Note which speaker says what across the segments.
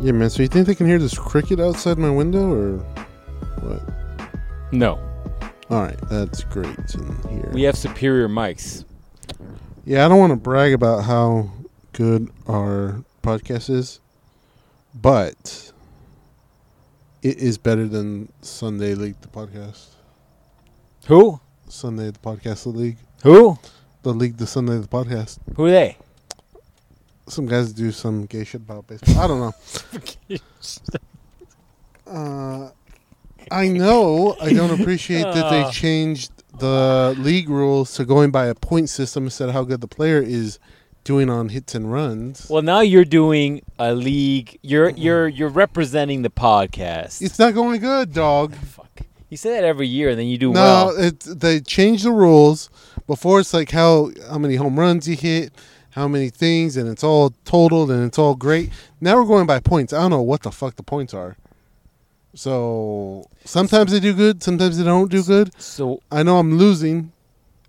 Speaker 1: Yeah, man. So you think they can hear this cricket outside my window, or what?
Speaker 2: No,
Speaker 1: All right, that's great in here.
Speaker 2: we have superior mics.
Speaker 1: Yeah, I don't want to brag about how good our podcast is, but it is better than Sunday League, the podcast.
Speaker 2: Who?
Speaker 1: Sunday, the podcast, the league.
Speaker 2: Who?
Speaker 1: The league, the Sunday, the podcast.
Speaker 2: Who are they?
Speaker 1: Some guys do some gay shit about baseball. I don't know. Uh, I know I don't appreciate that they
Speaker 2: Ah.
Speaker 1: changed the league rules to going by a point system instead of how good the player is doing on hits and runs.
Speaker 2: Well, now you're doing a league. You're you're you're representing the podcast.
Speaker 1: It's not going good, dog.
Speaker 2: Fuck. You say that every year, and then you do
Speaker 1: No,
Speaker 2: well.
Speaker 1: it, they changed the rules. Before it's like how how many home runs you hit, how many things, and it's all totaled and it's all great. Now we're going by points. I don't know what the fuck the points are. So sometimes they do good, sometimes they don't do good.
Speaker 2: So
Speaker 1: I know I'm losing.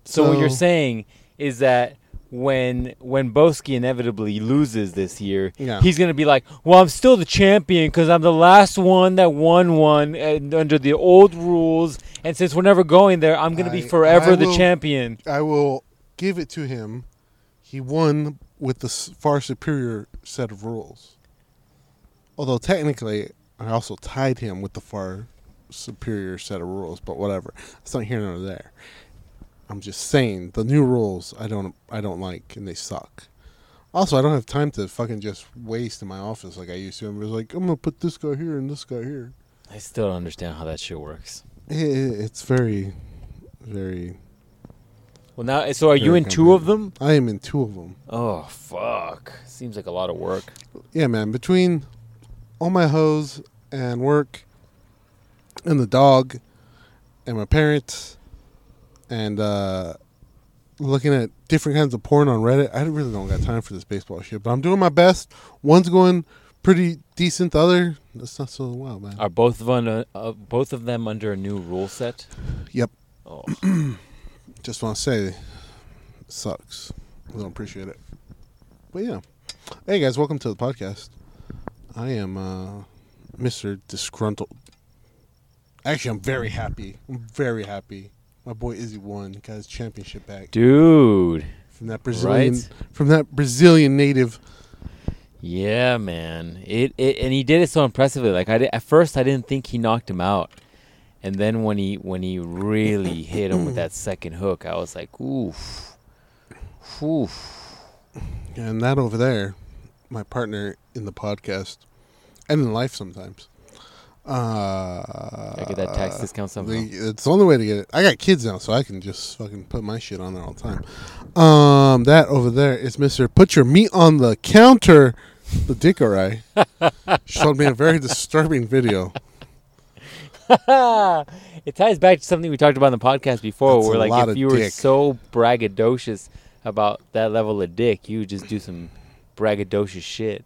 Speaker 2: So, what you're
Speaker 1: So-
Speaker 2: saying is that when when Boski inevitably loses this year,
Speaker 1: Yeah.
Speaker 2: he's gonna be like, "Well, I'm still the champion because I'm the last one that won one and under the old rules, and since we're never going there, I'm gonna be
Speaker 1: I-
Speaker 2: forever
Speaker 1: I
Speaker 2: the
Speaker 1: will-
Speaker 2: champion."
Speaker 1: I will give it to him. He won with the s- far superior set of rules. Although technically, I also tied him with the far superior set of rules. But whatever, it's not here nor there. I'm just saying the new rules I don't I don't like and they suck. Also, I don't have time to fucking just waste in my office like I used to. I'm just like I'm gonna put this guy here and this guy here.
Speaker 2: I still don't understand how that shit works.
Speaker 1: I- I- it's very, very.
Speaker 2: Well, now, so are you
Speaker 1: Very
Speaker 2: in two of them?
Speaker 1: I am in two of them.
Speaker 2: Oh fuck! Seems like a lot of work.
Speaker 1: Yeah, man. Between all my hoes and work, and the dog, and my parents, and uh, looking at different kinds of porn on Reddit, I really don't got time for this baseball shit. But I'm doing my best. One's going pretty decent. The other, that's not so well, man.
Speaker 2: Are both of them, uh, both of them under a new rule set?
Speaker 1: Yep.
Speaker 2: Oh,
Speaker 1: Just want to say, it sucks. I don't appreciate it. But yeah, hey guys, welcome to the podcast. I am uh, Mr. Disgruntled. Actually, I'm very happy. I'm very happy. My boy Izzy won, got his championship back
Speaker 2: dude.
Speaker 1: from that Brazilian,
Speaker 2: Right.
Speaker 1: from that Brazilian native.
Speaker 2: Yeah, man. It, it and he did it so impressively. Like I did, at first I didn't think he knocked him out. And then when he when he really hit him with that second hook, I was like, "Oof. Oof.
Speaker 1: And that over there, my partner in the podcast and in life sometimes. Uh,
Speaker 2: I get that tax discount somehow.
Speaker 1: The, it's the only way to get it. I got kids now, so I can just fucking put my shit on there all the time. Um, that over there is Mister. Put your meat on the counter. The dick array showed me a very disturbing video.
Speaker 2: it ties back to something we talked about in the podcast before
Speaker 1: That's a
Speaker 2: where
Speaker 1: lot
Speaker 2: like
Speaker 1: of
Speaker 2: if you were
Speaker 1: dick.
Speaker 2: so braggadocious about that level of dick, you would just do some braggadocious shit.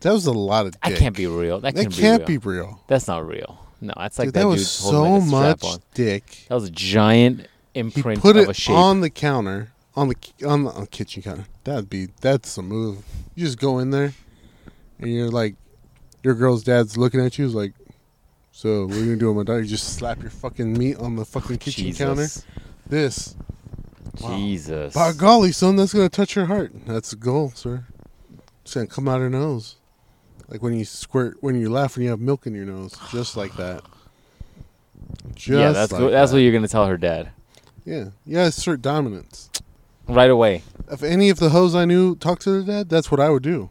Speaker 1: That was a lot of. Dick.
Speaker 2: I can't be real. That,
Speaker 1: That
Speaker 2: can
Speaker 1: can't
Speaker 2: be,
Speaker 1: be
Speaker 2: real.
Speaker 1: real.
Speaker 2: That's not real. No, that's like
Speaker 1: Dude,
Speaker 2: that,
Speaker 1: that, was
Speaker 2: dude's
Speaker 1: so
Speaker 2: holding like a
Speaker 1: much
Speaker 2: strap on.
Speaker 1: dick.
Speaker 2: That was a giant
Speaker 1: He
Speaker 2: imprint
Speaker 1: put
Speaker 2: of
Speaker 1: it
Speaker 2: a shape.
Speaker 1: on the counter on the ki- on the on the kitchen counter. That'd be that's the move. You just go in there, and you're like, your girl's dad's looking at you. Is like, so what are you gonna do with my daughter? You just slap your fucking meat on the fucking kitchen counter.
Speaker 2: Oh, Jesus.
Speaker 1: This, Wow.
Speaker 2: Jesus.
Speaker 1: by golly, son, that's gonna touch your heart. That's the goal, sir. It's gonna come out her nose, like when you squirt when you laugh when you have milk in your nose, just like that. Just
Speaker 2: yeah, that's
Speaker 1: like
Speaker 2: what, that's
Speaker 1: that.
Speaker 2: what you're gonna tell her dad
Speaker 1: yeah, yeah. Assert dominance.
Speaker 2: right away.
Speaker 1: If any of the hoes I knew talked to their dad, that's what I would do.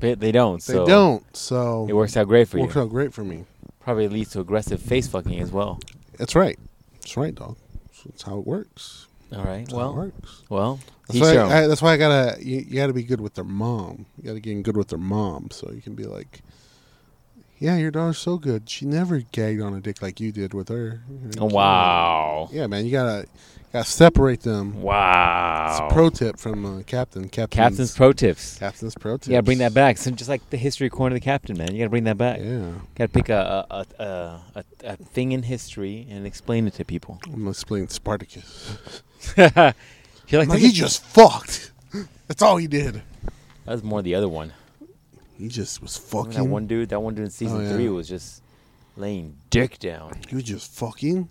Speaker 2: But they don't.
Speaker 1: They
Speaker 2: so
Speaker 1: don't, so
Speaker 2: It works out great for
Speaker 1: works
Speaker 2: you.
Speaker 1: out great for me.
Speaker 2: Probably leads to aggressive face fucking as well.
Speaker 1: That's right. That's right, dog. That's how it works.
Speaker 2: All right.
Speaker 1: That's how it
Speaker 2: Well,
Speaker 1: works.
Speaker 2: well.
Speaker 1: That's
Speaker 2: Teach
Speaker 1: why,
Speaker 2: your
Speaker 1: I,
Speaker 2: own.
Speaker 1: I- that's why I gotta. You, you gotta be good with their mom. You gotta get in good with their mom, so you can be like, "Yeah, your daughter's so good. She never gagged on a dick like you did with her."
Speaker 2: Oh, wow.
Speaker 1: Yeah, man. You gotta gotta separate them. It's
Speaker 2: Wow.
Speaker 1: a pro tip from uh, captain. Captain's,
Speaker 2: Captain's pro tips.
Speaker 1: captain's pro tip.
Speaker 2: You gotta bring that back. So just like the history corner of the captain, man, you gotta bring that back.
Speaker 1: Yeah.
Speaker 2: Gotta pick a a, a, a a a thing in history and explain it to people.
Speaker 1: I'm gonna explain Spartacus.
Speaker 2: You're like, "Look
Speaker 1: Like, he
Speaker 2: at-
Speaker 1: just fucked. That's all he did.
Speaker 2: That was more the other one.
Speaker 1: He just was
Speaker 2: Remember That
Speaker 1: fucking. Oh,
Speaker 2: one dude, that one dude in season
Speaker 1: yeah.
Speaker 2: three was just laying dick down.
Speaker 1: He was just fucking,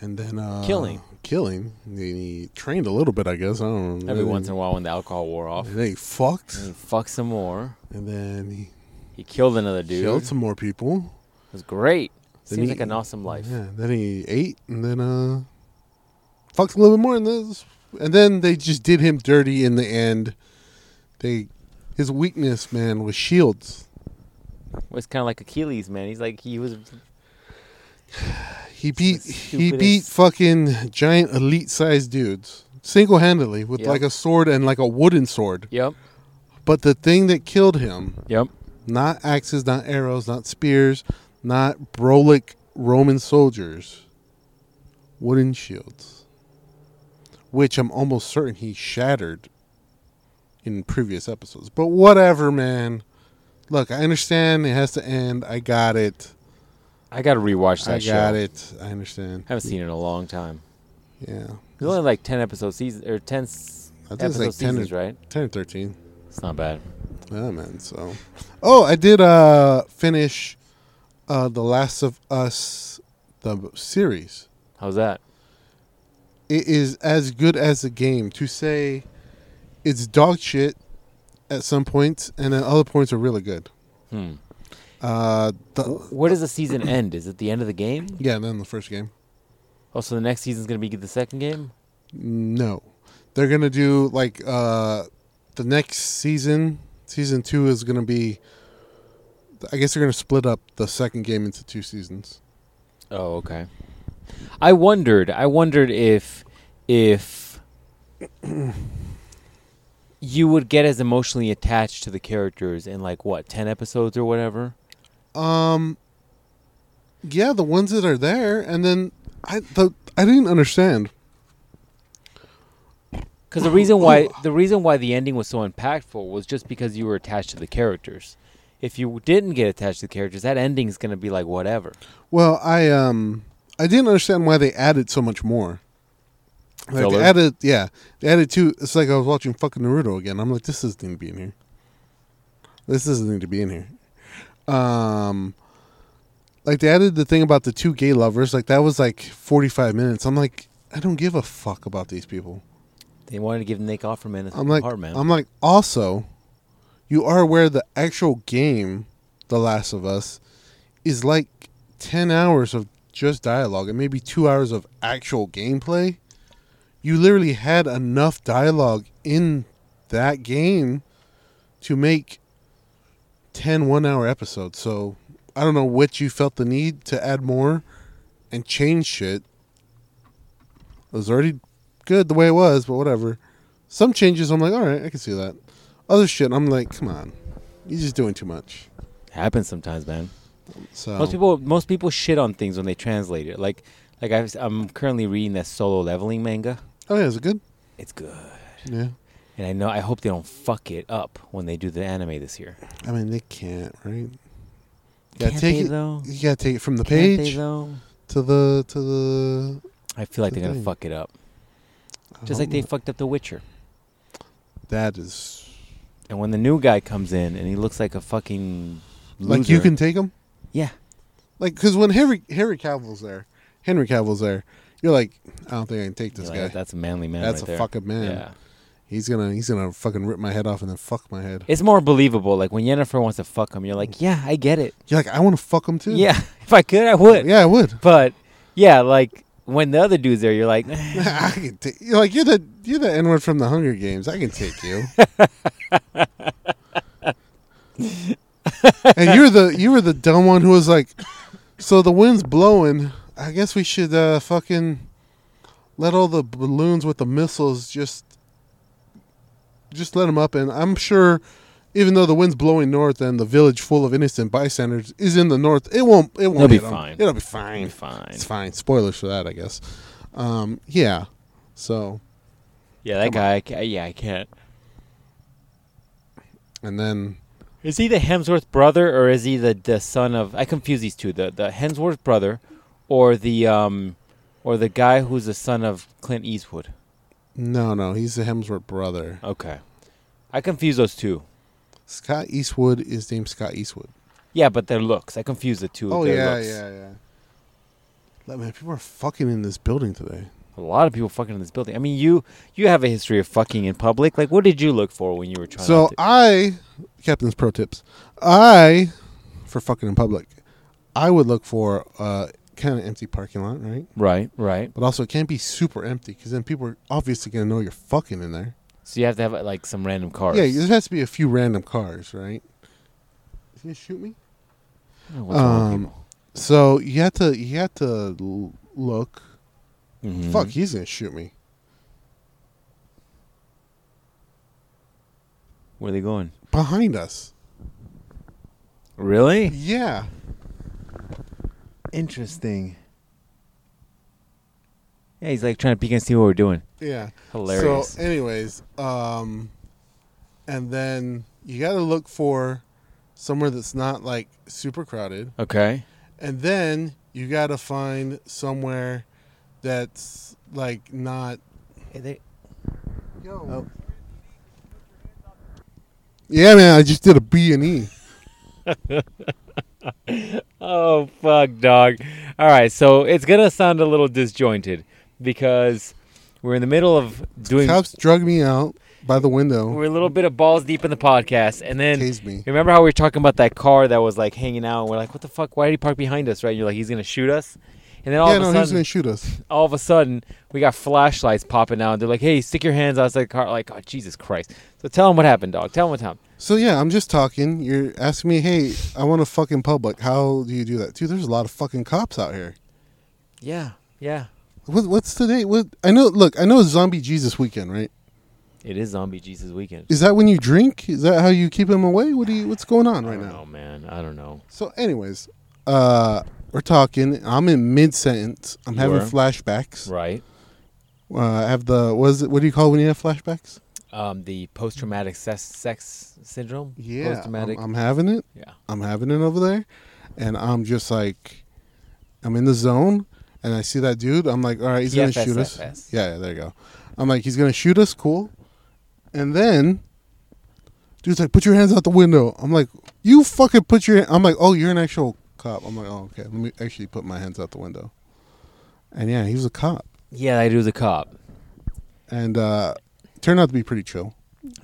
Speaker 1: and then uh,
Speaker 2: Killing.
Speaker 1: killing. And then he trained a little bit, I guess. I don't know.
Speaker 2: Every once in a while, Mm. when the alcohol wore off,
Speaker 1: And then he fucked,
Speaker 2: and he fucked some more.
Speaker 1: and then he
Speaker 2: He killed another dude.
Speaker 1: killed some more people.
Speaker 2: It was great.
Speaker 1: Then
Speaker 2: Seems
Speaker 1: he-
Speaker 2: like an awesome life.
Speaker 1: Yeah. Then he ate, and then uh, fucked a little bit more, and then and then they just did him dirty in the end. They, his weakness, man, was shields.
Speaker 2: Well, it's kind of like Achilles, man. He's like he was
Speaker 1: He beat
Speaker 2: the
Speaker 1: he
Speaker 2: stupidest-
Speaker 1: beat fucking giant elite sized dudes single handedly with
Speaker 2: Yep.
Speaker 1: like a sword and like a wooden sword.
Speaker 2: Yep.
Speaker 1: But the thing that killed him,
Speaker 2: Yep.
Speaker 1: not axes, not arrows, not spears, not Brolic Roman soldiers, wooden shields, which I'm almost certain he shattered in previous episodes. But whatever, man. Look, I understand it has to end. I got it.
Speaker 2: I gotta rewatch that
Speaker 1: I
Speaker 2: show.
Speaker 1: got it. I understand.
Speaker 2: haven't seen it in a long time.
Speaker 1: Yeah.
Speaker 2: There's only like ten episode season or ten s-
Speaker 1: I think it's
Speaker 2: episode
Speaker 1: like 10 or-
Speaker 2: seasons, right?
Speaker 1: 10 or 13.
Speaker 2: It's not bad.
Speaker 1: Yeah, man. So, oh, I did uh finish uh the Last of Us the series.
Speaker 2: How's that?
Speaker 1: It is as good as the game. To say it's dog shit at some points, and then other points are really good.
Speaker 2: Hmm.
Speaker 1: Uh, the,
Speaker 2: Where does the season end? Is it the end of the game?
Speaker 1: yeah, then the first game.
Speaker 2: Oh, so the next season's gonna be the second game?
Speaker 1: No, they're gonna do like uh the next season. Season two is gonna be. I guess they're gonna split up the second game into two seasons.
Speaker 2: Oh, okay. I wondered. I wondered if if you would get as emotionally attached to the characters in like what ten episodes or whatever.
Speaker 1: Um, yeah, the ones that are there, and then I the I didn't understand.
Speaker 2: Because the reason why the reason why the ending was so impactful was just because you were attached to the characters. If you didn't get attached to the characters, that ending's gonna be like whatever.
Speaker 1: Well, I um I didn't understand why they added so much more. Like
Speaker 2: Filler?
Speaker 1: they added, yeah, they added two. It's like I was watching fucking Naruto again. I'm like, this doesn't need to be in here. This doesn't need to be in here. Um, like they added the thing about the two gay lovers. Like that was like 45 minutes. I'm like, I don't give a fuck about these people.
Speaker 2: They wanted to give Nick Offerman a
Speaker 1: I'm like,
Speaker 2: part, man.
Speaker 1: I'm like, also, you are aware the actual game, The Last of Us, is like ten hours of just dialogue and maybe two hours of actual gameplay. You literally had enough dialogue in that game to make 10 one hour episodes. So I don't know what you felt the need to add more and change shit. It was already good the way it was, but whatever. Some changes I'm like, all right, I can see that. Other shit I'm like, come on, you're just doing too much.
Speaker 2: Happens sometimes, man.
Speaker 1: So
Speaker 2: Most people most people shit on things when they translate it. Like like i I'm currently reading that solo leveling manga.
Speaker 1: oh yeah, is it good?
Speaker 2: It's good,
Speaker 1: Yeah,
Speaker 2: and I know I hope they don't fuck it up when they do the anime this year.
Speaker 1: I mean they can't, right? You gotta
Speaker 2: Can't
Speaker 1: take
Speaker 2: they
Speaker 1: it.
Speaker 2: though?
Speaker 1: You gotta take it from the
Speaker 2: Can't they
Speaker 1: page
Speaker 2: though?
Speaker 1: to the to the.
Speaker 2: I feel like
Speaker 1: The
Speaker 2: they're gonna
Speaker 1: thing.
Speaker 2: fuck it up,
Speaker 1: I
Speaker 2: just like
Speaker 1: don't
Speaker 2: they
Speaker 1: know.
Speaker 2: fucked up The Witcher.
Speaker 1: That is
Speaker 2: And when the new guy comes in and he looks like a fucking loser,
Speaker 1: like you can take them.
Speaker 2: yeah.
Speaker 1: Like, because when Henry Henry Cavill's there, Henry Cavill's there, you're like, I don't think I can take
Speaker 2: You're
Speaker 1: this
Speaker 2: like,
Speaker 1: guy.
Speaker 2: That's a manly man.
Speaker 1: That's
Speaker 2: right
Speaker 1: a
Speaker 2: there.
Speaker 1: fucking man.
Speaker 2: Yeah.
Speaker 1: He's gonna he's gonna fucking rip my head off and then fuck my head.
Speaker 2: It's more believable. Like when Yennefer wants to fuck him, you're like, yeah, I get it.
Speaker 1: You're like, I want to fuck him too.
Speaker 2: Yeah, if I could, I would.
Speaker 1: yeah, I would.
Speaker 2: But yeah, like when the other dude's there, you're like,
Speaker 1: I can take you're like you're the you're the N word from the Hunger Games. I can take you. and you're the you were the dumb one who was like, so the wind's blowing. I guess we should uh, fucking let all the balloons with the missiles just just let them up. And I'm sure, even though the wind's blowing north and the village full of innocent bystanders is in the north, it won't it won't
Speaker 2: It'll be
Speaker 1: hit 'em.
Speaker 2: fine.
Speaker 1: It'll be fine.
Speaker 2: "You're fine.
Speaker 1: It's fine. Spoilers for that, I guess. Um, yeah. So,
Speaker 2: Yeah, that
Speaker 1: Come on.
Speaker 2: guy. I ca- yeah, I can't.
Speaker 1: and then
Speaker 2: Is he the Hemsworth brother or is he the, the son of? I confuse these two. The the Hemsworth brother, or the um, or the guy who's the son of Clint Eastwood.
Speaker 1: no, no, he's the Hemsworth brother.
Speaker 2: Okay, I confuse those two.
Speaker 1: Scott Eastwood is named Scott Eastwood.
Speaker 2: Yeah, but their looks. I confuse the two. with
Speaker 1: oh
Speaker 2: their
Speaker 1: yeah,
Speaker 2: looks.
Speaker 1: yeah, yeah. Like, man, people are fucking in this building today.
Speaker 2: A lot of people fucking in this building. I mean, you you have a history of fucking in public. Like, what did you look for when you were trying?
Speaker 1: so
Speaker 2: not to?
Speaker 1: I, captain's pro tips. I, for fucking in public, I would look for uh kind of empty parking lot, right?
Speaker 2: right, right.
Speaker 1: But also, it can't be super empty because then people are obviously gonna know you're fucking in there.
Speaker 2: So you have to have like some random cars.
Speaker 1: Yeah, there has to be a few random cars, right? Is he gonna shoot me?
Speaker 2: Oh, what's wrong with
Speaker 1: um,
Speaker 2: people?
Speaker 1: So you had to, you had to l- look.
Speaker 2: Mhm.
Speaker 1: Fuck, he's gonna shoot me.
Speaker 2: Where are they going?
Speaker 1: behind us.
Speaker 2: Really?
Speaker 1: Yeah.
Speaker 2: Interesting. Yeah, he's like trying to peek and see what we're doing.
Speaker 1: Yeah.
Speaker 2: Hilarious.
Speaker 1: So anyways, um and then you got to look for somewhere that's not like super crowded
Speaker 2: okay.
Speaker 1: and then you got to find somewhere that's like not eh,
Speaker 2: Oh.
Speaker 1: Yeah, man, I just did a B and E.
Speaker 2: Oh fuck, dog! All right, so it's gonna sound a little disjointed because we're in the middle of doing.
Speaker 1: Cops drug me out by the window.
Speaker 2: We're a little bit of balls deep in the podcast, and then
Speaker 1: Tased me.
Speaker 2: remember how we were talking about that car that was like hanging out, and we're like, "What the fuck? Why did he park behind us?" Right? you're like, "He's gonna shoot us," and then all
Speaker 1: Yeah,
Speaker 2: of a
Speaker 1: no, he was
Speaker 2: sudden,
Speaker 1: going to shoot us.
Speaker 2: all of a sudden, we got flashlights popping out. And they're like, "Hey, stick your hands outside the car!" Like, oh Jesus Christ! So tell him what happened, dog. Tell him what happened.
Speaker 1: So yeah, I'm just talking. You're asking me, "Hey, I want to fuck in public. How do you do that?" Dude, there's a lot of fucking cops out here.
Speaker 2: Yeah, yeah.
Speaker 1: What, what's the date? What I know. Look, I know it's Zombie Jesus weekend, right?
Speaker 2: It is Zombie Jesus weekend.
Speaker 1: Is that when you drink? Is that how you keep him away? What do you? What's going on
Speaker 2: I
Speaker 1: right
Speaker 2: don't
Speaker 1: now?
Speaker 2: know, man. I don't know.
Speaker 1: So, anyways, uh, we're talking. I'm in mid sentence. I'm
Speaker 2: You
Speaker 1: having
Speaker 2: are?
Speaker 1: flashbacks.
Speaker 2: Right.
Speaker 1: Uh, I have the what is it? What do you call it when you have flashbacks?
Speaker 2: um, the post traumatic sex, sex syndrome.
Speaker 1: Yeah,
Speaker 2: Post
Speaker 1: I'm,
Speaker 2: traumatic.
Speaker 1: I'm having it.
Speaker 2: yeah.
Speaker 1: I'm having it over there, and I'm just like, I'm in the zone, and I see that dude. I'm like, all right, he's gonna shoot us.
Speaker 2: PFSFS.
Speaker 1: Yeah, yeah, there you go. I'm like, he's gonna shoot us, cool. And then, dude's like, put your hands out the window. I'm like, you fucking put your. I'm like, oh, you're an actual cop. I'm like, oh, okay. Let me actually put my hands out the window. And yeah, he was a cop,
Speaker 2: Yeah, I do the cop.
Speaker 1: and uh turned out to be pretty chill.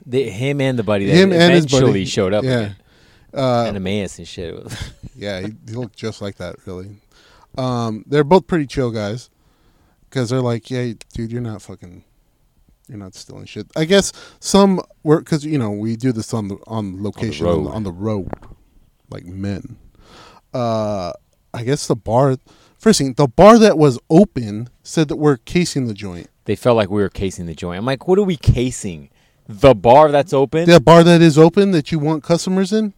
Speaker 2: The, him and the buddy. That
Speaker 1: Him and his
Speaker 2: eventually
Speaker 1: buddy
Speaker 2: showed up.
Speaker 1: Yeah,
Speaker 2: again.
Speaker 1: Uh,
Speaker 2: and Emmaus and shit.
Speaker 1: Yeah, he, he looked just like that, really. Um, they're both pretty chill guys because they're like, yeah, dude, you're not fucking, you're not stealing shit. I guess some were because you know we do this on the on location on
Speaker 2: road.
Speaker 1: the, on the road, like men. Uh, I guess the bar. First thing, the bar that was open said that we're casing the joint.
Speaker 2: they felt like we were casing the joint. I'm like, what are we casing? The bar that's open,
Speaker 1: That bar that is open that you want customers in.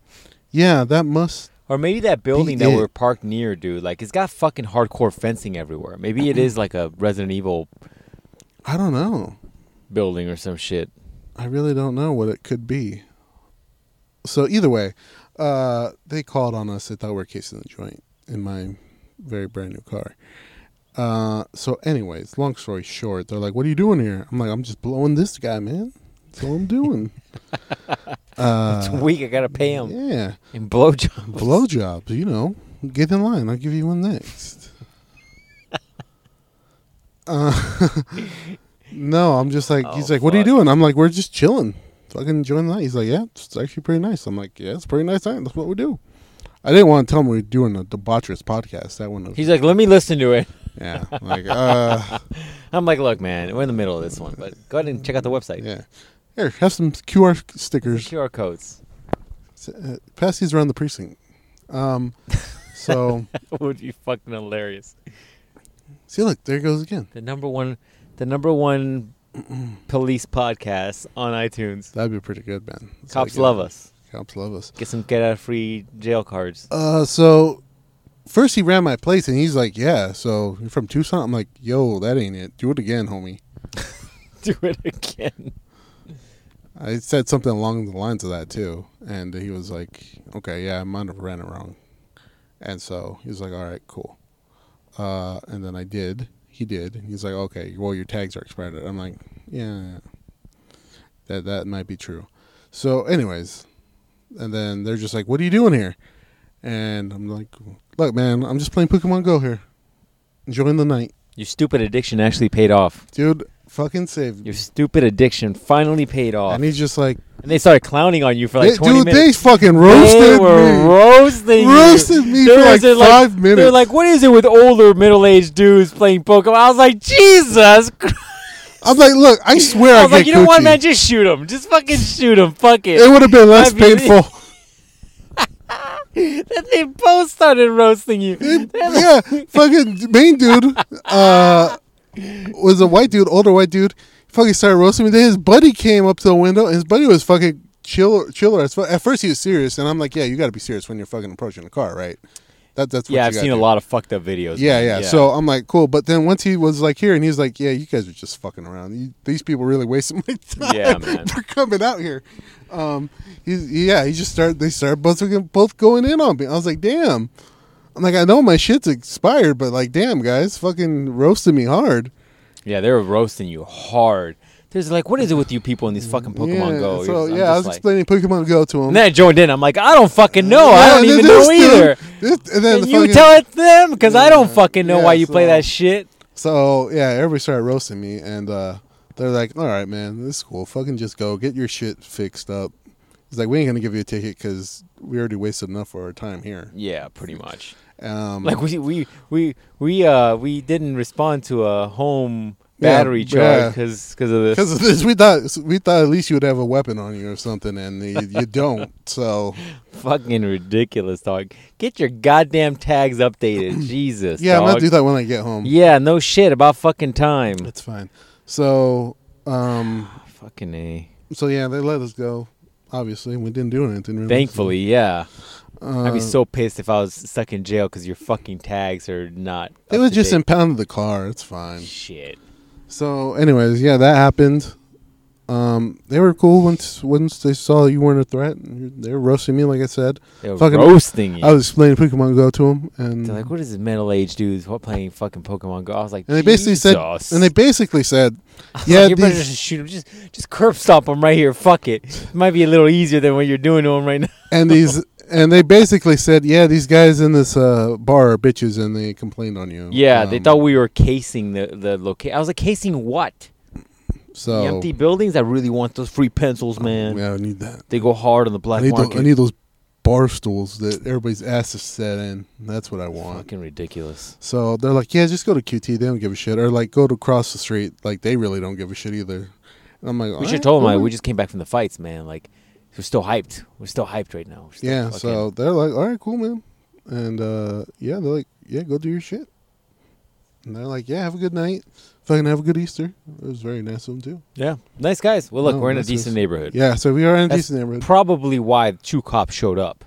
Speaker 1: Yeah, that must.
Speaker 2: or maybe that building
Speaker 1: Be
Speaker 2: that
Speaker 1: it.
Speaker 2: we're parked near, dude. Like, it's got fucking hardcore fencing everywhere. Maybe it is like a Resident Evil
Speaker 1: I don't know.
Speaker 2: building or some shit.
Speaker 1: I really don't know what it could be. So either way, uh, they called on us. They thought we were casing the joint in my very brand new car. Uh, so anyways, long story short, they're like, "What are you doing here?" I'm like, "I'm just blowing this guy, man. That's all I'm doing." Uh,
Speaker 2: it's weak. I gotta pay him
Speaker 1: yeah,
Speaker 2: in blowjob.
Speaker 1: blowjobs. You know, get in line. I'll give you one next. uh, no, I'm just like he's
Speaker 2: Oh,
Speaker 1: like, "What are you
Speaker 2: fuck.
Speaker 1: doing?" I'm like, "We're just chilling, fucking enjoying the night." He's like, "Yeah, it's actually pretty nice." I'm like, "Yeah, it's a pretty nice night. That's what we do." I didn't want to tell him we were doing a debaucherous podcast. That one, was,
Speaker 2: He's like, let me listen to it.
Speaker 1: yeah, like, uh,
Speaker 2: I'm like, look, man, we're in the middle of this one, but go ahead and check out the website.
Speaker 1: yeah. Here, have some QR stickers.
Speaker 2: QR codes.
Speaker 1: Uh, pass these around the precinct. Um, so
Speaker 2: That would be fucking hilarious.
Speaker 1: see, look, there it goes again.
Speaker 2: The number one, the number one police podcast on iTunes.
Speaker 1: That'd be pretty good, man. That's
Speaker 2: Cops
Speaker 1: like uh, it.
Speaker 2: love us.
Speaker 1: Cops love us.
Speaker 2: Get some get out of free jail cards.
Speaker 1: Uh, so first he ran my place, and he's like, "Yeah, so you're from Tucson." I'm like, "Yo, that ain't it. Do it again, homie."
Speaker 2: Do it again.
Speaker 1: I said something along the lines of that too, and he was like, "Okay, yeah, I might have ran it wrong," and so he was like, "All right, cool." Uh, and then I did. He did. And he's like, "Okay, well, your tags are expired." I'm like, "Yeah, yeah. that that might be true." So, anyways, and then they're just like, "What are you doing here?" And I'm like, "Look, man, I'm just playing Pokemon Go here, enjoying the night,
Speaker 2: Your stupid addiction actually paid off.
Speaker 1: dude. Fucking saved."
Speaker 2: Your
Speaker 1: me."
Speaker 2: stupid addiction finally paid off.
Speaker 1: And he's just like,
Speaker 2: And they started clowning on you for like
Speaker 1: "They-
Speaker 2: 20
Speaker 1: "Dude,
Speaker 2: minutes.
Speaker 1: they fucking
Speaker 2: They
Speaker 1: roasted
Speaker 2: were
Speaker 1: me,
Speaker 2: roasting you.
Speaker 1: roasted me
Speaker 2: There
Speaker 1: for like
Speaker 2: was a,
Speaker 1: five minutes."
Speaker 2: They're like, what is it with older middle-aged dudes playing Pokemon? I was like, Jesus. Christ.
Speaker 1: I'm like, "Look, I swear
Speaker 2: I
Speaker 1: I,
Speaker 2: was like,
Speaker 1: get
Speaker 2: you know what,
Speaker 1: coochie.
Speaker 2: man? Just shoot him. Just fucking shoot him. Fuck
Speaker 1: It
Speaker 2: it.
Speaker 1: would have been less
Speaker 2: I'd be-
Speaker 1: painful."
Speaker 2: Then they both started roasting you. They're like,
Speaker 1: yeah, fucking main dude uh, was a white dude, older white dude. Fucking started roasting me. Then his buddy came up to the window, and his buddy was fucking chill, chiller as fuck. At first, he was serious, and I'm like, "Yeah, you got to be serious when you're fucking approaching a car, right?" That, that's what
Speaker 2: yeah,
Speaker 1: you
Speaker 2: I've
Speaker 1: gotta
Speaker 2: seen a
Speaker 1: do.
Speaker 2: lot of fucked up videos.
Speaker 1: Yeah,
Speaker 2: man.
Speaker 1: yeah, So I'm like, cool. But then once he was like here, and he's like, "Yeah, you guys are just fucking around. You, these people really wasting my time.
Speaker 2: Yeah, man.
Speaker 1: They're coming out here." Um, he's yeah. He just started. They started both both going in on me. I was like, "Damn." I'm like, I know my shit's expired, but like, damn, guys, fucking roasted me hard.
Speaker 2: Yeah, they were roasting you hard. There's like, what is it with you people in these fucking Pokemon
Speaker 1: yeah.
Speaker 2: Go? You're
Speaker 1: So
Speaker 2: just- I'm
Speaker 1: yeah, I
Speaker 2: just
Speaker 1: was
Speaker 2: like-
Speaker 1: explaining Pokemon Go to him.
Speaker 2: And then I joined in. I'm like, I don't fucking know.
Speaker 1: Yeah,
Speaker 2: I don't
Speaker 1: and then
Speaker 2: even know
Speaker 1: this dude-
Speaker 2: either.
Speaker 1: this- and then
Speaker 2: And
Speaker 1: the
Speaker 2: you
Speaker 1: fucking-
Speaker 2: tell it to them because I don't
Speaker 1: Yeah,
Speaker 2: fucking know
Speaker 1: yeah,
Speaker 2: why you play
Speaker 1: so-
Speaker 2: that shit.
Speaker 1: So yeah, everybody started roasting me, and uh, they're like, "All right, man, this is cool. Fucking just go get your shit fixed up." He's like, "We ain't gonna give you a ticket because we already wasted enough of our time here."
Speaker 2: Yeah, pretty much.
Speaker 1: Um,
Speaker 2: Like we we we we uh we didn't respond to a home
Speaker 1: Yeah,
Speaker 2: battery
Speaker 1: yeah.
Speaker 2: charge because of this.
Speaker 1: because of this, we thought we thought at least you would have a weapon on you or something, and you, you don't. So
Speaker 2: Fucking ridiculous, dog. Get your goddamn tags updated, Jesus.
Speaker 1: yeah, I'm
Speaker 2: dog.
Speaker 1: gonna do that when I get home.
Speaker 2: Yeah, no shit about fucking time.
Speaker 1: It's fine. So um,
Speaker 2: Fucking a.
Speaker 1: so yeah, they let us go. Obviously, we didn't do anything. Really.
Speaker 2: Thankfully, yeah.
Speaker 1: uh,
Speaker 2: I'd be so pissed if I was stuck in jail because your fucking tags are not.
Speaker 1: They
Speaker 2: up
Speaker 1: was
Speaker 2: to
Speaker 1: just
Speaker 2: date.
Speaker 1: impounded the car. It's fine.
Speaker 2: shit.
Speaker 1: So, anyways, yeah, that happened. Um, they were cool once once they saw you weren't a threat. They were roasting me, like I said.
Speaker 2: They were
Speaker 1: Fucking-
Speaker 2: roasting you.
Speaker 1: I was explaining Pokemon Go to them, and
Speaker 2: They're like, what is this middle aged dudes what playing fucking Pokemon Go? I was like,
Speaker 1: and they basically said,
Speaker 2: "Jesus."
Speaker 1: and they basically said,
Speaker 2: I was
Speaker 1: yeah,
Speaker 2: like, you better
Speaker 1: these-
Speaker 2: just shoot him. Just, just curb stomp him right here. Fuck it. It might be a little easier than what you're doing to him right now.
Speaker 1: and these, and they basically said, yeah, these guys in this uh, bar are bitches, and they complained on you.
Speaker 2: Yeah, they
Speaker 1: Um,
Speaker 2: thought we were casing the the location. I was like, casing what?
Speaker 1: so. Oh,
Speaker 2: The empty buildings. I really want those free pencils, man.
Speaker 1: Yeah, I need that.
Speaker 2: They go hard on the black
Speaker 1: I need,
Speaker 2: market.
Speaker 1: tho- I need those bar stools that everybody's ass is set in. That's what I want.
Speaker 2: fucking ridiculous.
Speaker 1: So they're like, yeah, just go to QT. They don't give a shit. Or like, go to across the street. Like they really don't give a shit either. And I'm like,
Speaker 2: We
Speaker 1: "All
Speaker 2: should
Speaker 1: right,
Speaker 2: have told them
Speaker 1: cool."
Speaker 2: like, we just came back from the fights, man. Like we're still hyped. We're still hyped right now. We're still
Speaker 1: yeah.
Speaker 2: fucking-
Speaker 1: So they're like, all right, cool, man. And uh, yeah, they're like, yeah, go do your shit. And they're like, yeah, have a good night. Fucking have a good Easter. It was very nice of them too.
Speaker 2: yeah, nice guys. Well, look,
Speaker 1: No,
Speaker 2: we're in a
Speaker 1: this is-
Speaker 2: decent neighborhood.
Speaker 1: Yeah. So we are in a
Speaker 2: That's
Speaker 1: decent neighborhood.
Speaker 2: Probably why the two cops showed up.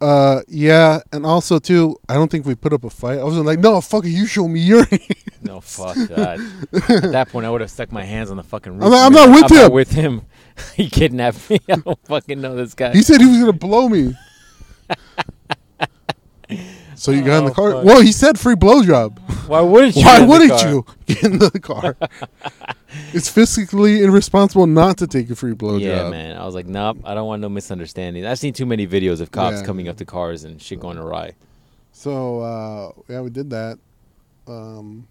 Speaker 1: Uh, yeah, and also too, I don't think we put up a fight. I wasn't like, no, fucking, you show me your.
Speaker 2: No, fuck that. At that point, I would have stuck my hands on the fucking roof.
Speaker 1: I'm not- I'm
Speaker 2: man.
Speaker 1: not with him.
Speaker 2: with him. he kidnapped me. I don't fucking know this guy.
Speaker 1: He said he was gonna blow me. so you got in the
Speaker 2: Oh,
Speaker 1: car.
Speaker 2: fuck.
Speaker 1: Well, he said free blowjob.
Speaker 2: Why wouldn't you?
Speaker 1: Why
Speaker 2: in the
Speaker 1: wouldn't
Speaker 2: car?
Speaker 1: you get in the car? it's physically irresponsible not to take a free blowjob.
Speaker 2: yeah, man. I was like, nope. I don't want no misunderstandings. I've seen too many videos of cops
Speaker 1: Yeah.
Speaker 2: coming up to cars and shit going awry.
Speaker 1: So uh, yeah, we did that. Um,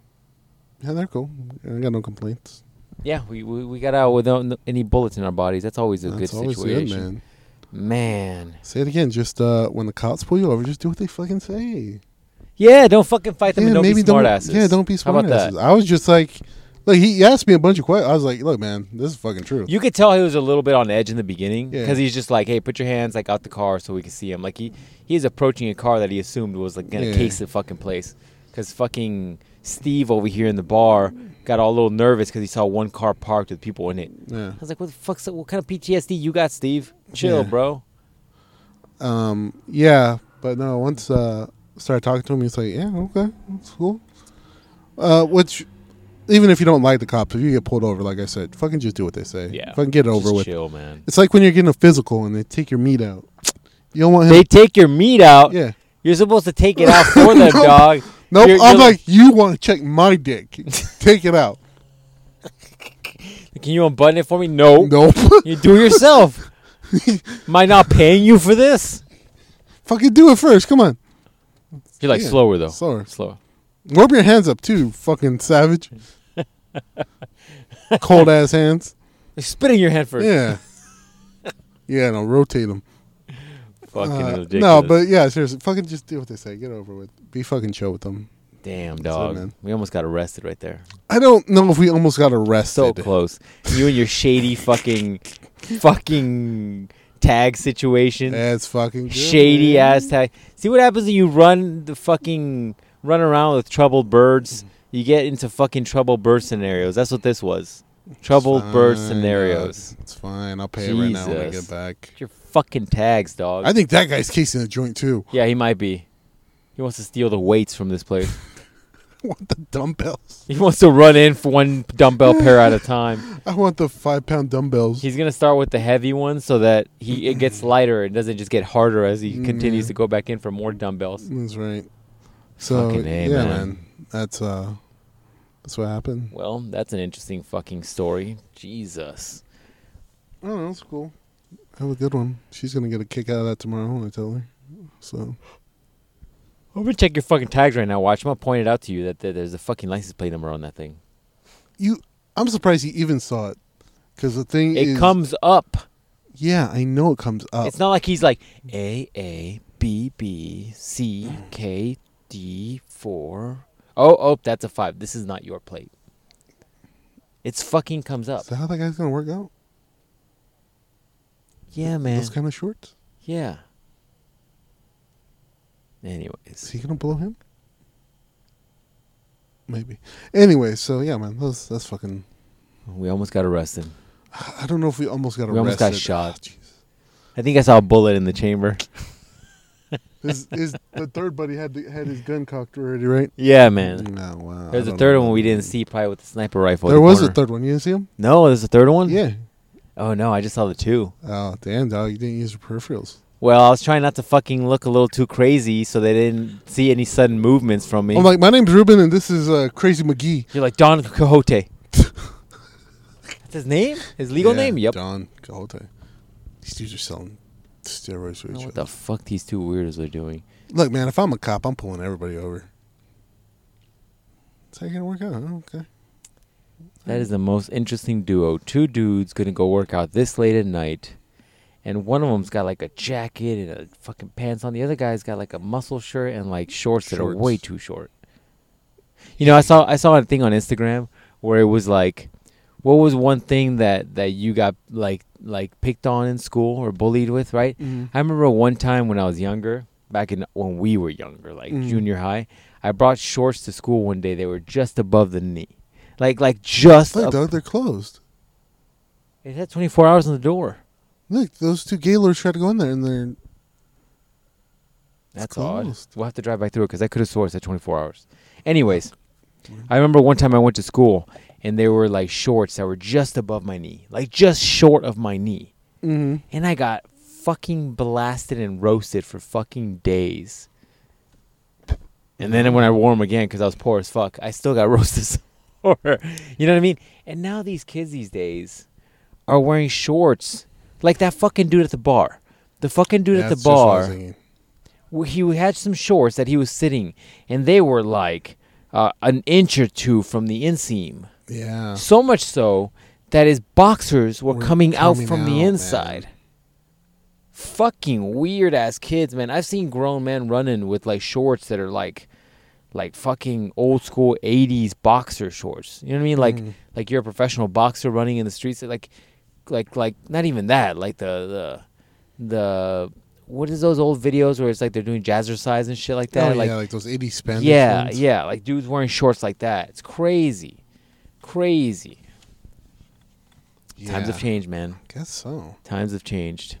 Speaker 1: yeah, they're cool. I got no complaints.
Speaker 2: Yeah, we, we, we got out without no- any bullets in our bodies. That's always a
Speaker 1: That's
Speaker 2: good
Speaker 1: always
Speaker 2: situation.
Speaker 1: good, man.
Speaker 2: man.
Speaker 1: Say it again. Just uh, when the cops pull you over, just do what they fucking say.
Speaker 2: Yeah, don't fucking fight them
Speaker 1: yeah,
Speaker 2: and don't
Speaker 1: maybe
Speaker 2: be
Speaker 1: don't.
Speaker 2: smartasses.
Speaker 1: Yeah, don't be
Speaker 2: How
Speaker 1: smart
Speaker 2: about that?
Speaker 1: asses. I was just like, like he asked me a bunch of questions. I was like, look, man, this is fucking true.
Speaker 2: You could tell he was a little bit on edge in the beginning
Speaker 1: Yeah.
Speaker 2: because he's just like, "Hey, put your hands like out the car so we can see him." Like he he's approaching a car that he assumed was like gonna
Speaker 1: Yeah.
Speaker 2: case the fucking place because fucking Steve over here in the bar got all a little nervous because he saw one car parked with people in it.
Speaker 1: yeah.
Speaker 2: I was like, "What the fuck's what kind of PTSD you got, Steve? Chill,
Speaker 1: Yeah.
Speaker 2: bro."
Speaker 1: Um, yeah, but no, once uh started talking to him, he's like, Yeah, okay, that's cool. Uh which even if you don't like the cops, if you get pulled over, like I said, fucking just do what they say.
Speaker 2: Yeah,
Speaker 1: Fucking get it over
Speaker 2: Just
Speaker 1: with.
Speaker 2: chill, man.
Speaker 1: It's like when you're getting a physical and they take your meat out. You don't want him
Speaker 2: They take your meat out.
Speaker 1: Yeah.
Speaker 2: You're supposed to take it out for them,
Speaker 1: No.
Speaker 2: dog.
Speaker 1: Nope,
Speaker 2: You're-
Speaker 1: I'm
Speaker 2: you're-
Speaker 1: like, you want to check my dick. take it out.
Speaker 2: Can you unbutton it for me? No.
Speaker 1: Nope.
Speaker 2: You do it yourself. Am I not paying you for this?
Speaker 1: Fucking do it first. Come on.
Speaker 2: You're like
Speaker 1: Yeah,
Speaker 2: slower though.
Speaker 1: slower.
Speaker 2: Slower.
Speaker 1: Warp your hands up too, fucking savage. Cold ass hands.
Speaker 2: Spit in your hand first.
Speaker 1: Yeah. Yeah, no, rotate them.
Speaker 2: Fucking ridiculous.
Speaker 1: Uh, no, but yeah, seriously, fucking just do what they say. Get over with. Be fucking chill with them.
Speaker 2: damn
Speaker 1: it,
Speaker 2: dog,
Speaker 1: man.
Speaker 2: we almost got arrested right there.
Speaker 1: I don't know if we almost got arrested.
Speaker 2: So close. You and your shady fucking, fucking tag situation.
Speaker 1: That's fucking good,
Speaker 2: shady
Speaker 1: man.
Speaker 2: ass tag. See what happens when you run the fucking run around with troubled birds.
Speaker 1: Mm.
Speaker 2: You get into fucking troubled bird scenarios. That's what this was. Troubled bird
Speaker 1: Fine, uh,
Speaker 2: scenarios.
Speaker 1: It's fine. I'll pay it right now when I
Speaker 2: Jesus.
Speaker 1: get back.
Speaker 2: Your fucking tags, dog.
Speaker 1: I think that guy's casing a joint too.
Speaker 2: yeah, he might be. He wants to steal the weights from this place.
Speaker 1: I want the dumbbells.
Speaker 2: he wants to run in for one dumbbell pair at a time.
Speaker 1: I want the five pound dumbbells.
Speaker 2: He's gonna start with the heavy one so that he it gets lighter and doesn't just get harder as he continues
Speaker 1: Yeah.
Speaker 2: to go back in for more dumbbells.
Speaker 1: That's right. So
Speaker 2: Fucking A,
Speaker 1: yeah,
Speaker 2: man.
Speaker 1: man. That's uh, that's what happened.
Speaker 2: Well, that's an interesting fucking story. Jesus.
Speaker 1: I don't know. It's cool. That was a good one. She's gonna get a kick out of that tomorrow when I tell her. So
Speaker 2: I'm gonna check your fucking tags right now. Watch. I'm gonna point it out to you that that there's a fucking license plate number on that thing.
Speaker 1: you, I'm surprised you even saw it, because the thing
Speaker 2: It
Speaker 1: is-
Speaker 2: comes up.
Speaker 1: Yeah, I know it comes up.
Speaker 2: It's not like he's like A A B B C K D four. Oh oh, that's a five. This is not your plate. It's fucking comes up.
Speaker 1: Is that how that guy's gonna work out?
Speaker 2: Yeah, man.
Speaker 1: Those kind of shorts.
Speaker 2: Yeah.
Speaker 1: Is
Speaker 2: Anyways,
Speaker 1: he gonna blow him? Maybe. Anyway, so yeah, man, that's that's fucking.
Speaker 2: we almost got arrested.
Speaker 1: I don't know if we almost got arrested.
Speaker 2: We almost got shot.
Speaker 1: Ah, jeez.
Speaker 2: I think I saw a bullet in the chamber.
Speaker 1: his, his, the third buddy had the, had his gun cocked already, right?
Speaker 2: Yeah, man.
Speaker 1: No, wow.
Speaker 2: There's
Speaker 1: I
Speaker 2: a
Speaker 1: don't
Speaker 2: third
Speaker 1: know.
Speaker 2: one we didn't see, probably with the sniper rifle. in
Speaker 1: There
Speaker 2: the
Speaker 1: was
Speaker 2: corner.
Speaker 1: a third one. You didn't see him?
Speaker 2: No, there's a third one.
Speaker 1: Yeah.
Speaker 2: Oh no, I just saw the two.
Speaker 1: Oh damn, dog! You didn't use your peripherals.
Speaker 2: Well, I was trying not to fucking look a little too crazy, so they didn't see any sudden movements from me.
Speaker 1: I'm like, Oh my name's Ruben, and this is uh, Crazy McGee.
Speaker 2: You're like Don Quixote. That's his name. His legal
Speaker 1: Yeah,
Speaker 2: name. Yep.
Speaker 1: Don Quixote. These dudes are selling steroids
Speaker 2: I
Speaker 1: for
Speaker 2: don't know
Speaker 1: each
Speaker 2: what
Speaker 1: other.
Speaker 2: the fuck these two weirdos are doing?
Speaker 1: Look, man, if I'm a cop, I'm pulling everybody over. It's how you gonna work out? huh? Okay.
Speaker 2: That is the most interesting duo. Two dudes gonna go work out this late at night, and one of them's got like a jacket and a fucking pants on. The other guy's got like a muscle shirt and like shorts, that are way
Speaker 1: Shorts.
Speaker 2: too short. You know, I saw I saw a thing on Instagram where it was like, what was one thing that that you got like like picked on in school or bullied with, right?
Speaker 1: Mhm.
Speaker 2: I remember one time when I was younger, back in when we were younger, like
Speaker 1: Mm.
Speaker 2: junior high, I brought shorts to school one day. They were just above the knee. Like, like just.
Speaker 1: Look,
Speaker 2: ab-
Speaker 1: dog, they're closed.
Speaker 2: it had 24 hours on the door.
Speaker 1: Look, those two Gaylords tried to go in there, and they're
Speaker 2: That's odd.
Speaker 1: closed.
Speaker 2: We'll have to drive back through it because I could have swore it said 24 hours. Anyways, I remember one time I went to school and there were like shorts that were just above my knee, like just short of my knee.
Speaker 1: Mm-hmm.
Speaker 2: And I got fucking blasted and roasted for fucking days. And then when I wore them again, because I was poor as fuck, I still got roasted. some more. you know what I mean? And now these kids these days are wearing shorts like that fucking dude at the bar. The fucking dude at the bar wh- he had some shorts that he was sitting, and they were like uh, an inch or two from the inseam.
Speaker 1: Yeah.
Speaker 2: So much so that his boxers were
Speaker 1: Were
Speaker 2: coming, out
Speaker 1: coming
Speaker 2: from
Speaker 1: out,
Speaker 2: the
Speaker 1: man.
Speaker 2: inside. Fucking weird ass kids, man. I've seen grown men running with like shorts that are like like fucking old school 80s boxer shorts. You know what I mean? Like
Speaker 1: Mm.
Speaker 2: like you're a professional boxer running in the streets like like like not even that, like the the the what is those old videos where it's like they're doing jazzercise and shit like that?
Speaker 1: oh,
Speaker 2: like
Speaker 1: yeah, like those 80 spandex
Speaker 2: yeah,
Speaker 1: ones.
Speaker 2: yeah, like dudes wearing shorts like that. It's crazy, crazy. Times have
Speaker 1: Yeah.
Speaker 2: changed, man.
Speaker 1: Guess so.
Speaker 2: Times have changed.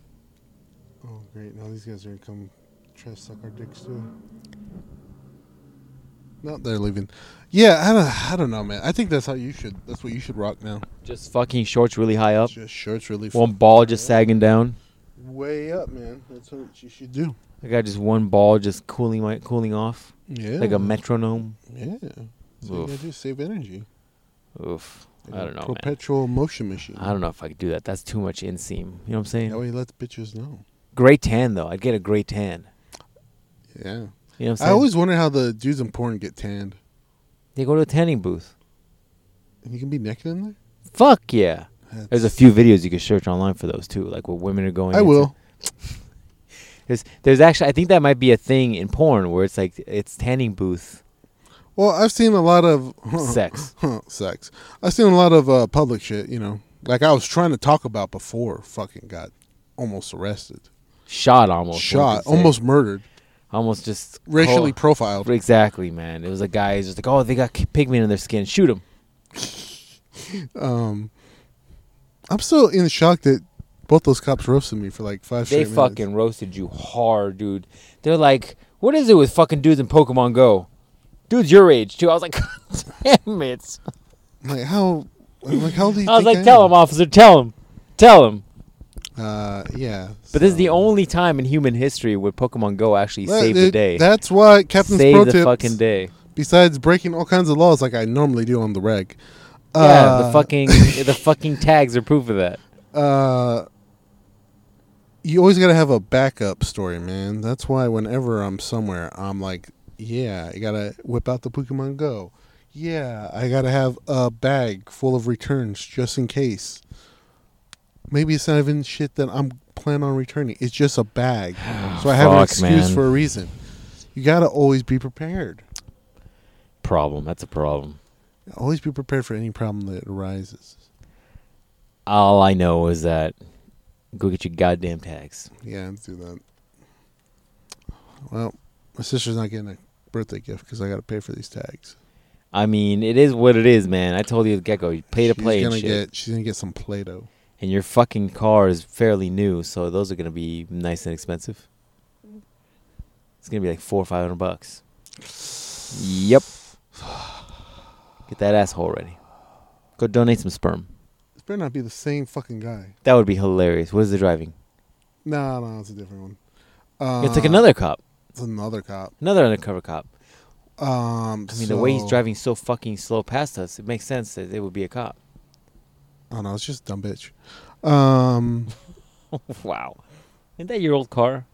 Speaker 1: Oh, great. Now these guys are going to come try to suck our dicks, too. No, they're leaving. Yeah, I don't, I don't know, man. I think that's how you should. That's what you should rock now.
Speaker 2: Just fucking shorts really high up,
Speaker 1: Just shirts really
Speaker 2: one ball just sagging down.
Speaker 1: way up, man. That's what you should do.
Speaker 2: I got just one ball just cooling my cooling off
Speaker 1: Yeah.
Speaker 2: like a metronome.
Speaker 1: Yeah. So you
Speaker 2: Oof.
Speaker 1: gotta do save energy.
Speaker 2: Oof. I don't know, man.
Speaker 1: Perpetual motion machine.
Speaker 2: I don't know if I could do that. That's too much inseam. You know what I'm saying?
Speaker 1: That way, you let the bitches know.
Speaker 2: Great tan though. I'd get a great tan.
Speaker 1: Yeah.
Speaker 2: You know what I'm
Speaker 1: I
Speaker 2: saying?
Speaker 1: always wonder how the dudes in porn get tanned.
Speaker 2: they go to a tanning booth.
Speaker 1: And you can be naked in there.
Speaker 2: Fuck yeah.
Speaker 1: That's-
Speaker 2: There's a few videos you can search online for those too, like what women are going.
Speaker 1: I
Speaker 2: into.
Speaker 1: will.
Speaker 2: There's, there's actually, I think that might be a thing in porn where it's like it's tanning booth
Speaker 1: Well, I've seen a lot of
Speaker 2: sex.
Speaker 1: sex. I've seen a lot of uh, public shit. You know, like I was trying to talk about before. Fucking got almost arrested,
Speaker 2: Shot almost. one
Speaker 1: shot,
Speaker 2: could say.
Speaker 1: almost murdered,
Speaker 2: almost just
Speaker 1: racially
Speaker 2: co-
Speaker 1: profiled.
Speaker 2: exactly, man. It was a guy who's just like, oh, they got k- pigment in their skin. Shoot him.
Speaker 1: Um, I'm still in shock that both those cops roasted me for like five.
Speaker 2: They
Speaker 1: straight minutes.
Speaker 2: fucking roasted you hard, dude. They're like, what is it with fucking dudes in Pokemon Go? Dude's your age too. I was like, damn it.
Speaker 1: like how I'm like how old do you
Speaker 2: I was
Speaker 1: think
Speaker 2: like, tell
Speaker 1: am?"
Speaker 2: him, officer, tell him, tell him.
Speaker 1: Uh, yeah.
Speaker 2: But this is the only time in human history where Pokemon Go actually saved the day.
Speaker 1: That's why Captain's
Speaker 2: saved
Speaker 1: Pro
Speaker 2: the
Speaker 1: Tips,
Speaker 2: fucking day.
Speaker 1: besides breaking all kinds of laws like I normally do on the reg.
Speaker 2: yeah,
Speaker 1: uh,
Speaker 2: the fucking the fucking tags are proof of that.
Speaker 1: uh, you always gotta have a backup story, man. That's why whenever I'm somewhere, I'm like, yeah, you gotta whip out the Pokemon Go. Yeah, I gotta have a bag full of returns just in case. Maybe it's not even shit that I'm planning on returning. It's just a bag, so I have an
Speaker 2: Fuck,
Speaker 1: excuse
Speaker 2: man.
Speaker 1: for a reason. You gotta always be prepared.
Speaker 2: Problem. That's a problem.
Speaker 1: Always be prepared for any problem that arises.
Speaker 2: All I know is that go get your goddamn tags.
Speaker 1: Yeah, let's do that. Well, my sister's not getting a birthday gift because I got to pay for these tags.
Speaker 2: I mean, it is what it is, man. I told you at the get go, you pay to
Speaker 1: she's
Speaker 2: play and
Speaker 1: Gonna
Speaker 2: shit.
Speaker 1: Get, she's gonna get some Play-Doh.
Speaker 2: and your fucking car is fairly new, so those are gonna be nice and expensive. It's gonna be like four or five hundred bucks. Yep. Get that asshole ready. Go donate some sperm.
Speaker 1: It better not be the same fucking guy.
Speaker 2: That would be hilarious. What is the driving?
Speaker 1: No, no, it's a different one. Uh,
Speaker 2: it's like another cop,
Speaker 1: It's another cop.
Speaker 2: another undercover cop.
Speaker 1: Um,
Speaker 2: I mean, the way he's
Speaker 1: so-
Speaker 2: driving so fucking slow past us, it makes sense that it would be a cop.
Speaker 1: Oh no, it's just a dumb bitch. Um,
Speaker 2: wow. Isn't that your old car?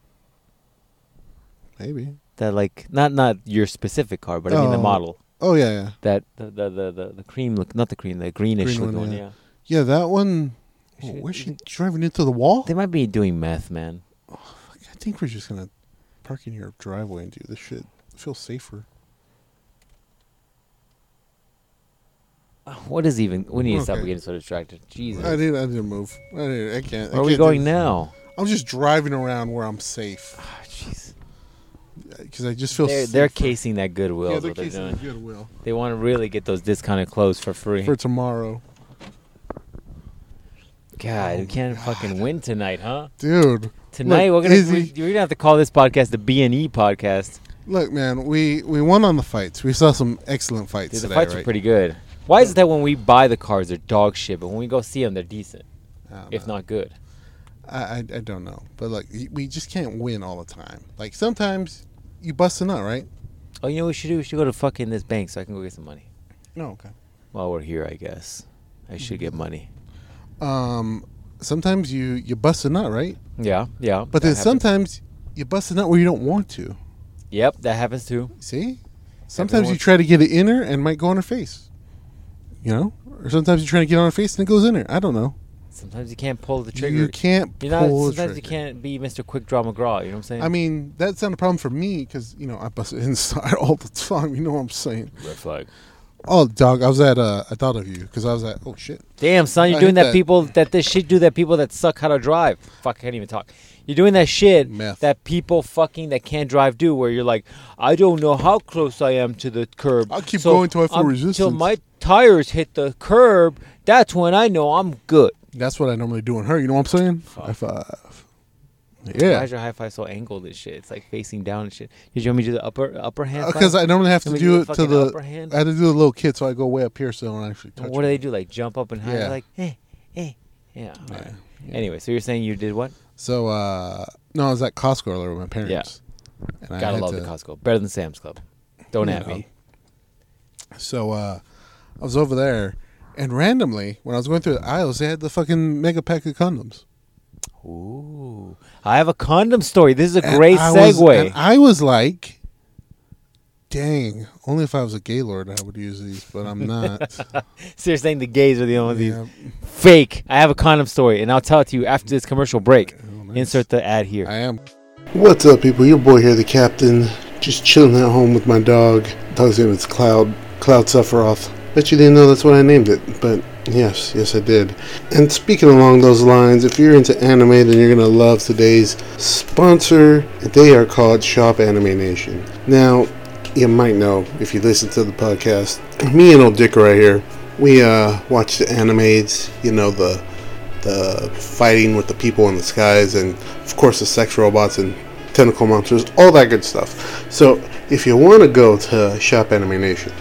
Speaker 1: maybe.
Speaker 2: That like not not your specific car, but I mean the
Speaker 1: Oh.
Speaker 2: model.
Speaker 1: Oh yeah, yeah,
Speaker 2: That the the the the, the cream look, not the cream, the greenish
Speaker 1: Green
Speaker 2: looking
Speaker 1: one,
Speaker 2: one.
Speaker 1: yeah.
Speaker 2: yeah.
Speaker 1: yeah. That one.
Speaker 2: She-
Speaker 1: Oh, where's she driving into the wall?
Speaker 2: They might be doing meth, man.
Speaker 1: I think we're just gonna park in your driveway and do this shit. Feel safer.
Speaker 2: What is even? We need to stop
Speaker 1: Okay.
Speaker 2: getting so distracted. Jesus.
Speaker 1: I did. I didn't move. I, didn't, I can't. I
Speaker 2: Where are we
Speaker 1: can't do
Speaker 2: going
Speaker 1: this.
Speaker 2: now?
Speaker 1: I'm just driving around where I'm safe
Speaker 2: Ah, Jeez.
Speaker 1: because I just feel
Speaker 2: They're,
Speaker 1: safe.
Speaker 2: they're casing that goodwill.
Speaker 1: yeah,
Speaker 2: is
Speaker 1: they're
Speaker 2: what they're
Speaker 1: casing
Speaker 2: doing.
Speaker 1: goodwill
Speaker 2: They want to really get those discounted clothes for free.
Speaker 1: for tomorrow,
Speaker 2: God,
Speaker 1: Oh
Speaker 2: we can't fucking win tonight, huh?
Speaker 1: dude.
Speaker 2: Tonight we're gonna
Speaker 1: Izzy-
Speaker 2: we're, we're gonna have to call this podcast the B and E podcast.
Speaker 1: Look, man, we we won on the fights. We saw some excellent fights
Speaker 2: Dude, the
Speaker 1: today.
Speaker 2: fights
Speaker 1: right?
Speaker 2: are pretty good. Why is it that when we buy the cars they're dog shit, but when we go see them they're decent,
Speaker 1: I don't
Speaker 2: if
Speaker 1: know.
Speaker 2: not good?
Speaker 1: I, I I don't know, but like y- we just can't win all the time. Like sometimes you bust a nut, right?
Speaker 2: Oh, you know what we should do? We should go to fucking this bank so I can go get some money.
Speaker 1: No, okay.
Speaker 2: While we're here, I guess I should get money.
Speaker 1: Um, sometimes you you bust a nut, right?
Speaker 2: Yeah, yeah.
Speaker 1: But
Speaker 2: that
Speaker 1: then
Speaker 2: happens.
Speaker 1: sometimes you bust a nut where you don't want to.
Speaker 2: Yep, that happens too.
Speaker 1: See? Sometimes you
Speaker 2: wants-
Speaker 1: try to get it in her and it might go on her face. You know? Or sometimes you try to get on her face and it goes in her. I don't know.
Speaker 2: Sometimes you can't pull the trigger.
Speaker 1: You can't
Speaker 2: You're not,
Speaker 1: pull the
Speaker 2: sometimes you
Speaker 1: trigger.
Speaker 2: can't be Mr. Quick Draw McGraw. You know what I'm saying?
Speaker 1: I mean, that's not a problem for me because, you know, I bust it inside all the time. You know what I'm saying?
Speaker 2: red flag.
Speaker 1: Oh, dog, I was at, uh, I thought of you because I was at, oh, shit.
Speaker 2: Damn, son, you're
Speaker 1: I
Speaker 2: doing
Speaker 1: hate
Speaker 2: that,
Speaker 1: that.
Speaker 2: people that this shit do that people that suck how to drive. Fuck, I can't even talk. You're doing that shit
Speaker 1: Meth.
Speaker 2: that people fucking that can't drive do, where you're like, I don't know how close I am to the curb.
Speaker 1: I'll keep going till I feel
Speaker 2: I'm- Till
Speaker 1: resistance."
Speaker 2: my tires hit the curb, that's when I know I'm good.
Speaker 1: That's what I normally do on her. You know what I'm saying? High five.
Speaker 2: Why
Speaker 1: Yeah.
Speaker 2: is your high five so angled and shit? It's like facing down and shit. Did you want me to do the upper upper hand?
Speaker 1: Because
Speaker 2: five?
Speaker 1: Uh, I normally have
Speaker 2: Can
Speaker 1: to
Speaker 2: we do
Speaker 1: do
Speaker 2: the
Speaker 1: it to
Speaker 2: fucking
Speaker 1: the,
Speaker 2: upper hand?
Speaker 1: I had to do the little kid so I go way up here so I don't actually touch
Speaker 2: what do they do? Like jump up and high?
Speaker 1: Yeah.
Speaker 2: Like, eh, eh, yeah. all right.
Speaker 1: yeah.
Speaker 2: Anyway, so you're saying you did what?
Speaker 1: So uh no, I was at Costco earlier with my parents. And I
Speaker 2: Gotta
Speaker 1: had
Speaker 2: love
Speaker 1: to-
Speaker 2: the Costco. Better than Sam's Club. Don't
Speaker 1: You
Speaker 2: at
Speaker 1: know.
Speaker 2: me.
Speaker 1: So uh I was over there And randomly, when I was going through the aisles, they had the fucking mega pack of condoms.
Speaker 2: Ooh, I have a condom story. This is a
Speaker 1: And
Speaker 2: great
Speaker 1: I was-
Speaker 2: segue.
Speaker 1: and I was like, dang, only if I was a gaylord I would use these, but I'm not.
Speaker 2: Seriously, I think the gays are the only
Speaker 1: Yeah.
Speaker 2: ones these fake. I have a condom story, and I'll tell it to you after this commercial break.
Speaker 1: Oh, nice.
Speaker 2: Insert the ad here.
Speaker 1: I am. What's up, people? Your boy here, the captain. Just chilling at home with my dog. Dog's name is Cloud. Cloud Sephiroth. Bet you didn't know that's what I named it, but yes, yes, I did. And speaking along those lines, if you're into anime, then you're gonna love today's sponsor. They are called Shop Anime Nation. Now, you might know if you listen to the podcast. Me and old Dick right here. We uh, watch the animes. You know the the fighting with the people in the skies, and of course the sex robots and tentacle monsters, all that good stuff. So if you want to go to Shop Anime Nation,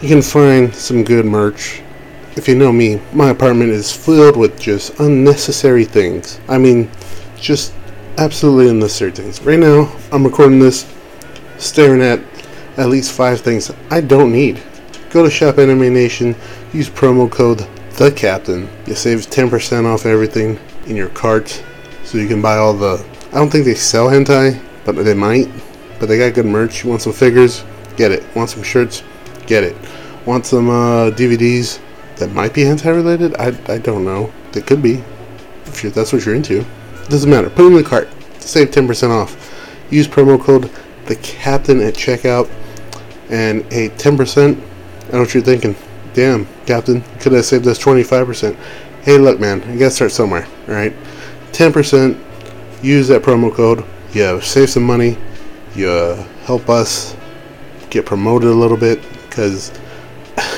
Speaker 1: you can find some good merch. If you know me, my apartment is filled with just unnecessary things. I mean, just absolutely unnecessary things. Right now, I'm recording this staring at at least five things I don't need. Go to Shop Anime Nation, use promo code the captain. You save 10% off everything in your cart, so you can buy all the. I don't think they sell hentai, but they might. But they got good merch. You want some figures? Get it. Want some shirts? Get it. Want some uh, DVDs that might be hentai related? I, I don't know. They could be if you that's what you're into. Doesn't matter. Put it in the cart. Save 10% off. Use promo code the captain at checkout and a 10%. I know what you're thinking. Damn, captain, could have saved us 25%. Hey, look, man, you gotta start somewhere, alright? 10%, use that promo code. You save some money. You uh, help us get promoted a little bit because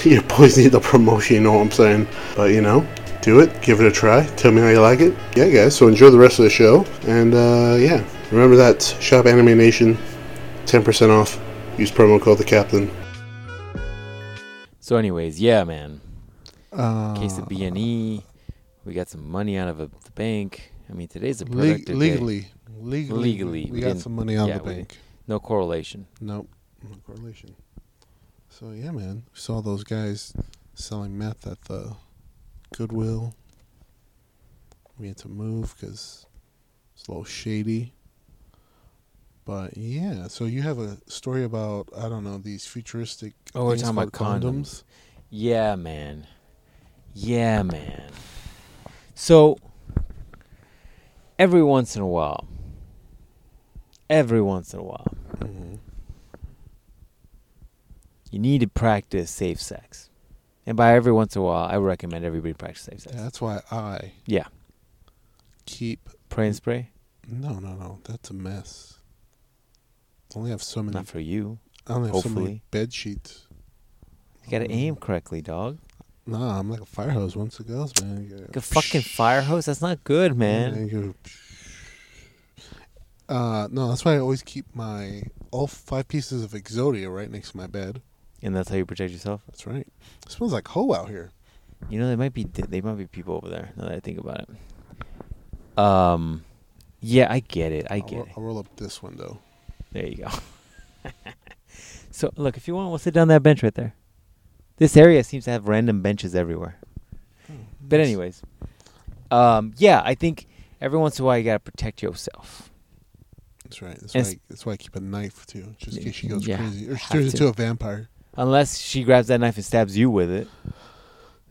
Speaker 1: your boys need the promotion, you know what I'm saying? But you know, do it, give it a try, tell me how you like it. Yeah, guys, so enjoy the rest of the show. And uh, yeah, remember that Shop Anime Nation, 10% off. Use promo code the captain.
Speaker 2: So, anyways, yeah, man.
Speaker 1: Uh,
Speaker 2: Case of B and E. We got some money out of a, the bank. I mean, today's a
Speaker 1: leg-
Speaker 2: productive day.
Speaker 1: legally, legally,
Speaker 2: Legally,
Speaker 1: we,
Speaker 2: we
Speaker 1: got
Speaker 2: didn't-
Speaker 1: some money out
Speaker 2: yeah,
Speaker 1: of the
Speaker 2: we-
Speaker 1: bank.
Speaker 2: No correlation.
Speaker 1: Nope, no correlation. So yeah, man, we saw those guys selling meth at the Goodwill. We had to move because it's a little shady. But yeah, so you have a story about I don't know these futuristic.
Speaker 2: Oh, we're
Speaker 1: things
Speaker 2: talking about
Speaker 1: called
Speaker 2: condoms. Yeah, man. Yeah, man. So every once in a while, every once in a while,
Speaker 1: Mhm.
Speaker 2: you need to practice safe sex. And by every once in a while, I recommend everybody practice safe sex.
Speaker 1: That's why I
Speaker 2: Yeah.
Speaker 1: keep.
Speaker 2: Pray and spray.
Speaker 1: No, no, no. That's a mess. I only have so many.
Speaker 2: Not for you.
Speaker 1: I only have so many
Speaker 2: hopefully.
Speaker 1: bed sheets.
Speaker 2: You gotta
Speaker 1: Mm.
Speaker 2: aim correctly, dog.
Speaker 1: Nah, I'm like a fire hose once it goes, man. You
Speaker 2: Like
Speaker 1: go
Speaker 2: a fucking fire hose? That's not good, man.
Speaker 1: and you go Uh, no, that's why I always keep my all five pieces of Exodia right next to my bed.
Speaker 2: And that's how you protect yourself.
Speaker 1: That's right. It smells like hoe out here.
Speaker 2: You know, there might be they might be people over there. Now that I think about it. Um, yeah, I get it. I
Speaker 1: I'll
Speaker 2: get
Speaker 1: ro-
Speaker 2: it.
Speaker 1: I'll roll up this window.
Speaker 2: There you go. so look, if you want, we'll sit down that bench right there. This area seems to have random benches everywhere.
Speaker 1: Hmm,
Speaker 2: But anyways, um, yeah, I think every once in a while you gotta protect yourself.
Speaker 1: that's right. That's why,
Speaker 2: and
Speaker 1: I, that's why I keep a knife too, just in
Speaker 2: Yeah,
Speaker 1: case she goes
Speaker 2: yeah,
Speaker 1: crazy or she
Speaker 2: have
Speaker 1: turns
Speaker 2: to.
Speaker 1: into a vampire.
Speaker 2: Unless she grabs that knife and stabs you with it.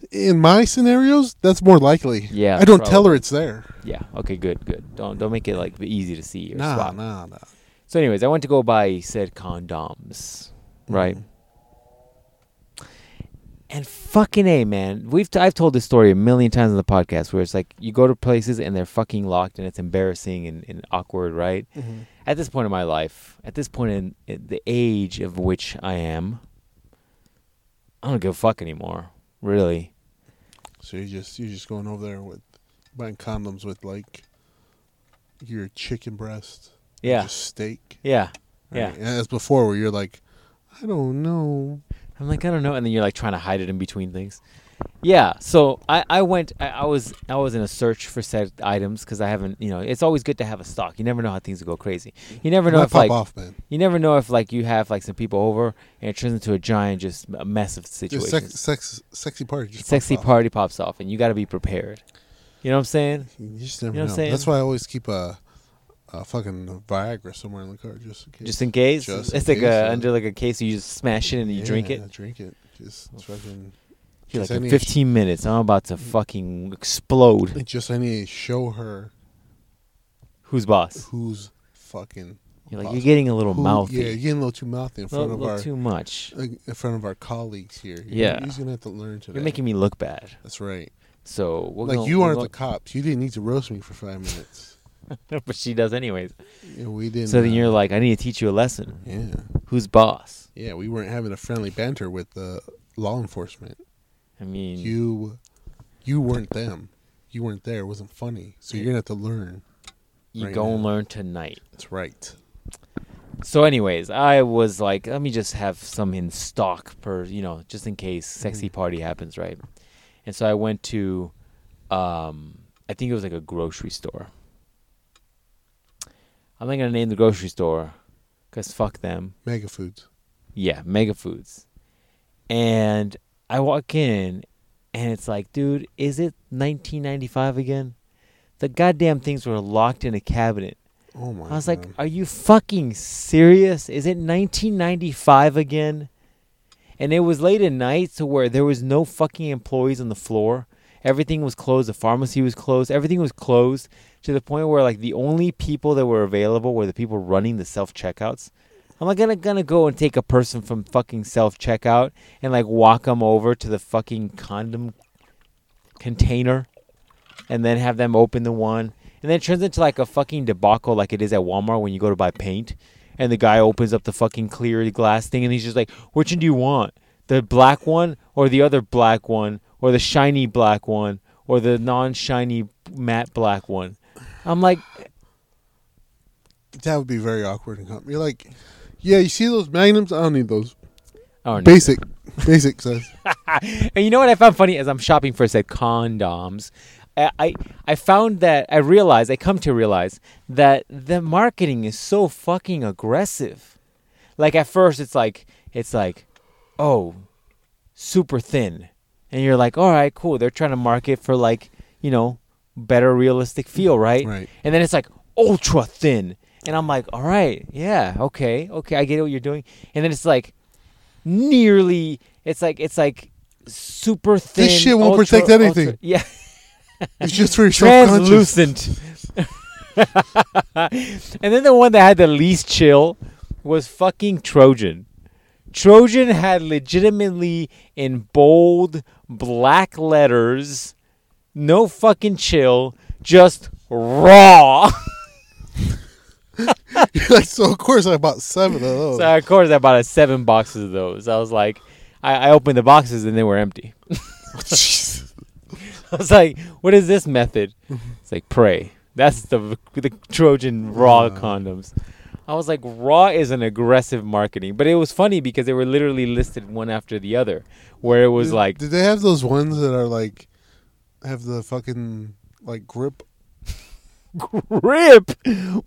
Speaker 1: In my scenarios, that's more likely.
Speaker 2: Yeah,
Speaker 1: I don't tell her it's there.
Speaker 2: Yeah. Okay. Good. Good. Don't don't make it like easy to see or
Speaker 1: Nah,
Speaker 2: spot.
Speaker 1: nah, nah.
Speaker 2: So, anyways, I went to go buy said condoms, right?
Speaker 1: Mhm.
Speaker 2: And fucking a man, we've t- I've told this story a million times on the podcast where it's like you go to places and they're fucking locked and it's embarrassing and, and awkward, right? At this point in my life, at this point in, in the age of which I am, I don't give a fuck anymore, really.
Speaker 1: So you're just you're just going over there with buying condoms with like your chicken breast,
Speaker 2: Yeah,
Speaker 1: just steak.
Speaker 2: yeah,
Speaker 1: right?
Speaker 2: yeah.
Speaker 1: And as before, where you're like, I don't know.
Speaker 2: I'm like, I don't know. And then you're like trying to hide it in between things. Yeah. So I, I went, I, I was, I was in a search for said items because I haven't, you know, it's always good to have a stock. You never know how things will go crazy. You never know
Speaker 1: Might
Speaker 2: if like,
Speaker 1: pop off, man.
Speaker 2: you never know if like you have like some people over and it turns into a giant, just a mess of
Speaker 1: Just
Speaker 2: situations.
Speaker 1: sex, sex, sexy party. Just
Speaker 2: Sexy
Speaker 1: pop off.
Speaker 2: party pops off and you got to be prepared. You know what I'm saying?
Speaker 1: You just never
Speaker 2: You know what
Speaker 1: know.
Speaker 2: I'm saying?
Speaker 1: That's why I always keep a, a fucking Viagra somewhere in the car just in case.
Speaker 2: Just in case.
Speaker 1: Just
Speaker 2: it's
Speaker 1: in
Speaker 2: like
Speaker 1: case,
Speaker 2: a,
Speaker 1: yeah.
Speaker 2: under like a case you just smash it and you drink it. Oh.
Speaker 1: Yeah, Drink it. Just fucking.
Speaker 2: You're like
Speaker 1: just I
Speaker 2: in
Speaker 1: need-
Speaker 2: 15 minutes. I'm about to fucking explode.
Speaker 1: Just I need to show her
Speaker 2: Who's boss?
Speaker 1: who's fucking.
Speaker 2: You're like
Speaker 1: boss.
Speaker 2: you're getting a little
Speaker 1: Who-
Speaker 2: mouthy.
Speaker 1: Yeah, you're getting a little too mouthy in
Speaker 2: a
Speaker 1: front
Speaker 2: little,
Speaker 1: of our
Speaker 2: too much.
Speaker 1: in front of our colleagues here. You're-
Speaker 2: Yeah.
Speaker 1: you're just gonna have to learn today.
Speaker 2: You're making me look bad.
Speaker 1: That's right.
Speaker 2: So we're
Speaker 1: like
Speaker 2: gonna-
Speaker 1: you
Speaker 2: we're
Speaker 1: aren't the
Speaker 2: gonna-
Speaker 1: cops. You didn't need to roast me for five minutes.
Speaker 2: but she does anyways.
Speaker 1: Yeah, we didn't.
Speaker 2: So then
Speaker 1: uh,
Speaker 2: you're like, I need to teach you a lesson.
Speaker 1: Yeah.
Speaker 2: Who's boss?
Speaker 1: Yeah, we weren't having a friendly banter with the law enforcement.
Speaker 2: I mean,
Speaker 1: You, you weren't them. You weren't there. It wasn't funny. So you're gonna have to learn.
Speaker 2: you
Speaker 1: right
Speaker 2: go
Speaker 1: now.
Speaker 2: and learn tonight.
Speaker 1: That's right.
Speaker 2: So anyways, I was like, let me just have some in stock per, you know, just in case
Speaker 1: Mm-hmm.
Speaker 2: sexy party happens, right? And so I went to, um, I think it was like a grocery store. I'm not gonna name the grocery store, cause fuck them.
Speaker 1: Mega foods.
Speaker 2: Yeah, Mega Foods. And I walk in and it's like, dude, is it 1995 again? The goddamn things were locked in a cabinet.
Speaker 1: Oh my.
Speaker 2: I was like,
Speaker 1: God.
Speaker 2: are you fucking serious? Is it 1995 again? And it was late at night to where there was no fucking employees on the floor. Everything was closed. The pharmacy was closed. Everything was closed to the point where like the only people that were available were the people running the self checkouts. I'm like gonna gonna go and take a person from fucking self checkout and like walk them over to the fucking condom container, and then have them open the one, and then it turns into like a fucking debacle like it is at Walmart when you go to buy paint, and the guy opens up the fucking clear glass thing and he's just like, which one do you want, the black one or the other black one or the shiny black one or the non shiny matte black one? I'm like,
Speaker 1: that would be very awkward and hot. You're like, yeah, you see those magnums? I don't need those.
Speaker 2: I don't know.
Speaker 1: Basic, basic size.
Speaker 2: and you know what I found funny as I'm shopping for said condoms, I, I I found that I realized I come to realize that the marketing is so fucking aggressive. Like at first it's like it's like, oh, super thin, and you're like, all right, cool. They're trying to market for like you know better realistic feel, right?
Speaker 1: Right.
Speaker 2: And then it's like ultra thin, and I'm like, all right, yeah, okay, okay, I get what you're doing. And then it's like nearly it's like it's like super thin.
Speaker 1: shit won't protect anything.
Speaker 2: ultra- yeah,
Speaker 1: It's just for your self-conscious.
Speaker 2: translucent. and then the one that had the least chill was fucking Trojan. Trojan had legitimately in bold black letters, no fucking chill, just raw.
Speaker 1: You're like, so of course I bought seven of those.
Speaker 2: So I recorded about seven boxes of those. I was like, I, I opened the boxes and they were empty.
Speaker 1: Jesus.
Speaker 2: I was like, what is this method? It's like pray. That's the the Trojan raw
Speaker 1: Wow.
Speaker 2: condoms. I was like, raw is an aggressive marketing, but it was funny because they were literally listed one after the other, where it was
Speaker 1: Did-
Speaker 2: like,
Speaker 1: did they have those ones that are like, have the fucking like grip?
Speaker 2: grip.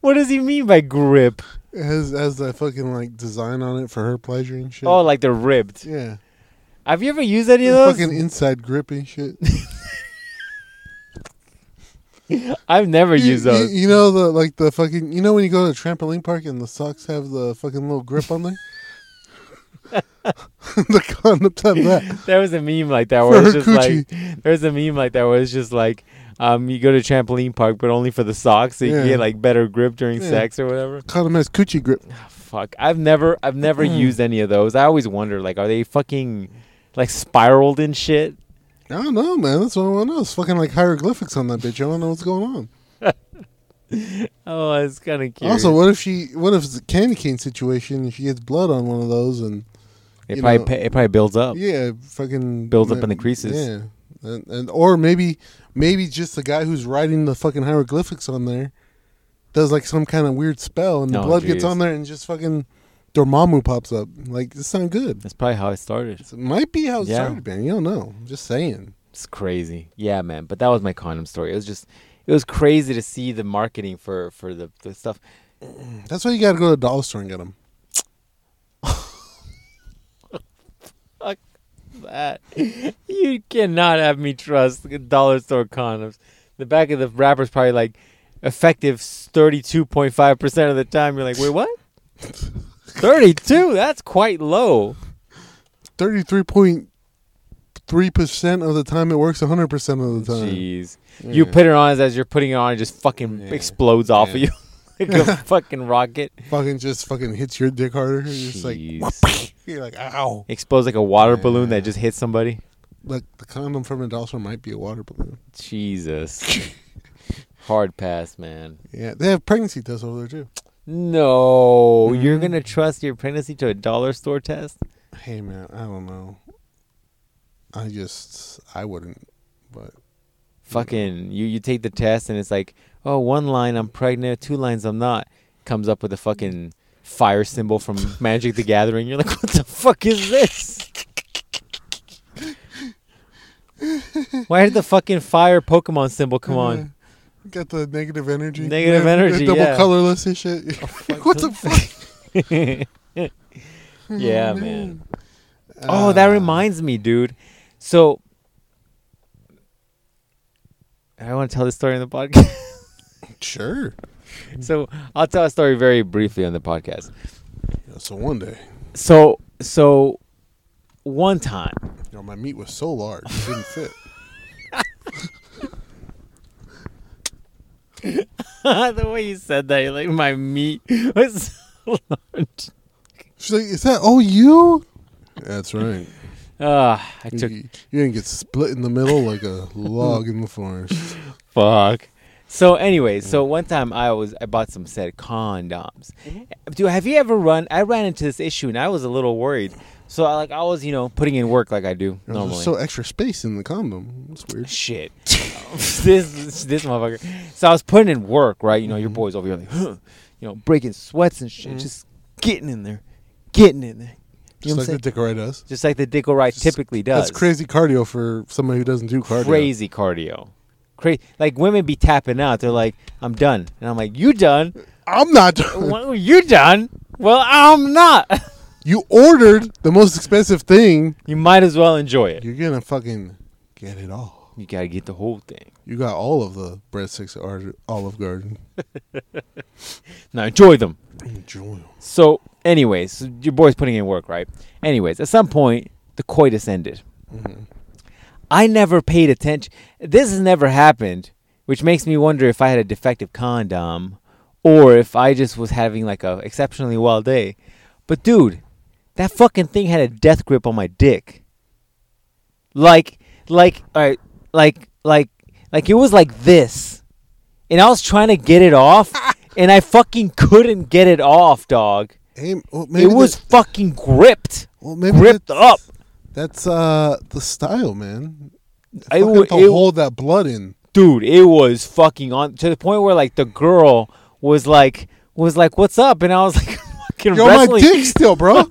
Speaker 2: What does he mean by grip?
Speaker 1: It has has that fucking like design on it for her pleasure and shit.
Speaker 2: Oh, like they're ribbed.
Speaker 1: yeah,
Speaker 2: Have you ever used any of
Speaker 1: The
Speaker 2: those?
Speaker 1: fucking inside grip and shit.
Speaker 2: I've never
Speaker 1: you,
Speaker 2: used those.
Speaker 1: you- you know the like the fucking you know when you go to a trampoline park and the socks have the fucking little grip on there. the condoms have that.
Speaker 2: there was a meme like that
Speaker 1: For
Speaker 2: where it's
Speaker 1: her
Speaker 2: just like there was a meme like that where it's just like um you go to trampoline park but only for the socks so you can
Speaker 1: Yeah.
Speaker 2: get like better grip during
Speaker 1: Yeah.
Speaker 2: sex or whatever.
Speaker 1: Condom has coochie grip.
Speaker 2: Fuck. I've never I've never used any of those. I always wonder like are they fucking like spiraled in shit?
Speaker 1: I don't know, man. That's what I want to know. It's fucking like hieroglyphics on that bitch. I don't know what's going on.
Speaker 2: Oh, it's kind of cute.
Speaker 1: Also, what if she? What if it's a candy cane situation? And she gets blood on one of those, and
Speaker 2: it
Speaker 1: you
Speaker 2: probably
Speaker 1: know-
Speaker 2: pa- it probably builds up.
Speaker 1: yeah, fucking
Speaker 2: Oh. Builds up in the creases.
Speaker 1: Yeah, and, and or maybe maybe just the guy who's writing the fucking hieroglyphics on there does like some kind of weird spell, and the
Speaker 2: Oh,
Speaker 1: blood gets
Speaker 2: jeez.
Speaker 1: on there and just fucking Dormammu pops up. Like this sound good.
Speaker 2: That's probably how it started.
Speaker 1: It might be how it
Speaker 2: Yeah.
Speaker 1: started, man. You don't know. I'm just saying.
Speaker 2: It's crazy. Yeah, man. But that was my condom story. It was just, it was crazy to see the marketing for for the, the stuff.
Speaker 1: That's why you got to go to the dollar store and get them.
Speaker 2: Fuck that. You cannot have me trust the dollar store condoms. The back of the wrapper's probably like effective thirty-two point five percent of the time. You're like, wait, what? Thirty-two? That's quite low.
Speaker 1: Thirty-three point three percent of the time it works. One hundred percent of the time.
Speaker 2: Jeez. You
Speaker 1: Yeah.
Speaker 2: put it on as you're putting it on, it just fucking
Speaker 1: Yeah.
Speaker 2: explodes off of
Speaker 1: Yeah.
Speaker 2: you like a fucking rocket.
Speaker 1: fucking just fucking hits your dick harder. You're just like
Speaker 2: Jeez.
Speaker 1: you're like ow.
Speaker 2: explodes like a water balloon
Speaker 1: Yeah.
Speaker 2: that just hits somebody.
Speaker 1: Like the condom from the dollar store might be a water balloon.
Speaker 2: Jesus. Hard pass, man.
Speaker 1: Yeah, they have pregnancy tests over there too.
Speaker 2: No, you're
Speaker 1: Mhm.
Speaker 2: gonna trust your pregnancy to a dollar store test?
Speaker 1: Hey man, I don't know. I just I wouldn't, but
Speaker 2: Fucking, you you take the test and it's like, oh, one line I'm pregnant, two lines I'm not. Comes up with a fucking fire symbol from Magic the Gathering. You're like, what the fuck is this? Why did the fucking fire Pokemon symbol come on?
Speaker 1: got the negative energy.
Speaker 2: Negative
Speaker 1: They're- they're
Speaker 2: energy,
Speaker 1: double
Speaker 2: yeah.
Speaker 1: colorless and shit. what the fuck?
Speaker 2: yeah, man. Oh, that
Speaker 1: Uh,
Speaker 2: reminds me, dude. So I want to tell this story on the podcast.
Speaker 1: Sure.
Speaker 2: so I'll tell a story very briefly on the podcast.
Speaker 1: Yeah, so one day,
Speaker 2: So so one time,
Speaker 1: you know, my meat was so large it didn't fit.
Speaker 2: the way you said that, you're like my meat was so large.
Speaker 1: She's like, "Is that all you?" That's right.
Speaker 2: Ah, I
Speaker 1: You,
Speaker 2: took
Speaker 1: you didn't get split in the middle like a log in the forest.
Speaker 2: fuck. So anyway, so
Speaker 1: Mm-hmm.
Speaker 2: one time I was I bought some set of condoms.
Speaker 1: Mm-hmm.
Speaker 2: Do have you ever run? I ran into this issue and I was a little worried. So I, like I was you know putting in work like I do
Speaker 1: There's
Speaker 2: normally.
Speaker 1: Uh, so extra space in the condom. That's weird.
Speaker 2: shit. this this motherfucker. So I was putting in work, right? You know, your boys over here, like, huh, you know, breaking sweats and shit,
Speaker 1: Mhm.
Speaker 2: just getting in there, getting in there. You know
Speaker 1: Just
Speaker 2: what I'm
Speaker 1: like
Speaker 2: saying?
Speaker 1: the Dickroy does.
Speaker 2: just like the Dickle Ride
Speaker 1: Just-
Speaker 2: typically does.
Speaker 1: That's crazy cardio for somebody who doesn't do cardio.
Speaker 2: Crazy cardio. Cra- like women be tapping out. They're like, "I'm done," and I'm like, "You done?
Speaker 1: I'm not.
Speaker 2: well, you done? Well, I'm not.
Speaker 1: you ordered the most expensive thing.
Speaker 2: you might as well enjoy it.
Speaker 1: You're gonna fucking get it all.
Speaker 2: You gotta get the whole thing.
Speaker 1: You got all of the breadsticks at Ar- Olive Garden.
Speaker 2: Now enjoy them.
Speaker 1: Enjoy.
Speaker 2: So, anyways, so your boy's putting in work, right? Anyways, at some point, the coitus ended. I never paid attention. This has never happened, which makes me wonder if I had a defective condom or if I just was having like a exceptionally wild day. But dude, that fucking thing had a death grip on my dick. Like, like, all right, like, like, like it was like this, and I was trying to get it off, and I fucking couldn't get it off, dog.
Speaker 1: Hey, well, maybe
Speaker 2: it was
Speaker 1: that-
Speaker 2: fucking gripped,
Speaker 1: well, maybe
Speaker 2: gripped
Speaker 1: that's-
Speaker 2: up.
Speaker 1: That's uh the style, man.
Speaker 2: I
Speaker 1: Fucking
Speaker 2: would-
Speaker 1: to
Speaker 2: it-
Speaker 1: hold that blood in.
Speaker 2: dude, it was fucking on to the point where like the girl was like was like, "What's up?" and I was like, "Fucking
Speaker 1: Yo, my
Speaker 2: wrestling,
Speaker 1: dick still, bro.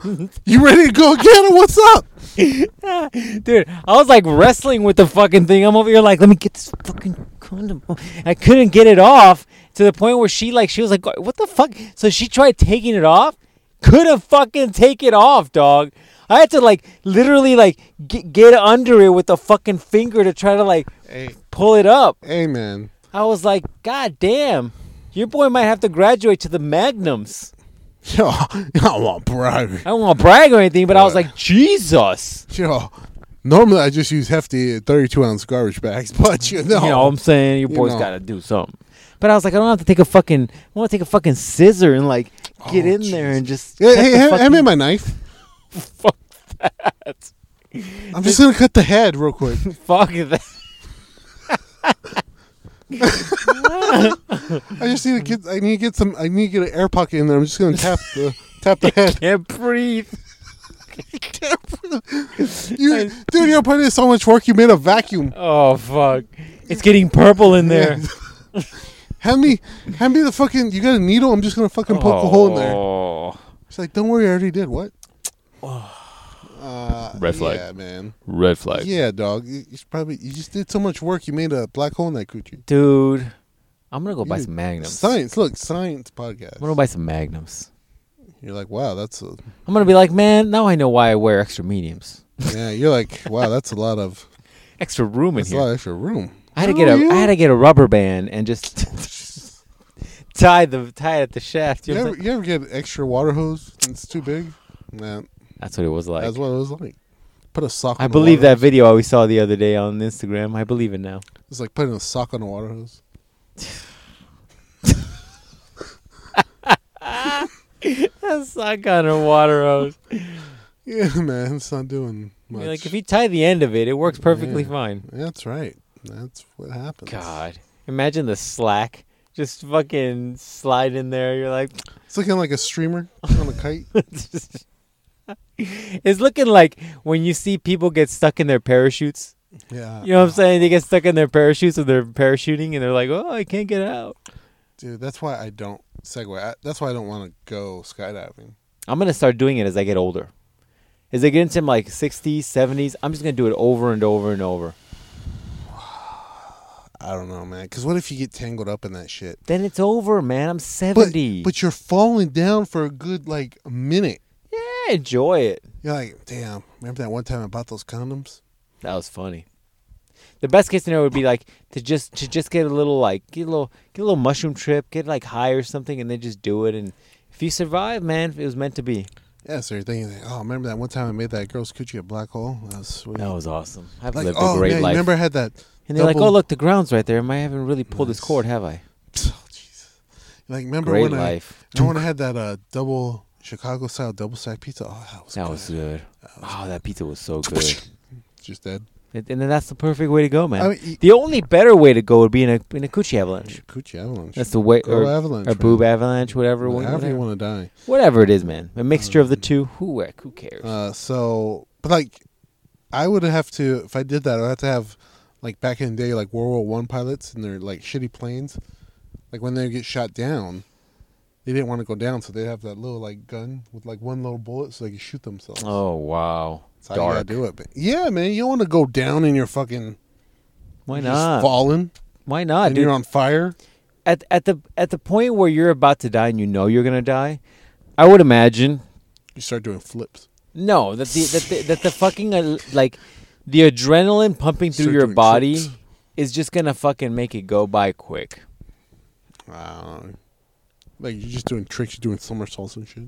Speaker 1: you ready to go again? Or what's up?
Speaker 2: dude." I was like wrestling with the fucking thing. I'm over here like, "Let me get this fucking condom." off." I couldn't get it off to the point where she like she was like, "What the fuck?" So she tried taking it off, couldn't fucking take it off, dog. I had to like literally like get, get under it with a fucking finger to try to like
Speaker 1: Hey,
Speaker 2: pull it up.
Speaker 1: hey, man.
Speaker 2: I was like, God damn, your boy might have to graduate to the magnums.
Speaker 1: Yo, I want bribery.
Speaker 2: I don't want to brag or anything, but I was like, Jesus.
Speaker 1: Yo, normally I just use hefty 32 ounce garbage bags, but you know,
Speaker 2: You know what I'm saying? Your
Speaker 1: You
Speaker 2: boy's
Speaker 1: know.
Speaker 2: got to do something. But I was like, I don't have to take a fucking, I want to take a fucking scissor and like get
Speaker 1: Oh,
Speaker 2: in there and just.
Speaker 1: hey,
Speaker 2: cut
Speaker 1: hey,
Speaker 2: the
Speaker 1: hand, hand me
Speaker 2: fucking-
Speaker 1: my knife.
Speaker 2: Fuck that.
Speaker 1: I'm just gonna cut the head real quick.
Speaker 2: Fuck that.
Speaker 1: I just need to get. I need to get some. I need to get an air pocket in there. I'm just gonna tap the tap the head.
Speaker 2: Can't breathe.
Speaker 1: You, dude, you're putting in so much work. You made a vacuum.
Speaker 2: Oh, fuck. It's getting purple in there.
Speaker 1: Hand me, hand me the fucking. You got a needle. I'm just gonna fucking poke a hole in there.
Speaker 2: Oh.
Speaker 1: She's like, "Don't worry, I already did." What? Uh,
Speaker 2: Red flag.
Speaker 1: Yeah, man.
Speaker 2: Red flag.
Speaker 1: yeah, dog. You, you should probably you just did so much work. You made a black hole in that coochie.
Speaker 2: Dude, I'm gonna go buy
Speaker 1: You-
Speaker 2: some magnums.
Speaker 1: Science. Look, science
Speaker 2: I'm gonna
Speaker 1: podcast.
Speaker 2: buy some magnums.
Speaker 1: You're like, wow, that's a
Speaker 2: I'm gonna be like, man, now I know why I wear extra mediums,
Speaker 1: yeah. You're like, wow, that's a lot of
Speaker 2: extra room in
Speaker 1: that's a
Speaker 2: here.
Speaker 1: lot of extra room.
Speaker 2: I had to
Speaker 1: How
Speaker 2: get a I
Speaker 1: are you?
Speaker 2: had to get a rubber band and just tie the tie it at the shaft. You
Speaker 1: You
Speaker 2: know what I'm
Speaker 1: ever, you ever get extra water hose? and It's too big. Nah,
Speaker 2: saying? That's what it was like.
Speaker 1: that's what it was like. Put a sock.
Speaker 2: I
Speaker 1: on the
Speaker 2: believe
Speaker 1: water
Speaker 2: that video we saw the other day on Instagram. I believe it now.
Speaker 1: hose. It's like putting a sock on a water hose.
Speaker 2: That's not on a water hose.
Speaker 1: Yeah, man, it's not doing much.
Speaker 2: Like if you tie the end of it, it works perfectly
Speaker 1: Yeah.
Speaker 2: fine.
Speaker 1: That's right. That's what happens.
Speaker 2: God, imagine the slack. Just fucking slide in there. You're like,
Speaker 1: It's looking like a streamer on a kite.
Speaker 2: it's looking like when you see people get stuck in their parachutes.
Speaker 1: Yeah.
Speaker 2: You know what I'm saying? They get stuck in their parachutes and they're parachuting and they're like, oh, I can't get out.
Speaker 1: Dude, that's why I don't segue. I, that's why I don't want to go skydiving.
Speaker 2: I'm going to start doing it as I get older. As I get into my like 60s, 70s, I'm just going to do it over and over and over.
Speaker 1: I don't know, man. Because what if you get tangled up in that shit?
Speaker 2: Then it's over, man. I'm
Speaker 1: But,
Speaker 2: 70.
Speaker 1: but you're falling down for a good, like, a minute.
Speaker 2: yeah, enjoy it.
Speaker 1: You're like, damn, remember that one time I bought those condoms?
Speaker 2: That was funny. The best case scenario would be like to just to just get a little like get a little get a little mushroom trip, get like high or something, and then just do it. And if you survive, man, it was meant to be.
Speaker 1: Yeah, so you're thinking, like, oh, remember that one time I made that girl's coochie a black hole? That was sweet.
Speaker 2: That was awesome. I've
Speaker 1: Like,
Speaker 2: lived
Speaker 1: oh,
Speaker 2: a great
Speaker 1: man,
Speaker 2: life.
Speaker 1: you remember I had that?
Speaker 2: and they're like,
Speaker 1: double-
Speaker 2: oh look, the ground's right there. Am I haven't really pulled this
Speaker 1: Nice.
Speaker 2: cord, have I?
Speaker 1: Oh, Jesus. Like, remember
Speaker 2: Great
Speaker 1: when I,
Speaker 2: life.
Speaker 1: remember when I had that uh, double Chicago style double stack pizza? Oh, that was
Speaker 2: that
Speaker 1: good.
Speaker 2: was good. Oh, that pizza was so good.
Speaker 1: just dead.
Speaker 2: and, and then that's the perfect way to go, man.
Speaker 1: I mean,
Speaker 2: the only better way to go would be in a in a coochie avalanche.
Speaker 1: Coochie avalanche.
Speaker 2: Mm. That's the way,
Speaker 1: Girl
Speaker 2: or
Speaker 1: avalanche.
Speaker 2: a
Speaker 1: man.
Speaker 2: boob avalanche, whatever.
Speaker 1: However
Speaker 2: whatever.
Speaker 1: you want to die.
Speaker 2: Whatever it is, man. A mixture of the two. Who heck, who cares?
Speaker 1: Uh, so, but like, I would have to if I did that. I'd have to have like back in the day, like World War One pilots and their like shitty planes. Like when they get shot down, they didn't want to go down, so they have that little like gun with like one little bullet, so they can shoot themselves.
Speaker 2: oh wow.
Speaker 1: That's how you gotta
Speaker 2: dark.
Speaker 1: do it. But yeah, man, you don't want to go down in your fucking.
Speaker 2: Why
Speaker 1: you're
Speaker 2: not?
Speaker 1: Just falling,
Speaker 2: Why not,
Speaker 1: and
Speaker 2: dude?
Speaker 1: you're on fire.
Speaker 2: at at the at the point where you're about to die and you know you're gonna die, I would imagine
Speaker 1: You start doing flips.
Speaker 2: no that the that the, that the fucking uh, like the adrenaline pumping through
Speaker 1: Start
Speaker 2: your
Speaker 1: doing
Speaker 2: body
Speaker 1: tricks.
Speaker 2: is just gonna fucking make it go by quick.
Speaker 1: Wow. Um, Like you're just doing tricks, you're doing somersaults and shit.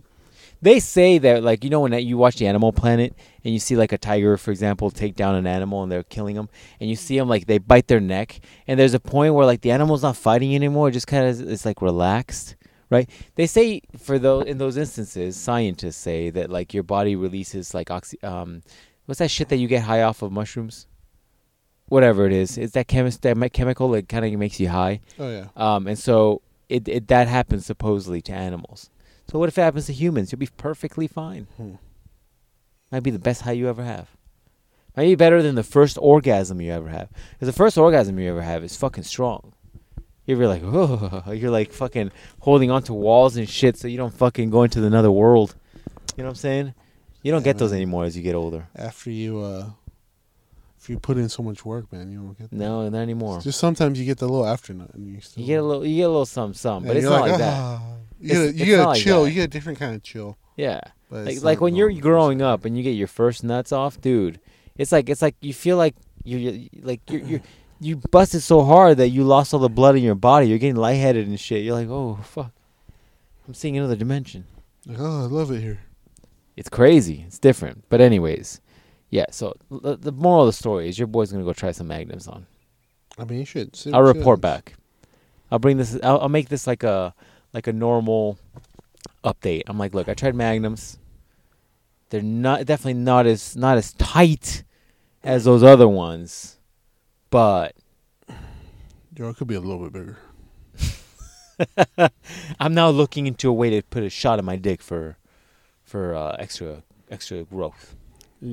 Speaker 2: They say that like you know when that- you watch the Animal Planet and you see like a tiger for example take down an animal and they're killing them and you see them like they bite their neck and there's a point where like the animal's not fighting anymore it just kind of it's like relaxed right they say for those in those instances scientists say that like your body releases like oxy um what's that shit that you get high off of mushrooms whatever it is it's that chemist that mi- chemical that kind of makes you high
Speaker 1: Oh yeah.
Speaker 2: um, and so it, it that happens supposedly to animals. So what if it happens to humans? You'll be perfectly fine.
Speaker 1: Hmm.
Speaker 2: Might be the best high you ever have. Might be better than the first orgasm you ever have. Because the first orgasm you ever have is fucking strong. You're like, oh, you're like fucking holding onto walls and shit so you don't fucking go into another world. You know what I'm saying? You don't
Speaker 1: Yeah,
Speaker 2: get those
Speaker 1: man.
Speaker 2: anymore as you get older.
Speaker 1: After you, uh if you put in so much work, man, you don't get.
Speaker 2: No, not anymore.
Speaker 1: Just sometimes you get the little afternoon, and you still.
Speaker 2: You get a little, you get a little some, some,
Speaker 1: and
Speaker 2: but it's
Speaker 1: you're
Speaker 2: not like that.
Speaker 1: "Ah." You get
Speaker 2: It's-
Speaker 1: a,
Speaker 2: it's
Speaker 1: you get
Speaker 2: not
Speaker 1: a
Speaker 2: like
Speaker 1: chill.
Speaker 2: that.
Speaker 1: You get a different kind of chill.
Speaker 2: Yeah.
Speaker 1: But
Speaker 2: like
Speaker 1: it's
Speaker 2: like
Speaker 1: not
Speaker 2: when
Speaker 1: the
Speaker 2: you're
Speaker 1: normal
Speaker 2: growing
Speaker 1: person.
Speaker 2: up and you get your first nuts off, dude. It's like it's like you feel like you you- like you you you busted so hard that you lost all the blood in your body. You're getting lightheaded and shit. You're like, oh fuck, I'm seeing another dimension.
Speaker 1: Like, oh, I love it here.
Speaker 2: It's crazy. It's different. But anyways, yeah. So l- the moral of the story is your boy's gonna go try some magnums on.
Speaker 1: I mean, you should. see
Speaker 2: I'll
Speaker 1: what
Speaker 2: report
Speaker 1: happens.
Speaker 2: back. I'll bring this. I'll, I'll make this like a like a normal update. I'm like, look, I tried magnums. They're not definitely not as not as tight as those other ones, but
Speaker 1: Yo, it could be a little bit bigger.
Speaker 2: I'm now looking into a way to put a shot in my dick for for uh, extra extra growth.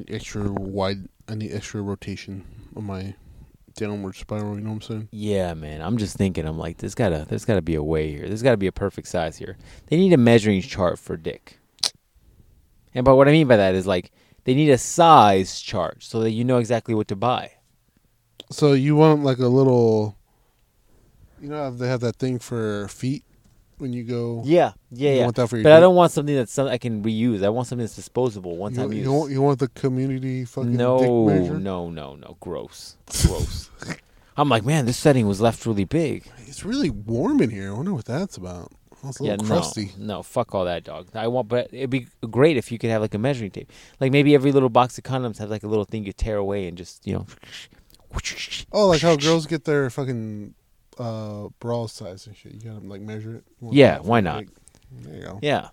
Speaker 1: Extra wide. I need extra rotation on my downward spiral. You know what I'm saying?
Speaker 2: Yeah, man. I'm just thinking. I'm like, there's gotta there's gotta be a way here. There's gotta be a perfect size here. They need a measuring chart for dick. And but what I mean by that is like they need a size chart so that you know exactly what to buy.
Speaker 1: So you want like a little, you know, how they have that thing for feet when you go.
Speaker 2: Yeah, yeah,
Speaker 1: You
Speaker 2: yeah.
Speaker 1: want that for your
Speaker 2: but I
Speaker 1: dick?
Speaker 2: don't want something that's some, I can reuse. I want something that's disposable, one
Speaker 1: You,
Speaker 2: time use.
Speaker 1: you want you want the community fucking dick
Speaker 2: no,
Speaker 1: measure?
Speaker 2: no, no, no. Gross, gross. I'm like, man, this setting was left really big.
Speaker 1: It's really warm in here. I wonder what that's about. Oh, It's a
Speaker 2: yeah,
Speaker 1: little crusty.
Speaker 2: no, no, fuck all that, dog. I want, but it'd be great if you could have like a measuring tape. Like maybe every little box of condoms have like a little thing you tear away and just you know.
Speaker 1: Oh, like how girls get their fucking uh, bra size and shit. You gotta like measure it. You want
Speaker 2: Yeah,
Speaker 1: that for
Speaker 2: why
Speaker 1: your
Speaker 2: not?
Speaker 1: dick. There you go.
Speaker 2: Yeah.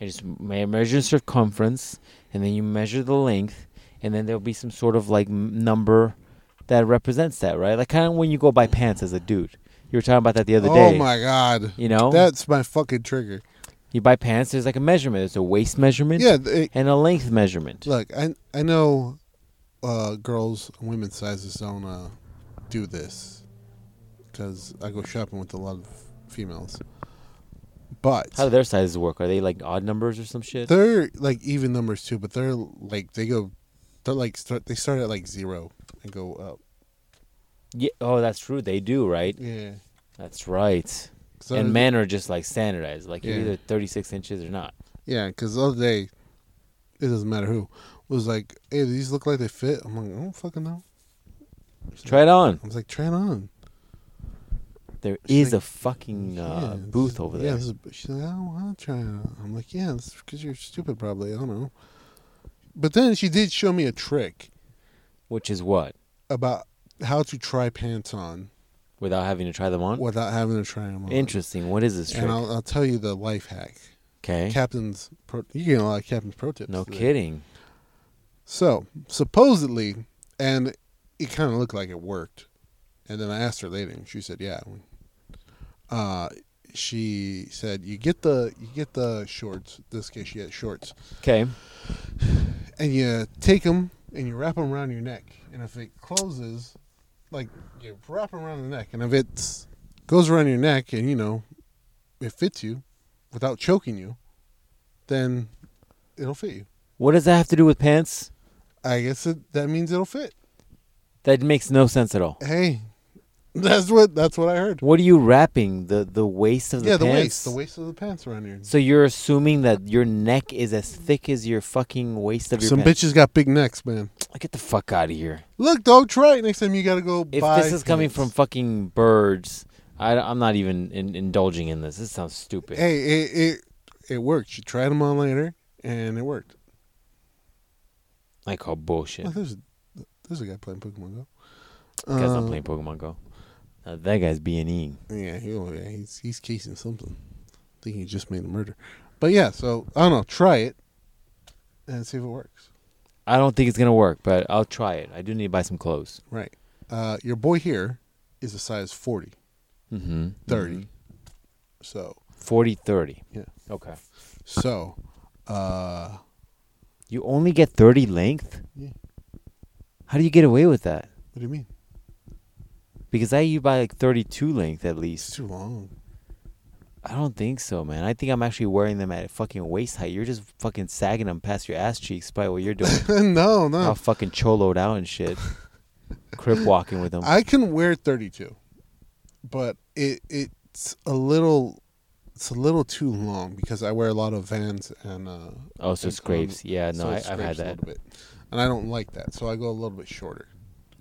Speaker 2: I just me- measure circumference, and then you measure the length, and then there'll be some sort of like m- number that represents that, right? Like kind of when you go buy pants as a dude. You were talking about that the other
Speaker 1: oh
Speaker 2: day.
Speaker 1: my god,
Speaker 2: You know,
Speaker 1: that's my fucking trigger.
Speaker 2: you buy pants. There's like a measurement. There's a waist measurement
Speaker 1: Yeah, it,
Speaker 2: and a length measurement.
Speaker 1: look, I I know uh, girls and women's sizes don't uh, do this because I go shopping with a lot of females, but
Speaker 2: How do their sizes work? Are they like odd numbers or some shit?
Speaker 1: they're like even numbers too. But they're like they go, they're like start they start at like zero and go up.
Speaker 2: Yeah. Oh, that's true. They do, right?
Speaker 1: Yeah.
Speaker 2: That's right.
Speaker 1: So
Speaker 2: and men are just like standardized. Like you're
Speaker 1: Yeah.
Speaker 2: either 36 inches or not.
Speaker 1: Yeah, because the other day, it doesn't matter who was like, "Hey, do these look like they fit." I'm like, "I don't fucking know."
Speaker 2: Try it on.
Speaker 1: I was like, "Try it on."
Speaker 2: There
Speaker 1: It's
Speaker 2: is
Speaker 1: like-
Speaker 2: a fucking uh,
Speaker 1: Yeah,
Speaker 2: booth
Speaker 1: this-
Speaker 2: over
Speaker 1: Yeah,
Speaker 2: there.
Speaker 1: this is, she's like, "I don't want to try it on." I'm like, "Yeah, that's because you're stupid, probably." I don't know. But then she did show me a trick
Speaker 2: Which is what?
Speaker 1: about how to try pants on
Speaker 2: Without having to try them on?
Speaker 1: without having to try them on.
Speaker 2: Interesting. What is this trick?
Speaker 1: And I'll, I'll tell you the life hack.
Speaker 2: okay.
Speaker 1: Captain's pro, you get a lot of captain's pro tips.
Speaker 2: No
Speaker 1: today.
Speaker 2: kidding.
Speaker 1: So supposedly, and it kind of looked like it worked. And then I asked her later, and she said, "Yeah." Uh, she said, "You get the you get the shorts. In this case, she had shorts,
Speaker 2: Okay.
Speaker 1: and you take them and you wrap them around your neck. And if it closes, like you wrap 'em around the neck, and if it goes around your neck, and you know it fits you without choking you, then it'll fit you.
Speaker 2: What does that have to do with pants?
Speaker 1: I guess it, that means it'll fit."
Speaker 2: That makes no sense at all.
Speaker 1: Hey, that's what that's what I heard.
Speaker 2: What are you wrapping? The the waist of the
Speaker 1: yeah,
Speaker 2: pants?
Speaker 1: the waist, the waist of the pants around here.
Speaker 2: So you're assuming that your neck is as thick as your fucking waist of your
Speaker 1: Some
Speaker 2: pants?
Speaker 1: bitches got big necks, man.
Speaker 2: Get the fuck out of here.
Speaker 1: Look, dog, try it next time. You gotta go.
Speaker 2: If
Speaker 1: buy
Speaker 2: this is coming from
Speaker 1: pants.
Speaker 2: fucking birds, I, am not even in, indulging in this. This sounds stupid.
Speaker 1: hey, it it, it worked. You tried them on later, and it worked.
Speaker 2: I call bullshit.
Speaker 1: Look, there's a, there's a guy playing Pokemon Go.
Speaker 2: Guy's
Speaker 1: Uh,
Speaker 2: not playing Pokemon Go. Now that guy's B and E.
Speaker 1: Yeah, he, oh, yeah, he's he's casing something. I think he just made a murder. But yeah, so I don't know. Try it and see if it works.
Speaker 2: I don't think it's gonna work, but I'll try it. I do need to buy some clothes.
Speaker 1: Right. Uh, your boy here is a size 40,
Speaker 2: Mm-hmm.
Speaker 1: 30. So
Speaker 2: 40, 30.
Speaker 1: Mm-hmm. Yeah.
Speaker 2: Okay.
Speaker 1: So, uh,
Speaker 2: You only get thirty length.
Speaker 1: yeah.
Speaker 2: How do you get away with that?
Speaker 1: What do you mean?
Speaker 2: Because I you buy like thirty-two length at
Speaker 1: It's
Speaker 2: least.
Speaker 1: too long.
Speaker 2: I don't think so, man. I think I'm actually wearing them at a fucking waist height. You're just fucking sagging them past your ass cheeks by what you're doing.
Speaker 1: no, no.
Speaker 2: All fucking choloed out and shit. Crip walking with them.
Speaker 1: I can wear 32, but it it's a little it's a little too long because I wear a lot of Vans and uh
Speaker 2: oh, so
Speaker 1: and
Speaker 2: scrapes. Yeah, no,
Speaker 1: so it
Speaker 2: I, I've had
Speaker 1: scrapes a
Speaker 2: that.
Speaker 1: little bit. And I don't like that, so I go a little bit shorter.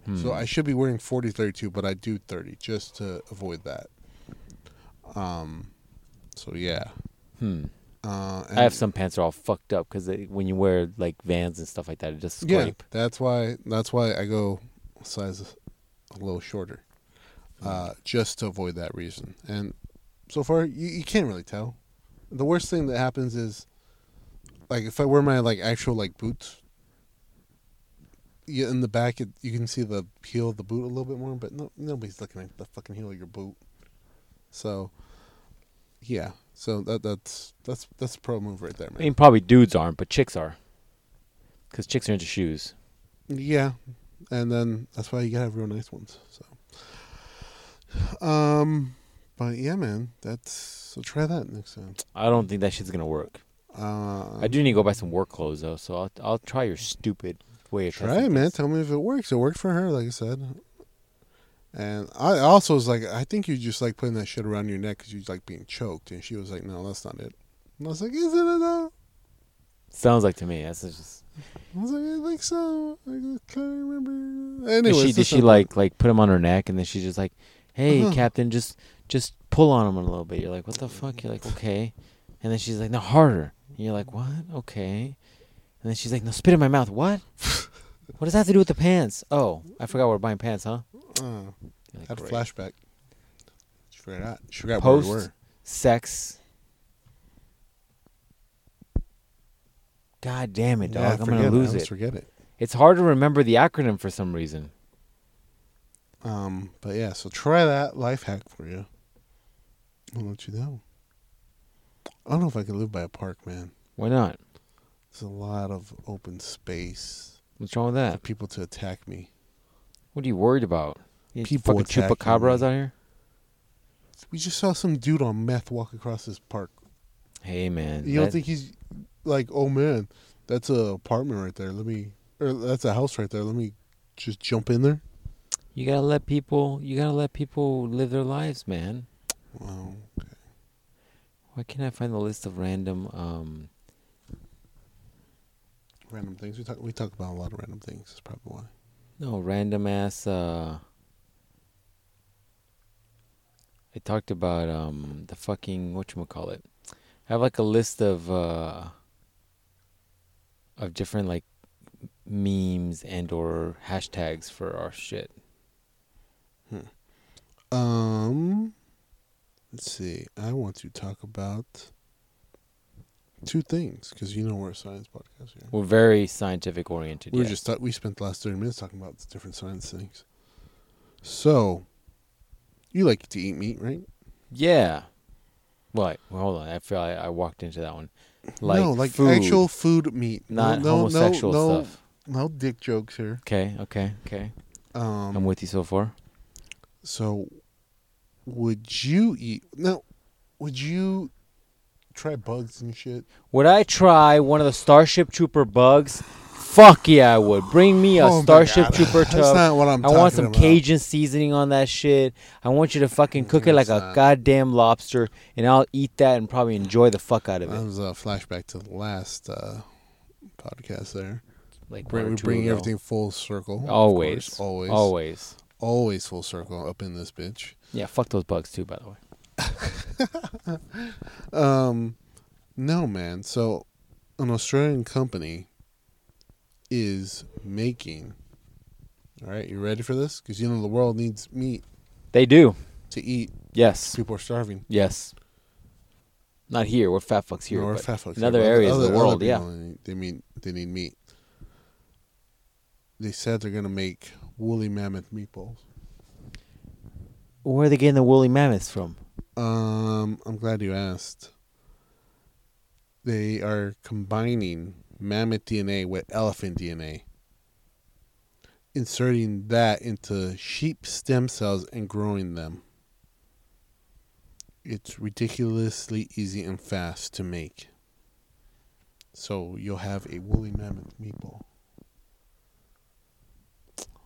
Speaker 2: Hmm.
Speaker 1: So I should be wearing 40 32, but I do 30 just to avoid that. Um so yeah.
Speaker 2: hmm.
Speaker 1: Uh and
Speaker 2: I have some pants that are all fucked up because when you wear like Vans and stuff like that, it just scrape.
Speaker 1: Yeah, that's why. That's why I go size a little shorter, uh, just to avoid that reason. And so far, you, you can't really tell. The worst thing that happens is, like, if I wear my like actual like boots, yeah, in the back it, you can see the heel of the boot a little bit more, but no, nobody's looking at the fucking heel of your boot. So, yeah. So that that's that's that's a pro move right there,
Speaker 2: I
Speaker 1: man.
Speaker 2: mean, probably dudes aren't, but chicks are. Because chicks are into shoes.
Speaker 1: Yeah, and then that's why you gotta have real nice ones. So, um, but yeah, man, that's so try that next time.
Speaker 2: I don't think that shit's gonna work.
Speaker 1: Uh,
Speaker 2: I do need to go buy some work clothes though, so I'll I'll try your stupid way of
Speaker 1: Try
Speaker 2: testing
Speaker 1: it, man.
Speaker 2: things.
Speaker 1: Tell me if it works. It worked for her, like I said. And I also was like, I think you just like putting that shit around your neck because you like being choked. And she was like, No, that's not it. And I was like, Isn't it though?
Speaker 2: Sounds like to me. That's just.
Speaker 1: I was like, I think so. I can't remember.
Speaker 2: Did
Speaker 1: Anyway,
Speaker 2: she did she like like put him on her neck and then she's just like, "Hey,
Speaker 1: Uh-huh.
Speaker 2: Captain, just just pull on him a little bit." You're like, "What the fuck?" You're like, "Okay," and then she's like, "No, harder." And you're like, "What? Okay," and then she's like, "No, spit in my mouth." What? what does that have to do with the pants? Oh, I forgot we're buying pants, huh?
Speaker 1: uh,
Speaker 2: You're like,
Speaker 1: had a
Speaker 2: "Great."
Speaker 1: flashback. She forgot. She forgot
Speaker 2: Post
Speaker 1: where we were.
Speaker 2: sex. God damn it, dog!
Speaker 1: Yeah, I
Speaker 2: I'm
Speaker 1: forget
Speaker 2: gonna
Speaker 1: I
Speaker 2: lose
Speaker 1: always
Speaker 2: it.
Speaker 1: Forget it.
Speaker 2: It's hard to remember the acronym for some reason.
Speaker 1: Um, but yeah, so try that life hack for you. I'll let you know. I don't know if I could live by a park, man.
Speaker 2: Why not?
Speaker 1: There's a lot of open space
Speaker 2: What's wrong with
Speaker 1: for
Speaker 2: that?
Speaker 1: people to attack me.
Speaker 2: What are you worried about? You
Speaker 1: People
Speaker 2: fucking
Speaker 1: attacking
Speaker 2: chupacabras
Speaker 1: me.
Speaker 2: out here.
Speaker 1: We just saw some dude on meth walk across this park.
Speaker 2: Hey man,
Speaker 1: You don't
Speaker 2: that-
Speaker 1: think he's like, oh man, that's a apartment right there. Let me, or that's a house right there. Let me just jump in there.
Speaker 2: you gotta let people. You gotta let people live their lives, man.
Speaker 1: Wow.
Speaker 2: Why can't I find the list of random? um
Speaker 1: Random things we talk. We talk about a lot of random things. That's probably why.
Speaker 2: No, random ass. uh I talked about um the fucking what you call it. I have like a list of uh of different like memes and or hashtags for our shit.
Speaker 1: Um, let's see. I want to talk about two things because you know we're a science podcast here.
Speaker 2: We're very scientific oriented.
Speaker 1: We were
Speaker 2: yeah.
Speaker 1: just we spent the last thirty minutes talking about the different science things. So, you like to eat meat, right?
Speaker 2: yeah. What? Well, hold on. I feel I, I walked into that one. Like
Speaker 1: no, like
Speaker 2: food,
Speaker 1: actual food meat, No-
Speaker 2: not
Speaker 1: no,
Speaker 2: homosexual
Speaker 1: no, no,
Speaker 2: stuff.
Speaker 1: No dick jokes here.
Speaker 2: Okay, okay, okay.
Speaker 1: Um,
Speaker 2: I'm with you so far.
Speaker 1: so, would you eat now? Would you try bugs and shit?
Speaker 2: Would I try one of the Starship Trooper bugs? Fuck yeah, I would. Bring me a
Speaker 1: Oh my
Speaker 2: Starship
Speaker 1: God.
Speaker 2: Trooper
Speaker 1: That's
Speaker 2: tub.
Speaker 1: not what I'm
Speaker 2: I want
Speaker 1: talking
Speaker 2: some
Speaker 1: about.
Speaker 2: Cajun seasoning on that shit. I want you to fucking cook it like
Speaker 1: That's
Speaker 2: a
Speaker 1: not-
Speaker 2: goddamn lobster, and I'll eat that and probably enjoy the fuck out of
Speaker 1: That
Speaker 2: it.
Speaker 1: was a flashback to the last uh, podcast. There,
Speaker 2: Like
Speaker 1: Bring-
Speaker 2: one or
Speaker 1: we're
Speaker 2: two
Speaker 1: bringing
Speaker 2: ago.
Speaker 1: everything full circle. of
Speaker 2: Always,
Speaker 1: course. always, always,
Speaker 2: always.
Speaker 1: always full circle up in this bitch.
Speaker 2: Yeah, fuck those bugs too. By the way.
Speaker 1: Um, no, man. So, an Australian company is making. All right, you ready for this? Because you know the world needs meat
Speaker 2: They do.
Speaker 1: to eat.
Speaker 2: Yes.
Speaker 1: People are starving.
Speaker 2: Yes. Not here. We're fat fucks here.
Speaker 1: No, we're
Speaker 2: but
Speaker 1: fat fucks
Speaker 2: in
Speaker 1: here,
Speaker 2: other
Speaker 1: but
Speaker 2: areas of the world,
Speaker 1: people,
Speaker 2: yeah.
Speaker 1: they- they mean they need meat. They said they're gonna make woolly mammoth meatballs.
Speaker 2: Where are they getting the woolly mammoths from?
Speaker 1: Um, I'm glad you asked. They are combining mammoth DNA with elephant DNA, inserting that into sheep stem cells and growing them. It's ridiculously easy and fast to make. So you'll have a woolly mammoth meatball.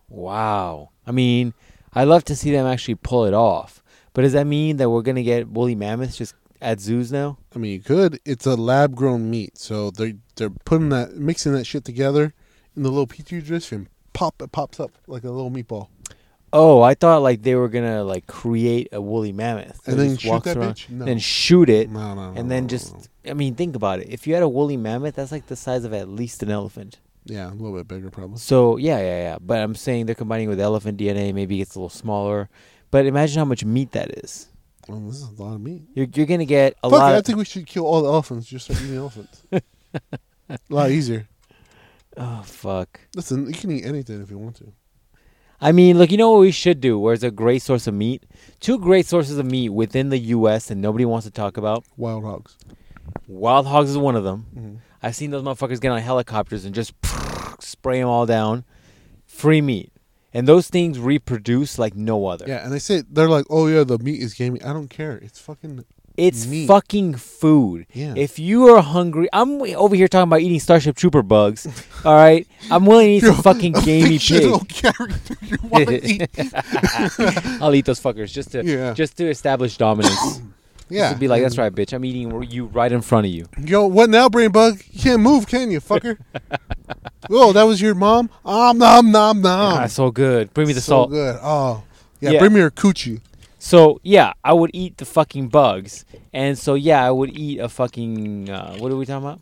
Speaker 2: Wow. I mean, I love to see them actually pull it off. But does that mean that we're gonna get woolly mammoths just at zoos now?
Speaker 1: I mean, you could. It's a lab grown meat, so they they're
Speaker 2: Hmm.
Speaker 1: putting that mixing that shit together in the little petri dish and pop it pops up like a little meatball,
Speaker 2: Oh, I thought like they were gonna like create a woolly mammoth
Speaker 1: and
Speaker 2: that
Speaker 1: then
Speaker 2: just
Speaker 1: shoot
Speaker 2: walks
Speaker 1: that
Speaker 2: around,
Speaker 1: bitch. No.
Speaker 2: then shoot it,
Speaker 1: no, no, no,
Speaker 2: and then
Speaker 1: no,
Speaker 2: just.
Speaker 1: no.
Speaker 2: I mean, think about it. If you had a woolly mammoth, that's like the size of at least an elephant.
Speaker 1: yeah, a little bit bigger probably.
Speaker 2: So yeah, yeah, yeah. But I'm saying they're combining with elephant DNA. Maybe it's a little smaller. But imagine how much meat that is.
Speaker 1: Well, this is a lot of meat.
Speaker 2: You're you're gonna get a
Speaker 1: Fuck,
Speaker 2: lot.
Speaker 1: it, I
Speaker 2: of,
Speaker 1: think we should kill all the elephants. Just start eating elephants. a lot easier.
Speaker 2: oh fuck.
Speaker 1: Listen, you can eat anything if you want to.
Speaker 2: I mean, look, you know what we should do? Where's a great source of meat? Two great sources of meat within the U.S. and nobody wants to talk about.
Speaker 1: Wild hogs.
Speaker 2: Wild hogs is one of them.
Speaker 1: Mhm.
Speaker 2: I've seen those motherfuckers get on helicopters and just spray them all down. Free meat, and those things reproduce like no other.
Speaker 1: Yeah, and they say they're like, oh yeah, the meat is gamey. I don't care. It's fucking
Speaker 2: It's
Speaker 1: Meat.
Speaker 2: fucking food.
Speaker 1: Yeah.
Speaker 2: If you are hungry, I'm w- over here talking about eating Starship Trooper bugs. all right, I'm willing to eat some fucking gamey pig.
Speaker 1: fictional character you want to eat.
Speaker 2: I'll eat those fuckers just to
Speaker 1: Yeah.
Speaker 2: just to establish dominance.
Speaker 1: Yeah. Mm.
Speaker 2: Just to be like, that's
Speaker 1: and-
Speaker 2: right, bitch. I'm eating you right in front of you.
Speaker 1: Yo, what now, brain bug? You can't move, can you, fucker? oh, that was your mom? Om nom nom nom.
Speaker 2: Ah, so good. Bring me the
Speaker 1: so
Speaker 2: salt.
Speaker 1: good. Oh. Yeah,
Speaker 2: Yeah.
Speaker 1: bring me your coochie.
Speaker 2: So yeah, I would eat the fucking bugs, and so yeah, I would eat a fucking uh, what are we talking about?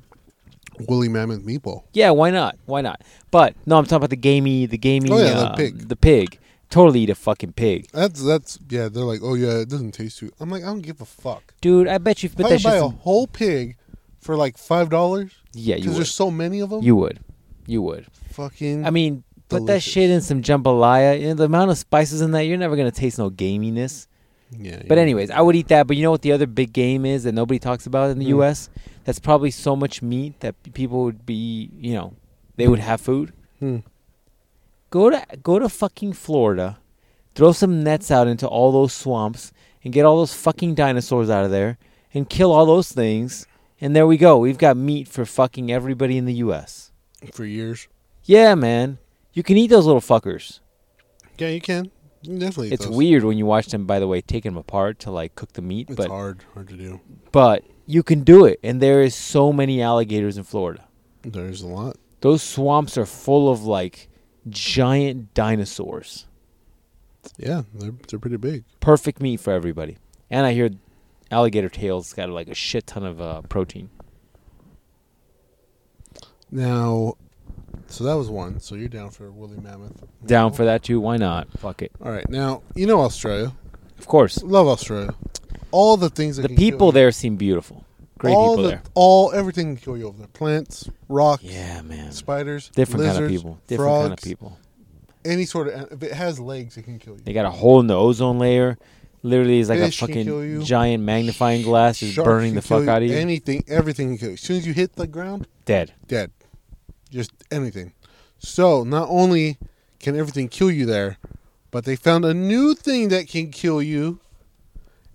Speaker 1: Woolly mammoth meatball.
Speaker 2: Yeah, why not? Why not? But no, I'm talking about the gamey, the gamey,
Speaker 1: Oh, yeah, the
Speaker 2: um,
Speaker 1: pig.
Speaker 2: the pig. Totally eat a fucking pig,
Speaker 1: That's that's yeah. They're like, oh yeah, it doesn't taste too. I'm like, I don't give a fuck.
Speaker 2: dude. I bet you put
Speaker 1: If I
Speaker 2: that
Speaker 1: could buy
Speaker 2: shit.
Speaker 1: a
Speaker 2: From,
Speaker 1: whole pig for like five dollars
Speaker 2: yeah, you
Speaker 1: because
Speaker 2: would.
Speaker 1: there's so many of them.
Speaker 2: You would. You would.
Speaker 1: fucking.
Speaker 2: I mean, put that
Speaker 1: Mm. Delicious.
Speaker 2: shit in some jambalaya. You know, the amount of spices in that, you're never gonna taste no gaminess.
Speaker 1: yeah.
Speaker 2: But
Speaker 1: yeah.
Speaker 2: anyways, I would eat that. But you know what the other big game is that nobody talks about in the
Speaker 1: Hmm.
Speaker 2: U.S. That's probably so much meat that p- people would be, you know, they would have food.
Speaker 1: Hmm.
Speaker 2: Go to go to fucking Florida, throw some nets out into all those swamps and get all those fucking dinosaurs out of there and kill all those things. And there we go. We've got meat for fucking everybody in the U.S.
Speaker 1: for years.
Speaker 2: Yeah, man, you can eat those little fuckers.
Speaker 1: Yeah, you can. You can definitely. eat
Speaker 2: It's
Speaker 1: those.
Speaker 2: weird when you watch them. By the way, taking them apart to like cook the meat,
Speaker 1: It's
Speaker 2: but
Speaker 1: hard, hard to do.
Speaker 2: but you can do it and there is so many alligators in florida
Speaker 1: There's a lot.
Speaker 2: those swamps are full of like giant dinosaurs
Speaker 1: Yeah, they're they're pretty big.
Speaker 2: perfect meat for everybody and i hear alligator tails got like a shit ton of uh, protein
Speaker 1: Now, so that was one. So you're down for woolly mammoth.
Speaker 2: down for that too why not fuck it
Speaker 1: All right. Now you know Australia.
Speaker 2: of course
Speaker 1: Love Australia. All the things that
Speaker 2: the
Speaker 1: can kill
Speaker 2: people
Speaker 1: you.
Speaker 2: there seem beautiful great
Speaker 1: all
Speaker 2: people
Speaker 1: the,
Speaker 2: there
Speaker 1: All everything can kill you over there. Plants, rocks,
Speaker 2: yeah man
Speaker 1: spiders,
Speaker 2: different kind of
Speaker 1: lizards,
Speaker 2: people different
Speaker 1: frogs,
Speaker 2: kind of people
Speaker 1: Any sort of if it has legs, it can kill you.
Speaker 2: they got a hole in the ozone layer literally it's like
Speaker 1: Fish
Speaker 2: a
Speaker 1: can kill you.
Speaker 2: fucking giant magnifying glass is
Speaker 1: Sharks
Speaker 2: burning
Speaker 1: can
Speaker 2: the
Speaker 1: kill
Speaker 2: fuck out of you
Speaker 1: Anything, everything can kill you. As soon as you hit the ground,
Speaker 2: dead
Speaker 1: dead. Just anything. So not only can everything kill you there, but they found a new thing that can kill you,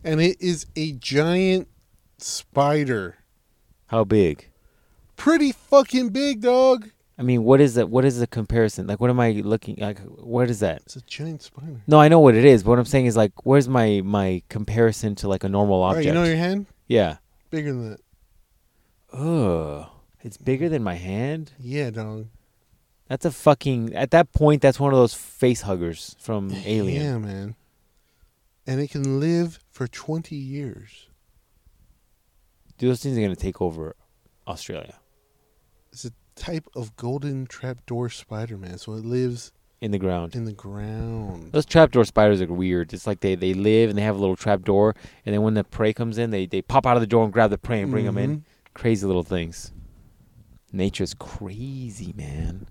Speaker 1: and it is a giant spider.
Speaker 2: how big
Speaker 1: Pretty fucking big, dog.
Speaker 2: I mean, what is that? What is the comparison? Like, what am I looking like? What is that?
Speaker 1: It's a giant spider.
Speaker 2: No, I know what it is, but what I'm saying is like, where's my my comparison to like a normal
Speaker 1: All right,
Speaker 2: object?
Speaker 1: you know your hand
Speaker 2: yeah.
Speaker 1: bigger than that.
Speaker 2: Ugh, it's bigger than my hand.
Speaker 1: Yeah, dog.
Speaker 2: That's a fucking. At that point, that's one of those face huggers from Alien.
Speaker 1: Yeah, man. And it can live for 20 years.
Speaker 2: Dude, those things are gonna take over Australia
Speaker 1: It's a type of golden trapdoor spider, man. So it lives
Speaker 2: in the ground.
Speaker 1: in the ground.
Speaker 2: Those trapdoor spiders are weird. It's like they, they live and they have a little trapdoor, and then when the prey comes in, they, they pop out of the door and grab the prey and bring them in.
Speaker 1: Mhm.
Speaker 2: Crazy little things. Nature's crazy, man.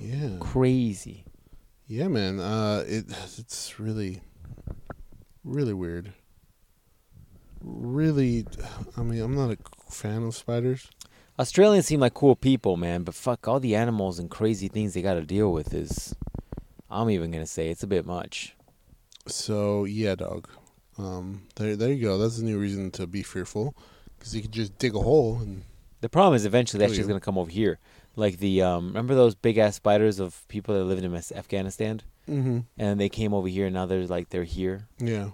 Speaker 1: Yeah.
Speaker 2: crazy.
Speaker 1: Yeah, man. Uh, it it's really, really weird. Really, I mean, I'm not a fan of spiders.
Speaker 2: Australians seem like cool people, man, but fuck all the animals and crazy things they got to deal with is I'm even going to say it's a bit much.
Speaker 1: So yeah, dog. Um, there there you go. That's a new reason to be fearful, because you could just dig a hole and
Speaker 2: The problem is eventually that
Speaker 1: Oh,
Speaker 2: shit's
Speaker 1: yeah.
Speaker 2: going to come over here. Like the um remember those big ass spiders of people that lived in Mas- Afghanistan
Speaker 1: mm-hmm.
Speaker 2: and they came over here and now they're like they're here.
Speaker 1: yeah, I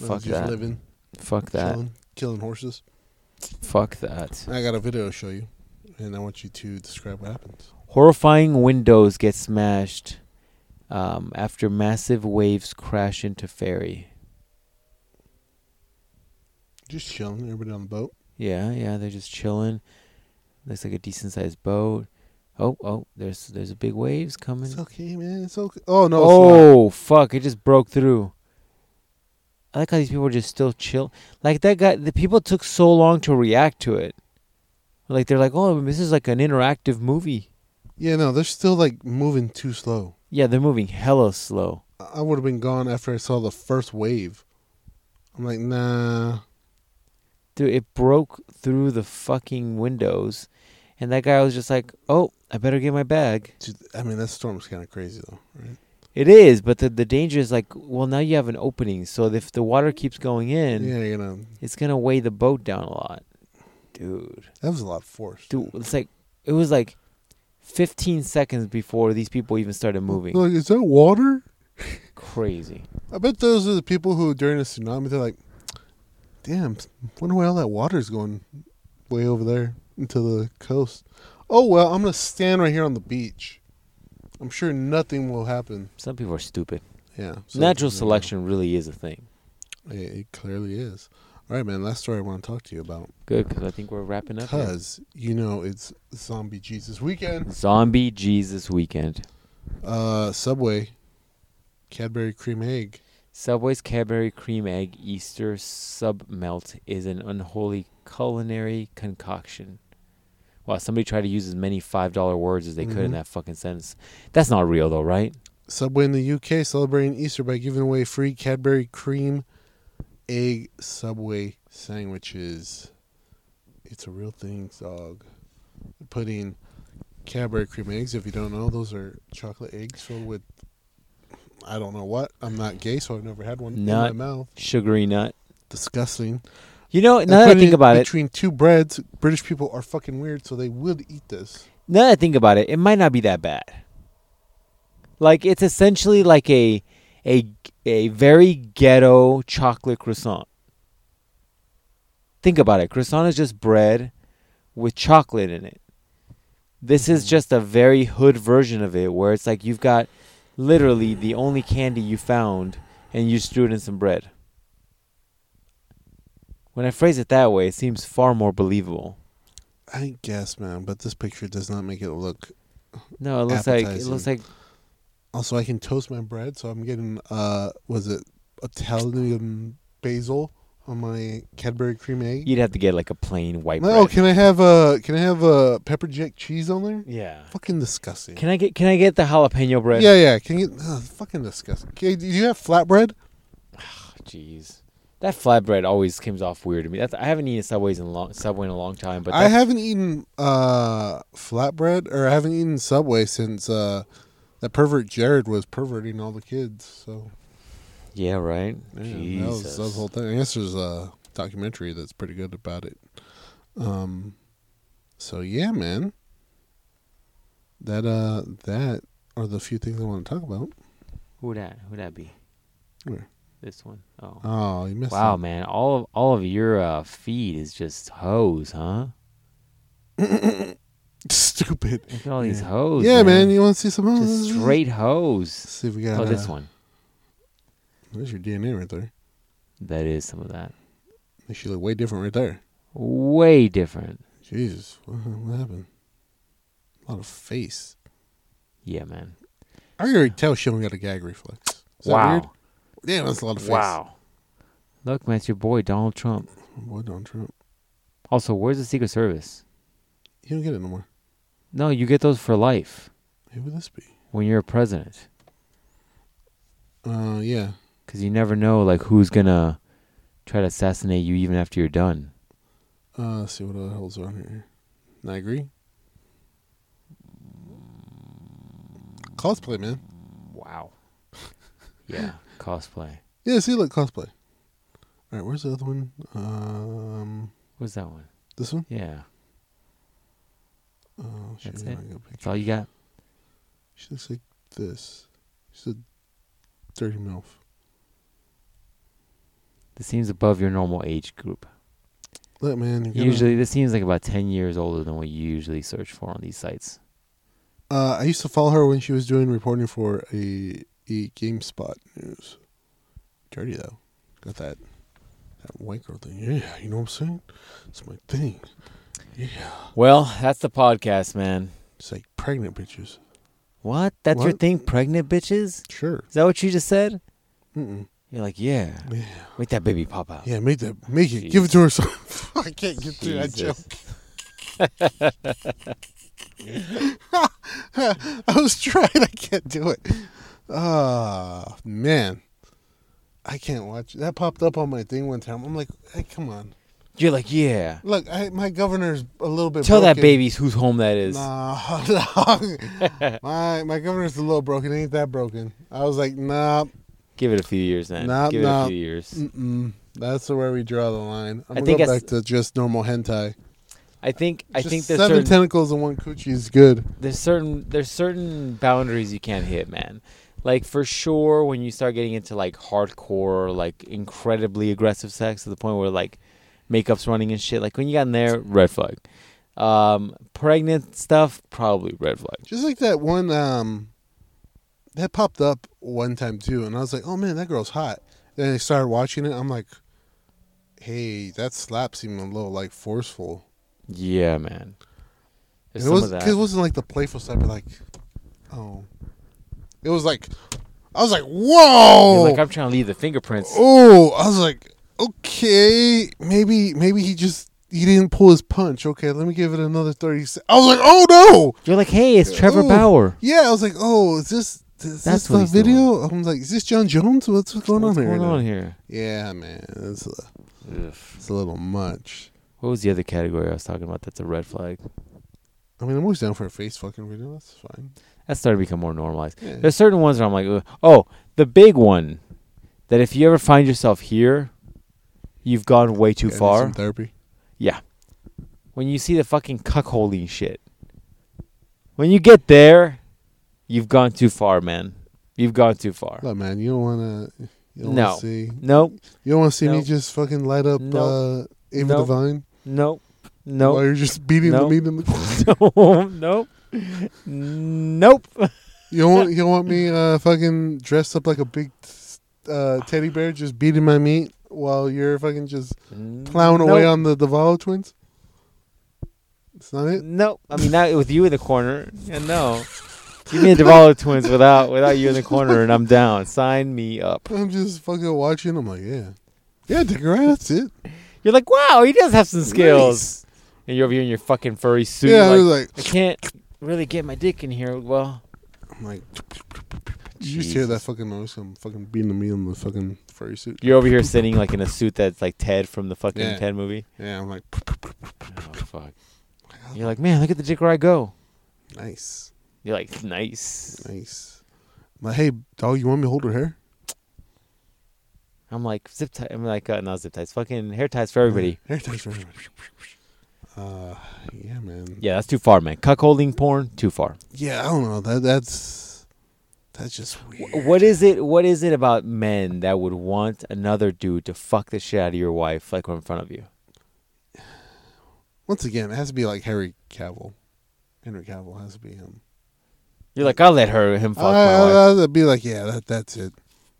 Speaker 1: was
Speaker 2: Fuck
Speaker 1: just
Speaker 2: that.
Speaker 1: living,
Speaker 2: Fuck that.
Speaker 1: chilling, killing horses.
Speaker 2: Fuck that.
Speaker 1: I got a video to show you, and I want you to describe what happens.
Speaker 2: Horrifying windows get smashed um, after massive waves crash into ferry.
Speaker 1: Just chilling, everybody on the boat.
Speaker 2: Yeah, yeah, they're just chilling. Looks like a decent sized boat. Oh, oh, there's there's a big waves coming.
Speaker 1: It's okay, man. It's okay. Oh no. it's not.
Speaker 2: oh, fuck! It just broke through. I like how these people are just still chill. Like that guy, the people took so long to react to it. Like they're like, oh, this is like an interactive movie.
Speaker 1: Yeah, no, they're still like moving too slow.
Speaker 2: Yeah, they're moving hella slow.
Speaker 1: I- I would have been gone after I saw the first wave. I'm like, nah.
Speaker 2: Dude, it broke through the fucking windows, and that guy was just like, oh, I better get my bag.
Speaker 1: Dude, I mean, that storm's kind of crazy though, right?
Speaker 2: It is, but the, the danger is like, well, now you have an opening. So if the water keeps going in,
Speaker 1: yeah, you know
Speaker 2: it's gonna weigh the boat down a lot, dude.
Speaker 1: that was a lot of force.
Speaker 2: Dude, it's like it was like 15 seconds before these people even started moving.
Speaker 1: Like, is that water?
Speaker 2: Crazy.
Speaker 1: I bet those are the people who during the tsunami they're like, "Damn, wonder where all that water's going, way over there into the coast." Oh well, I'm gonna stand right here on the beach. I'm sure nothing will happen.
Speaker 2: Some people are stupid.
Speaker 1: Yeah, so-
Speaker 2: Natural
Speaker 1: yeah.
Speaker 2: selection really is a thing.
Speaker 1: It, it clearly is. All right, man. Last story I want to talk to you about
Speaker 2: Good, because I think we're wrapping up. here.
Speaker 1: because you know it's Zombie Jesus weekend.
Speaker 2: Zombie Jesus weekend.
Speaker 1: Uh, Subway, Cadbury cream egg.
Speaker 2: Subway's Cadbury Cream Egg Easter Sub Melt is an unholy culinary concoction. Wow, somebody tried to use as many $5 words as they could in
Speaker 1: Mhm.
Speaker 2: that fucking sentence. That's not real, though, right?
Speaker 1: Subway in the UK celebrating Easter by giving away free Cadbury cream egg Subway sandwiches. It's a real thing, dog. Putting Cadbury cream eggs. If you don't know, those are chocolate eggs filled with I don't know what. I'm not gay, so I've never had one
Speaker 2: Nut.
Speaker 1: in my mouth.
Speaker 2: Sugary nut.
Speaker 1: Disgusting.
Speaker 2: You know,
Speaker 1: And
Speaker 2: now that I
Speaker 1: putting
Speaker 2: think about it,
Speaker 1: between two breads, British people are fucking weird, so they would eat this.
Speaker 2: now that I think about it, it might not be that bad. Like it's essentially like a a a very ghetto chocolate croissant. Think about it. Croissant is just bread with chocolate in it. This is
Speaker 1: Mhm.
Speaker 2: just a very hood version of it where it's like you've got literally the only candy you found and you just threw it in some bread. When I phrase it that way, it seems far more believable.
Speaker 1: I guess, man, but this picture does not make it look
Speaker 2: No, it looks like it looks
Speaker 1: Appetizing.
Speaker 2: like
Speaker 1: Also, I can toast my bread, so I'm getting uh, was it Italian basil on my Cadbury cream egg?
Speaker 2: You'd have to get like a plain white
Speaker 1: No,
Speaker 2: bread.
Speaker 1: can I have uh can I have uh, pepper jack cheese on there?
Speaker 2: Yeah.
Speaker 1: Fucking disgusting.
Speaker 2: Can I get can I get the jalapeno bread?
Speaker 1: Yeah, yeah. Can you? Uh, fucking disgusting. Okay, do you have flatbread?
Speaker 2: Oh, Jeez. That flatbread always comes off weird to me. That's I haven't eaten Subway's in a long Subway in a long time, but
Speaker 1: I
Speaker 2: that's-
Speaker 1: haven't eaten uh flatbread, or I haven't eaten Subway since uh that pervert Jared was perverting all the kids. So
Speaker 2: Yeah, right.
Speaker 1: yeah, that was,
Speaker 2: Jesus.
Speaker 1: that was the whole thing. I guess there's a documentary that's pretty good about it. Um, so yeah, man. That uh, that are the few things I want to talk about.
Speaker 2: Who that? Who that be?
Speaker 1: Where?
Speaker 2: This one. Oh.
Speaker 1: Oh, you missed.
Speaker 2: wow,
Speaker 1: it.
Speaker 2: man. All of all of your uh, feed is just hoes, huh?
Speaker 1: stupid.
Speaker 2: Look at all these
Speaker 1: Yeah.
Speaker 2: hoes.
Speaker 1: yeah, man. You want to see some? oh,
Speaker 2: just
Speaker 1: let's-
Speaker 2: straight
Speaker 1: Let's
Speaker 2: hoes.
Speaker 1: see if we got.
Speaker 2: Oh, this
Speaker 1: uh,
Speaker 2: one.
Speaker 1: There's your DNA right there.
Speaker 2: That is some of that.
Speaker 1: She look way different right there.
Speaker 2: Way different.
Speaker 1: Jesus, what, what happened? A lot of face.
Speaker 2: Yeah, man.
Speaker 1: I can already tell she don't got a gag reflex. Is that
Speaker 2: wow.
Speaker 1: weird? Damn, that's a lot of face.
Speaker 2: Wow. Look, man, it's your boy Donald Trump.
Speaker 1: Boy, Donald Trump.
Speaker 2: Also, where's the Secret Service?
Speaker 1: You don't get it no more.
Speaker 2: No, you get those for life
Speaker 1: Who would this be?
Speaker 2: when you're a president,
Speaker 1: Uh, yeah.
Speaker 2: because you never know like who's gonna try to assassinate you even after you're done.
Speaker 1: Uh, let's see what other holds on here. I agree. Cosplay, man.
Speaker 2: Wow. yeah, cosplay.
Speaker 1: Yeah, see, look, cosplay. All right, where's the other one? Um,
Speaker 2: What's that one?
Speaker 1: this one.
Speaker 2: Yeah,
Speaker 1: Oh, shit,
Speaker 2: That's
Speaker 1: I
Speaker 2: it.
Speaker 1: got a picture.
Speaker 2: that's all you got.
Speaker 1: She looks like this. She's a dirty milf.
Speaker 2: This seems above your normal age group.
Speaker 1: Look, man. You're gonna,
Speaker 2: Usually, this seems like about ten years older than what you usually search for on these sites.
Speaker 1: uh, I used to follow her when she was doing reporting for a, a GameSpot news. Dirty though. Got that that white girl thing. Yeah, you know what I'm saying? It's my thing.
Speaker 2: Well, that's the podcast, man.
Speaker 1: It's like pregnant bitches.
Speaker 2: What? That's your
Speaker 1: What?
Speaker 2: thing, pregnant bitches?
Speaker 1: Sure.
Speaker 2: Is that what you just said?
Speaker 1: Mm-mm.
Speaker 2: You're like, yeah,
Speaker 1: Yeah.
Speaker 2: make that baby pop out.
Speaker 1: Yeah, make that make it. Give it to her. Some. I can't get through that joke.
Speaker 2: Jesus.
Speaker 1: I was trying. I can't do it. Ah, man. I can't watch. That popped up on my thing one time. I'm like, hey, come on.
Speaker 2: You're like, yeah.
Speaker 1: Look, I, my governor's a little bit.
Speaker 2: Tell that
Speaker 1: broken.
Speaker 2: babies whose home that is.
Speaker 1: Nah, nah. my my governor's a little broken. It ain't that broken. I was like, nah,
Speaker 2: Give it a few years, man.
Speaker 1: Nah,
Speaker 2: Give it
Speaker 1: nah. Mm.
Speaker 2: a few years.
Speaker 1: mm-mm. That's where we draw the line. I'm
Speaker 2: I
Speaker 1: gonna
Speaker 2: think
Speaker 1: go
Speaker 2: it's-
Speaker 1: back to just normal hentai.
Speaker 2: I think. I
Speaker 1: Just
Speaker 2: think there's
Speaker 1: seven
Speaker 2: certain,
Speaker 1: tentacles and one coochie is good.
Speaker 2: there's certain there's certain boundaries you can't hit, man. Like for sure, when you start getting into like hardcore, like incredibly aggressive sex to the point where like makeup's running and shit. Like when you got in there, red flag. Um, pregnant stuff, probably red flag.
Speaker 1: Just like that one um that popped up one time too, and I was like, Oh man, that girl's hot. Then I started watching it, I'm like, Hey, that slap seemed a little like forceful.
Speaker 2: Yeah, man.
Speaker 1: And it
Speaker 2: There's some of
Speaker 1: was
Speaker 2: that.
Speaker 1: cause it wasn't like the playful slap, but like oh. It was like I was like, Whoa
Speaker 2: You're like I'm trying to leave the fingerprints.
Speaker 1: Oh I was like, Okay, maybe maybe he just he didn't pull his punch. Okay, let me give it another thirty se- I was like, Oh no
Speaker 2: You're like, hey, it's Trevor
Speaker 1: Ooh.
Speaker 2: Bauer.
Speaker 1: Yeah, I was like, oh, is this is
Speaker 2: That's
Speaker 1: this
Speaker 2: what
Speaker 1: the
Speaker 2: he's doing.
Speaker 1: video? I'm like, is this John Jones? What's, what's going
Speaker 2: What's
Speaker 1: on here?
Speaker 2: going
Speaker 1: now?
Speaker 2: on here?
Speaker 1: Yeah, man, it's a, it's a little much.
Speaker 2: What was the other category I was talking about? That's a red flag.
Speaker 1: I mean, I'm always down for a face fucking video. That's fine.
Speaker 2: That started to become more normalized.
Speaker 1: Yeah.
Speaker 2: There's certain ones where I'm like, "Ugh." oh, the big one that if you ever find yourself here, you've gone way too
Speaker 1: Yeah, I need
Speaker 2: far.
Speaker 1: Some therapy.
Speaker 2: Yeah. When you see the fucking cuckolding shit, when you get there, you've gone too far, man. You've gone too far.
Speaker 1: Look, man, you don't want to. You don't
Speaker 2: No.
Speaker 1: want to see.
Speaker 2: Nope.
Speaker 1: You don't want to see me
Speaker 2: Nope.
Speaker 1: just fucking light up uh,
Speaker 2: Nope.
Speaker 1: Ava
Speaker 2: Nope.
Speaker 1: Devine
Speaker 2: Nope. Nope.
Speaker 1: while you're just beating
Speaker 2: Nope.
Speaker 1: the meat in the.
Speaker 2: nope. Nope.
Speaker 1: you don't want you don't want me uh, fucking dressed up like a big uh, teddy bear just beating my meat while you're fucking just plowing away on the Davalo twins? That's not it?
Speaker 2: Nope. I mean, not with you in the corner. Yeah, no. Give me the Devallo twins without without you in the corner, and I'm down. Sign me up.
Speaker 1: I'm just fucking watching. I'm like, yeah. Yeah, Dick Ryan, that's it.
Speaker 2: You're like, wow, he does have some skills. And you're over here in your fucking furry suit.
Speaker 1: yeah, I was
Speaker 2: like,
Speaker 1: like,
Speaker 2: I can't really get my dick in here. Well,
Speaker 1: I'm like, you just hear that fucking noise. I'm fucking beating me in the fucking furry suit.
Speaker 2: you're over here sitting like in a suit that's like Ted from the fucking
Speaker 1: Yeah.
Speaker 2: Ted movie.
Speaker 1: Yeah, I'm like,
Speaker 2: Oh fuck. You're like, man, look at the dick where I go.
Speaker 1: nice,
Speaker 2: You're like, nice.
Speaker 1: nice. I'm like, hey, dog, you want me to hold her hair?
Speaker 2: I'm like zip tie. I'm like uh, not zip ties. Fucking hair ties for everybody.
Speaker 1: Hair ties for everybody. Uh, yeah, man.
Speaker 2: Yeah, that's too far, man. Cuckolding porn, too far.
Speaker 1: Yeah, I don't know. That that's that's just weird.
Speaker 2: What is it? What is it about men that would want another dude to fuck the shit out of your wife, like right in front of you?
Speaker 1: Once again, it has to be like Harry Cavill. Henry Cavill has to be him.
Speaker 2: You're like, I'll let her him fuck
Speaker 1: I,
Speaker 2: my wife.
Speaker 1: would be like, yeah, that that's it.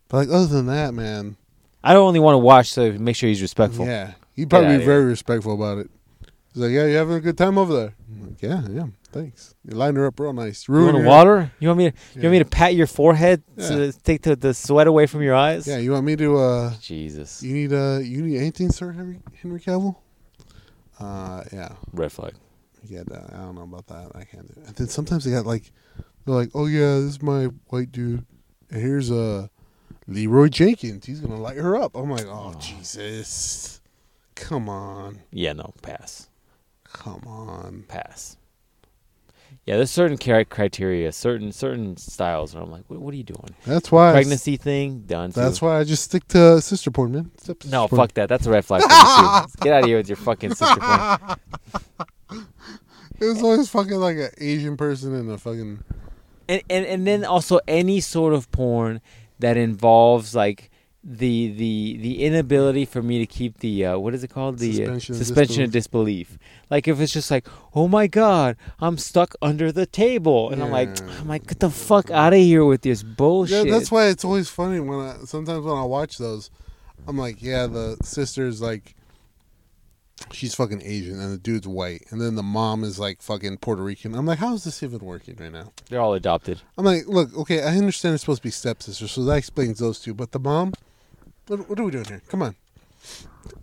Speaker 1: But like other than that, man,
Speaker 2: I don't only want to watch, so make sure he's respectful.
Speaker 1: yeah, he'd probably
Speaker 2: outta
Speaker 1: be
Speaker 2: here.
Speaker 1: very respectful about it. He's like, yeah, you having a good time over there? I'm like, yeah, yeah, thanks. You lined her up real nice.
Speaker 2: You want
Speaker 1: Ruined
Speaker 2: to
Speaker 1: your-
Speaker 2: water? You want me to? You
Speaker 1: Yeah.
Speaker 2: want me to pat your forehead
Speaker 1: Yeah.
Speaker 2: to take the, the sweat away from your eyes?
Speaker 1: Yeah, you want me to? uh
Speaker 2: Jesus,
Speaker 1: You need uh you need anything, sir, Henry Henry Cavill? Uh, yeah,
Speaker 2: red flag.
Speaker 1: yeah. no, I don't know about that. I can't do it. And then sometimes they got like, they're like, oh yeah, this is my white dude, and here's uh Leroy Jenkins. He's gonna light her up. I'm like, oh
Speaker 2: Oh.
Speaker 1: Jesus, come on.
Speaker 2: Yeah, no, pass,
Speaker 1: Come on.
Speaker 2: pass. Yeah, there's certain char- criteria, certain certain styles, where I'm like, what, what are you doing?
Speaker 1: That's why.
Speaker 2: Pregnancy thing done.
Speaker 1: I, that's
Speaker 2: too.
Speaker 1: why I just stick to sister porn, man. Step
Speaker 2: No,
Speaker 1: sister porn.
Speaker 2: fuck that. That's a red flag. For me too. Get out of here with your fucking sister porn.
Speaker 1: It was always fucking like an Asian person and a fucking.
Speaker 2: And, and and then also any sort of porn that involves like the the the inability for me to keep the uh, what is it called the
Speaker 1: Suspension
Speaker 2: uh,
Speaker 1: of
Speaker 2: suspension of disbelief. Like if it's just like, oh my god, I'm stuck under the table, and I'm like,
Speaker 1: Yeah.
Speaker 2: I'm like, get the fuck out of here with this bullshit.
Speaker 1: Yeah, that's why it's always funny when I sometimes when I watch those, I'm like, yeah, the sister's like, she's fucking Asian and the dude's white, and then the mom is like fucking Puerto Rican. I'm like, how is this even working right now?
Speaker 2: They're all adopted.
Speaker 1: I'm like, look, okay, I understand it's supposed to be stepsister, so that explains those two. But the mom, what, what are we doing here? Come on,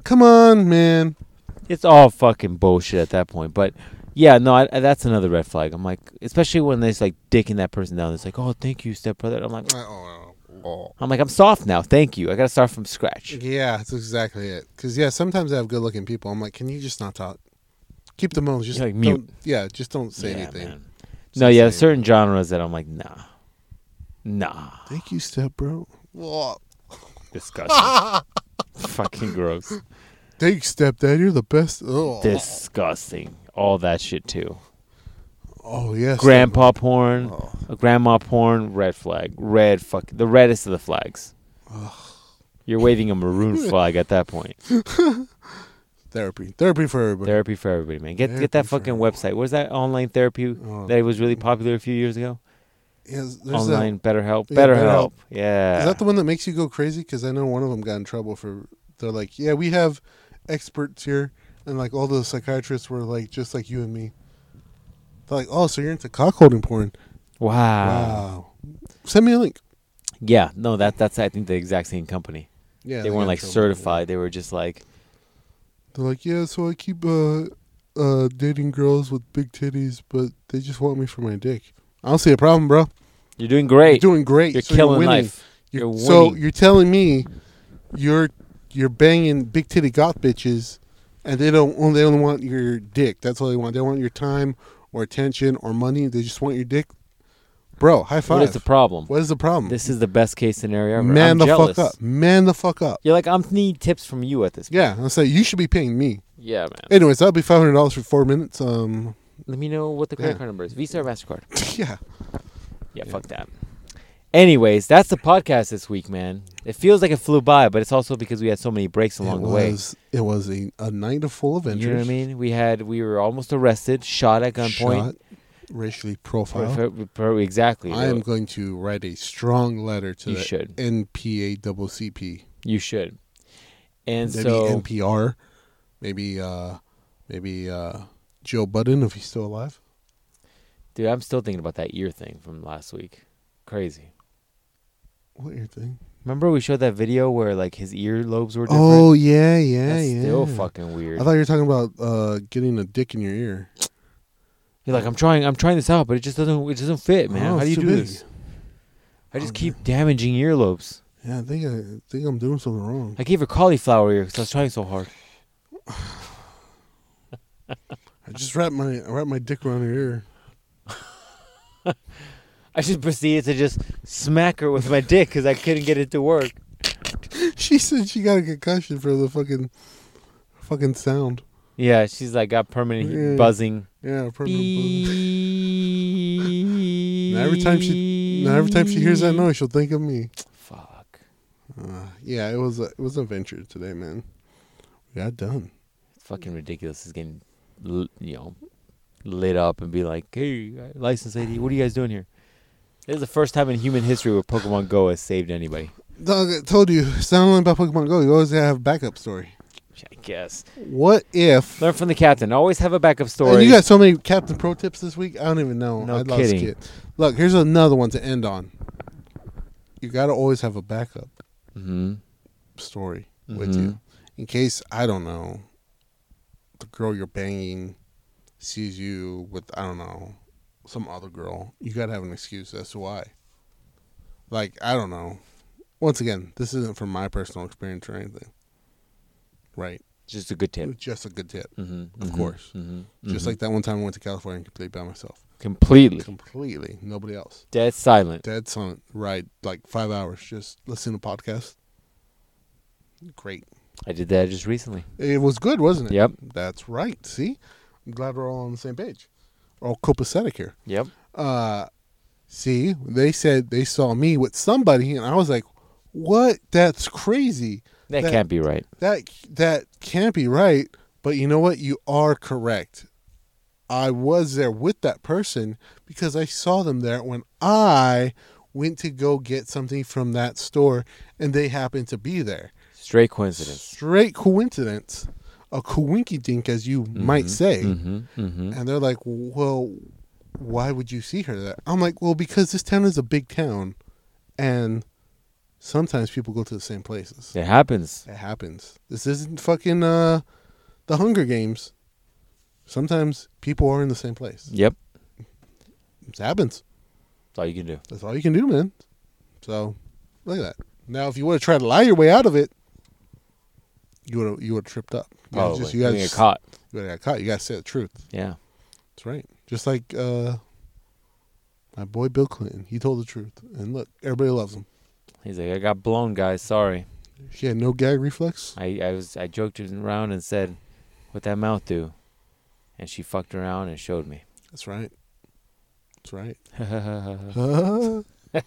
Speaker 1: come on, man.
Speaker 2: It's all fucking bullshit at that point. But yeah, no, I, I- that's another red flag. I'm like, especially when there's like dicking that person down. It's like, oh, thank you, stepbrother. I'm like,
Speaker 1: I- oh, oh, all.
Speaker 2: I'm like, I'm soft now. Thank you. I got to start from scratch.
Speaker 1: Yeah, that's exactly it. Because yeah, sometimes I have good-looking people. I'm like, can you just not talk? Keep the moans. Just
Speaker 2: You're like,
Speaker 1: don't-
Speaker 2: mute.
Speaker 1: Yeah, just don't say anything.
Speaker 2: man. No, yeah,
Speaker 1: insane.
Speaker 2: certain genres that I'm like, nah, nah,
Speaker 1: Thank you, step bro. Well,
Speaker 2: disgusting, fucking gross,
Speaker 1: Oh. thanks, stepdad. You're the best. Oh,
Speaker 2: disgusting. All that shit too.
Speaker 1: oh yes,
Speaker 2: Grandpa porn,
Speaker 1: Oh.
Speaker 2: uh, grandma porn, red flag, red fuck, the reddest of the flags. You're waving a maroon flag at that point.
Speaker 1: therapy, therapy for everybody.
Speaker 2: Therapy for everybody, man. Get get that
Speaker 1: Therapy for
Speaker 2: fucking website. Where's that online therapy
Speaker 1: Oh.
Speaker 2: that was really popular a few years ago?
Speaker 1: Yes, there's that-
Speaker 2: Online uh, BetterHelp.
Speaker 1: Yeah,
Speaker 2: BetterHelp.
Speaker 1: BetterHelp.
Speaker 2: Yeah.
Speaker 1: Is that the one that makes you go crazy? Because I know one of them got in trouble for. They're like, yeah, we have experts here, and like all the psychiatrists were like just like you and me. They're like, oh, so you're into cockholding porn?
Speaker 2: wow.
Speaker 1: Wow. Send me a link.
Speaker 2: Yeah. No, that that's I think the exact same company.
Speaker 1: Yeah,
Speaker 2: they
Speaker 1: got
Speaker 2: weren't
Speaker 1: in
Speaker 2: like
Speaker 1: trouble.
Speaker 2: certified. They were just like,
Speaker 1: They're like, yeah, so I keep uh, uh, dating girls with big titties, but they just want me for my dick. I don't see a problem, bro.
Speaker 2: "You're doing great.
Speaker 1: You're doing great.
Speaker 2: You're
Speaker 1: so
Speaker 2: killing
Speaker 1: winning.
Speaker 2: life. You're,
Speaker 1: You're-
Speaker 2: winning."
Speaker 1: so you're telling me you're you're banging big titty goth bitches, and they don't well, they only want your dick. That's all they want. They don't want your time or attention or money. They just want your dick, bro. High five.
Speaker 2: what is the problem?
Speaker 1: What is the problem?
Speaker 2: This is the best case scenario. Ever.
Speaker 1: Man
Speaker 2: I'm
Speaker 1: the
Speaker 2: jealous.
Speaker 1: fuck up. Man the fuck up.
Speaker 2: You're like, I'm need tips from you at this. Point.
Speaker 1: Yeah, I'll say you should be paying me.
Speaker 2: Yeah, man.
Speaker 1: Anyways, that'll be five hundred dollars for four minutes. Um,
Speaker 2: Let me know what the credit
Speaker 1: Yeah.
Speaker 2: card number is: Visa or Mastercard.
Speaker 1: yeah.
Speaker 2: Yeah, fuck that. Anyways, that's the podcast this week, man. It feels like it flew by, but it's also because we had so many breaks along
Speaker 1: it
Speaker 2: the way.
Speaker 1: was it was a, a night of full adventures.
Speaker 2: You know what I mean? We had we were almost arrested, shot at gunpoint.
Speaker 1: Shot, racially
Speaker 2: For-
Speaker 1: profiled.
Speaker 2: for- for- exactly.
Speaker 1: I am going to write a strong letter to
Speaker 2: You
Speaker 1: the
Speaker 2: should.
Speaker 1: NPACCP.
Speaker 2: You should. And
Speaker 1: Maybe
Speaker 2: so
Speaker 1: NPR. Maybe uh maybe uh Joe Budden if he's still alive.
Speaker 2: Dude, I'm still thinking about that ear thing from last week. Crazy.
Speaker 1: What your thing?
Speaker 2: Remember we showed that video where like his ear lobes were different?
Speaker 1: Oh yeah, yeah,
Speaker 2: That's
Speaker 1: yeah.
Speaker 2: still fucking weird.
Speaker 1: I thought you were talking about uh getting a dick in your ear.
Speaker 2: You're like, I'm trying I'm trying this out, but it just doesn't it doesn't fit, man.
Speaker 1: Oh,
Speaker 2: How do you
Speaker 1: it's
Speaker 2: do
Speaker 1: too big.
Speaker 2: this? I just
Speaker 1: Oh,
Speaker 2: keep damaging earlobes.
Speaker 1: Yeah, I think I, I think I'm doing something wrong.
Speaker 2: I gave her cauliflower ear because I was trying so hard.
Speaker 1: I just wrapped my I wrapped my dick around her ear.
Speaker 2: I just proceeded to just smack her with my dick because I couldn't get it to work.
Speaker 1: she said she got a concussion for the fucking fucking sound.
Speaker 2: Yeah, she's like got permanent
Speaker 1: Yeah.
Speaker 2: buzzing.
Speaker 1: Yeah, permanent buzz.
Speaker 2: now
Speaker 1: Now every time she now every time she hears that noise, she'll think of me.
Speaker 2: fuck.
Speaker 1: Uh, yeah, it was a, it was an adventure today, man. We got done.
Speaker 2: It's fucking ridiculous. Is getting, l- you know, lit up and be like, hey, license ID, what are you guys doing here? This is the first time in human history where Pokemon Go has saved anybody.
Speaker 1: Dog, I told you, it's not only about Pokemon Go. You always gotta have a backup story.
Speaker 2: I guess.
Speaker 1: What if?
Speaker 2: Learn from the captain. Always have a backup story.
Speaker 1: And you got so many Captain Pro tips this week. I don't even know.
Speaker 2: No
Speaker 1: I
Speaker 2: kidding.
Speaker 1: it. Look, here's another one to end on. You gotta always have a backup
Speaker 2: hmm
Speaker 1: story with you in case I don't know. The girl you're banging sees you with I don't know some other girl. You gotta have an excuse as to why. Like I don't know. Once again, this isn't from my personal experience or anything. Right.
Speaker 2: Just a good tip.
Speaker 1: Just a good tip.
Speaker 2: hmm
Speaker 1: Of course.
Speaker 2: hmm
Speaker 1: Just like that one time I went to California completely by myself.
Speaker 2: Completely.
Speaker 1: Completely. Nobody else.
Speaker 2: Dead silent.
Speaker 1: Dead silent. Right. Like five hours. Just listening to podcast. Great.
Speaker 2: I did that just recently.
Speaker 1: It was good, wasn't it?
Speaker 2: Yep.
Speaker 1: That's right. See, I'm glad we're all on the same page. We're all copacetic here.
Speaker 2: Yep.
Speaker 1: Uh, see, they said they saw me with somebody, and I was like, "What? That's crazy.
Speaker 2: That,
Speaker 1: That-
Speaker 2: can't be right.
Speaker 1: That that can't be right." But you know what? You are correct. I was there with that person because I saw them there when I went to go get something from that store, and they happened to be there.
Speaker 2: Straight coincidence.
Speaker 1: Straight coincidence, a coinky dink, as you might say.
Speaker 2: hmm hmm
Speaker 1: And they're like, well, why would you see her there? I'm like, well, because this town is a big town and sometimes people go to the same places.
Speaker 2: It happens.
Speaker 1: It happens. This isn't fucking uh, the Hunger Games. Sometimes people are in the same place.
Speaker 2: Yep.
Speaker 1: It happens.
Speaker 2: That's all you can do.
Speaker 1: That's all you can do, man. So, Look at that. Now, if you would have tried to lie your way out of it, you would have you would have tripped up. You would've
Speaker 2: Probably.
Speaker 1: just-
Speaker 2: Oh, you
Speaker 1: you guys
Speaker 2: get caught.
Speaker 1: You would have got caught. You got to say the truth.
Speaker 2: Yeah.
Speaker 1: That's right. Just like uh, my boy Bill Clinton. He told the truth, and look, everybody loves him.
Speaker 2: He's like, I got blown, guys. Sorry.
Speaker 1: He had no gag reflex.
Speaker 2: I, I was I joked around and said, "What that mouth do?" And she fucked around and showed me.
Speaker 1: That's right. That's right.
Speaker 2: Well,
Speaker 1: Uh,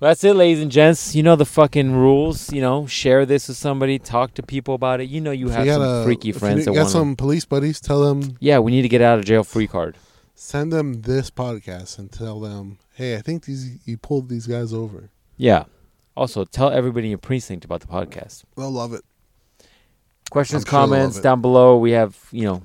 Speaker 2: That's it, ladies and gents. You know the fucking rules. You know, share this with somebody. Talk to people about it. You know you
Speaker 1: if
Speaker 2: have
Speaker 1: got
Speaker 2: some
Speaker 1: a-
Speaker 2: freaky
Speaker 1: if
Speaker 2: friends
Speaker 1: You
Speaker 2: that
Speaker 1: got
Speaker 2: want. to
Speaker 1: some police buddies. Tell them
Speaker 2: Yeah, we need to get out of jail free card.
Speaker 1: send them this podcast and tell them, hey, I think these you pulled these guys over.
Speaker 2: Yeah. Also, tell everybody in your precinct about the podcast.
Speaker 1: They'll love it.
Speaker 2: Questions,
Speaker 1: I'm sure they'll love
Speaker 2: comments
Speaker 1: it.
Speaker 2: down below. We have you know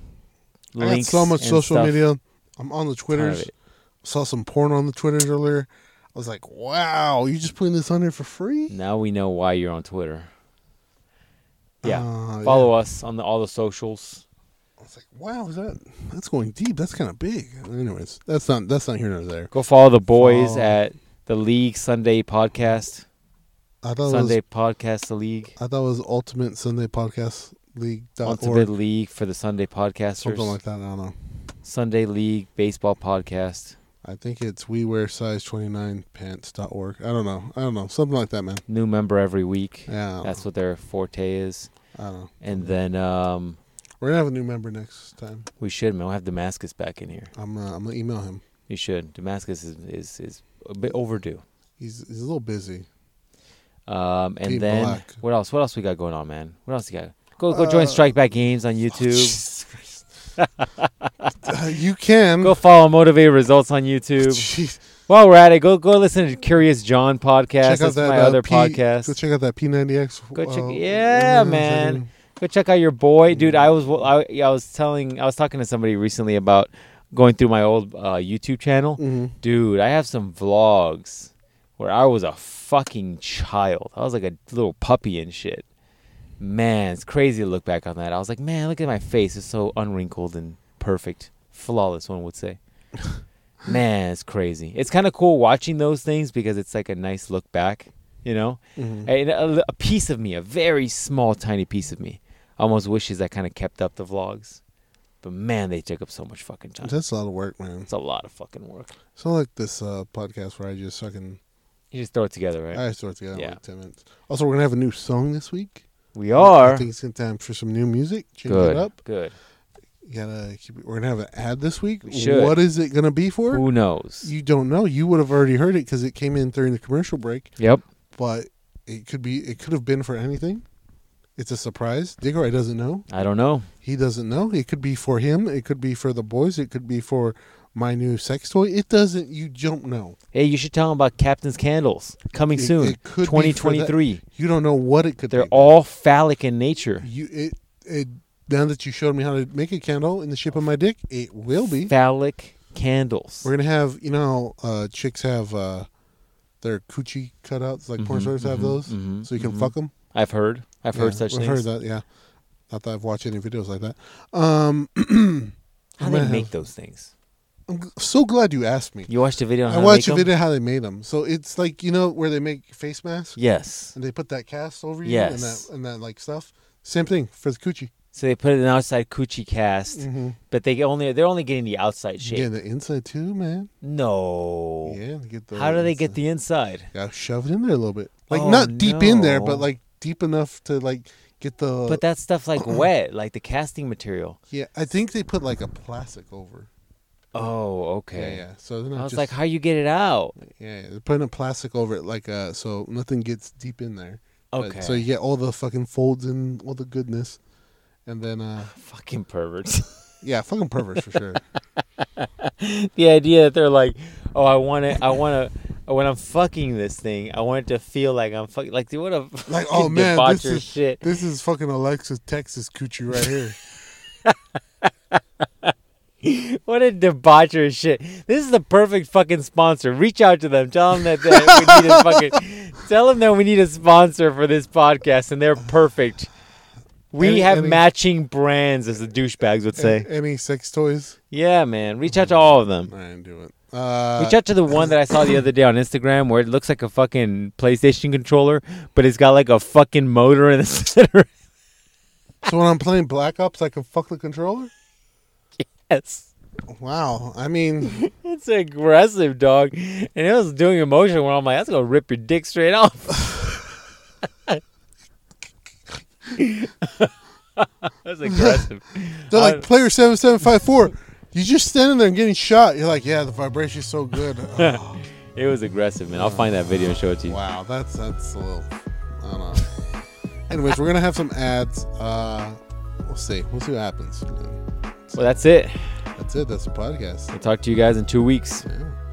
Speaker 1: I got
Speaker 2: links.
Speaker 1: so much
Speaker 2: and
Speaker 1: social
Speaker 2: stuff.
Speaker 1: media. I'm on the
Speaker 2: Tired of
Speaker 1: Twitters.
Speaker 2: it.
Speaker 1: Saw some porn on the Twitters earlier. I was like, wow, you just putting this on here for free?
Speaker 2: Now we know why you're on Twitter. Yeah.
Speaker 1: Uh,
Speaker 2: Follow
Speaker 1: yeah.
Speaker 2: us on the, all the socials.
Speaker 1: I was like, wow, is that that's going deep. That's kind of big. Anyways, that's not that's not here nor there.
Speaker 2: Go follow the boys
Speaker 1: Follow.
Speaker 2: at the League Sunday Podcast.
Speaker 1: I thought
Speaker 2: Sunday
Speaker 1: it
Speaker 2: Podcast the League.
Speaker 1: was I thought it was Ultimate Sunday Podcast League dot org,
Speaker 2: Ultimate League for the Sunday Podcasters.
Speaker 1: something like that. I don't know.
Speaker 2: Sunday League Baseball Podcast.
Speaker 1: I think it's we wear size twenty nine pants dot org. I don't know. I don't know. Something like that, man.
Speaker 2: New member every week.
Speaker 1: Yeah.
Speaker 2: That's what their forte is.
Speaker 1: I don't know.
Speaker 2: And then um,
Speaker 1: We're gonna have a new member next time.
Speaker 2: we should, man. We'll have Damascus back in here.
Speaker 1: I'm uh, I'm gonna email him.
Speaker 2: You should. Damascus is, is, is a bit overdue.
Speaker 1: He's he's a little busy.
Speaker 2: Um, and
Speaker 1: Team
Speaker 2: then
Speaker 1: Black. Uh,
Speaker 2: what else? What else we got going on, man? What else you got? Go go join Strike Back Games
Speaker 1: oh,
Speaker 2: on YouTube.
Speaker 1: Jesus Christ. Uh, you can
Speaker 2: go follow Motivated Results on YouTube.
Speaker 1: Jeez.
Speaker 2: While we're at it, go go listen to Curious John podcast.
Speaker 1: Check out
Speaker 2: That's
Speaker 1: that
Speaker 2: my
Speaker 1: uh,
Speaker 2: other
Speaker 1: P-
Speaker 2: podcast.
Speaker 1: Go check out that P90X.
Speaker 2: Go check-
Speaker 1: uh,
Speaker 2: yeah,
Speaker 1: what is that
Speaker 2: man.
Speaker 1: name?
Speaker 2: go check out your boy,
Speaker 1: Mm.
Speaker 2: dude. I was I, I was telling I was talking to somebody recently about going through my old uh, YouTube channel,
Speaker 1: Mhm.
Speaker 2: dude. I have some vlogs where I was a fucking child. I was like a little puppy and shit. Man, it's crazy to look back on that. I was like, man, look at my face. It's so unwrinkled and perfect, flawless. One would say. Man, it's crazy. It's kind of cool watching those things because it's like a nice look back, you know?
Speaker 1: Mhm.
Speaker 2: And a, a piece of me, a very small, tiny piece of me, almost wishes I kind of kept up the vlogs. But man, they took up so much fucking time.
Speaker 1: That's a lot of work, man.
Speaker 2: It's a lot of fucking work.
Speaker 1: It's not like this uh, podcast where I just fucking
Speaker 2: You just throw it together, right?
Speaker 1: I just throw it together in
Speaker 2: Yeah.
Speaker 1: like ten minutes. Also, we're gonna have a new song this week.
Speaker 2: we are.
Speaker 1: I think it's time for some new music. Change
Speaker 2: Good.
Speaker 1: it up.
Speaker 2: Good.
Speaker 1: You gotta keep it. We're gonna have an ad this week.
Speaker 2: We should.
Speaker 1: What is it gonna be for?
Speaker 2: Who knows?
Speaker 1: You don't know. You would have already heard it because it came in during the commercial break.
Speaker 2: yep.
Speaker 1: But it could be. It could have been for anything. It's a surprise. Diggory doesn't know.
Speaker 2: I don't know.
Speaker 1: He doesn't know. It could be for him. It could be for the boys. It could be for my new sex toy. It doesn't. You don't know.
Speaker 2: Hey, you should tell them about Captain's Candles coming
Speaker 1: It-
Speaker 2: soon,
Speaker 1: it could be for that-
Speaker 2: 2023.
Speaker 1: You don't know what it could.
Speaker 2: They're
Speaker 1: be.
Speaker 2: all phallic in nature.
Speaker 1: You it it. Now that you showed me how to make a candle in the shape of my dick, it will be.
Speaker 2: Phallic candles.
Speaker 1: We're gonna have you know how, uh, chicks have uh, their coochie cutouts like porn
Speaker 2: Mhm,
Speaker 1: stars have
Speaker 2: mhm,
Speaker 1: those,
Speaker 2: mhm,
Speaker 1: so you can
Speaker 2: mhm.
Speaker 1: fuck them.
Speaker 2: I've heard. I've heard
Speaker 1: Yeah,
Speaker 2: such
Speaker 1: we've
Speaker 2: things.
Speaker 1: Heard that, yeah. Not that I've watched any videos like that. Um,
Speaker 2: How
Speaker 1: I might
Speaker 2: do they
Speaker 1: have-
Speaker 2: make those things?
Speaker 1: I'm g- so glad you asked me.
Speaker 2: You watched a video on
Speaker 1: I
Speaker 2: how to
Speaker 1: watched
Speaker 2: make
Speaker 1: a
Speaker 2: 'em?
Speaker 1: video how they made them. So it's like you know where they make face masks
Speaker 2: Yes.
Speaker 1: and they put that cast over you and
Speaker 2: Yes.
Speaker 1: that and that like stuff. Same thing for the coochie.
Speaker 2: So they put an outside coochie cast,
Speaker 1: Mm-hmm.
Speaker 2: but they only they're only getting the outside shape.
Speaker 1: Yeah, the inside too, man.
Speaker 2: No.
Speaker 1: Yeah, uh, they get the.
Speaker 2: How do they get
Speaker 1: inside.
Speaker 2: the inside?
Speaker 1: Yeah, shove it in there a little bit. Like
Speaker 2: Oh,
Speaker 1: not deep in there,
Speaker 2: no.
Speaker 1: but like deep enough to like get the.
Speaker 2: But that stuff like wet, like the casting material.
Speaker 1: yeah, I think they put like a plastic over.
Speaker 2: Oh, okay.
Speaker 1: Yeah, yeah. So they're not
Speaker 2: I was
Speaker 1: just,
Speaker 2: like, how you get it out?
Speaker 1: yeah, yeah, they're putting a plastic over it, like uh, so nothing gets deep in there. But-
Speaker 2: Okay.
Speaker 1: so you get all the fucking folds and all the goodness, and then uh,
Speaker 2: Fucking perverts.
Speaker 1: yeah, fucking perverts for sure.
Speaker 2: the idea that they're like, oh, I want it. I want to. When I'm fucking this thing, I want it to feel like I'm fucking. Like, dude, what a
Speaker 1: Like, oh
Speaker 2: fucking
Speaker 1: man, this
Speaker 2: debaucherous
Speaker 1: is
Speaker 2: shit.
Speaker 1: this is fucking Alexis Texas coochie right here.
Speaker 2: What a debaucherous shit. This is the perfect fucking sponsor. Reach out to them. Tell them that, that we need a fucking. Tell them that we need a sponsor for this podcast, and they're perfect. We
Speaker 1: Any-
Speaker 2: have
Speaker 1: any-
Speaker 2: matching brands, as the douchebags would say.
Speaker 1: A- any sex toys?
Speaker 2: yeah, man. Reach out to all of them.
Speaker 1: I didn't do it. Uh,
Speaker 2: Reach out to the one that I saw the other day on Instagram where it looks like a fucking PlayStation controller, but it's got like a fucking motor in the center.
Speaker 1: so when I'm playing Black Ops, I can fuck the controller.
Speaker 2: yes.
Speaker 1: Wow. I mean,
Speaker 2: It's aggressive, dog. And it was doing emotion where I'm like, that's gonna rip your dick straight off. that's aggressive.
Speaker 1: they're
Speaker 2: I-
Speaker 1: like player seven seven five four. You just standing there and getting shot. You're like, yeah, the vibration's so good. Oh,
Speaker 2: It was aggressive, man. I'll find that video and show it to you.
Speaker 1: wow, that's that's a little. I don't know. Anyways, we're gonna have some ads. Uh, we'll see. We'll see what happens.
Speaker 2: Well, that's it.
Speaker 1: That's it. That's the podcast.
Speaker 2: I'll talk to you guys in two weeks.
Speaker 1: Yeah.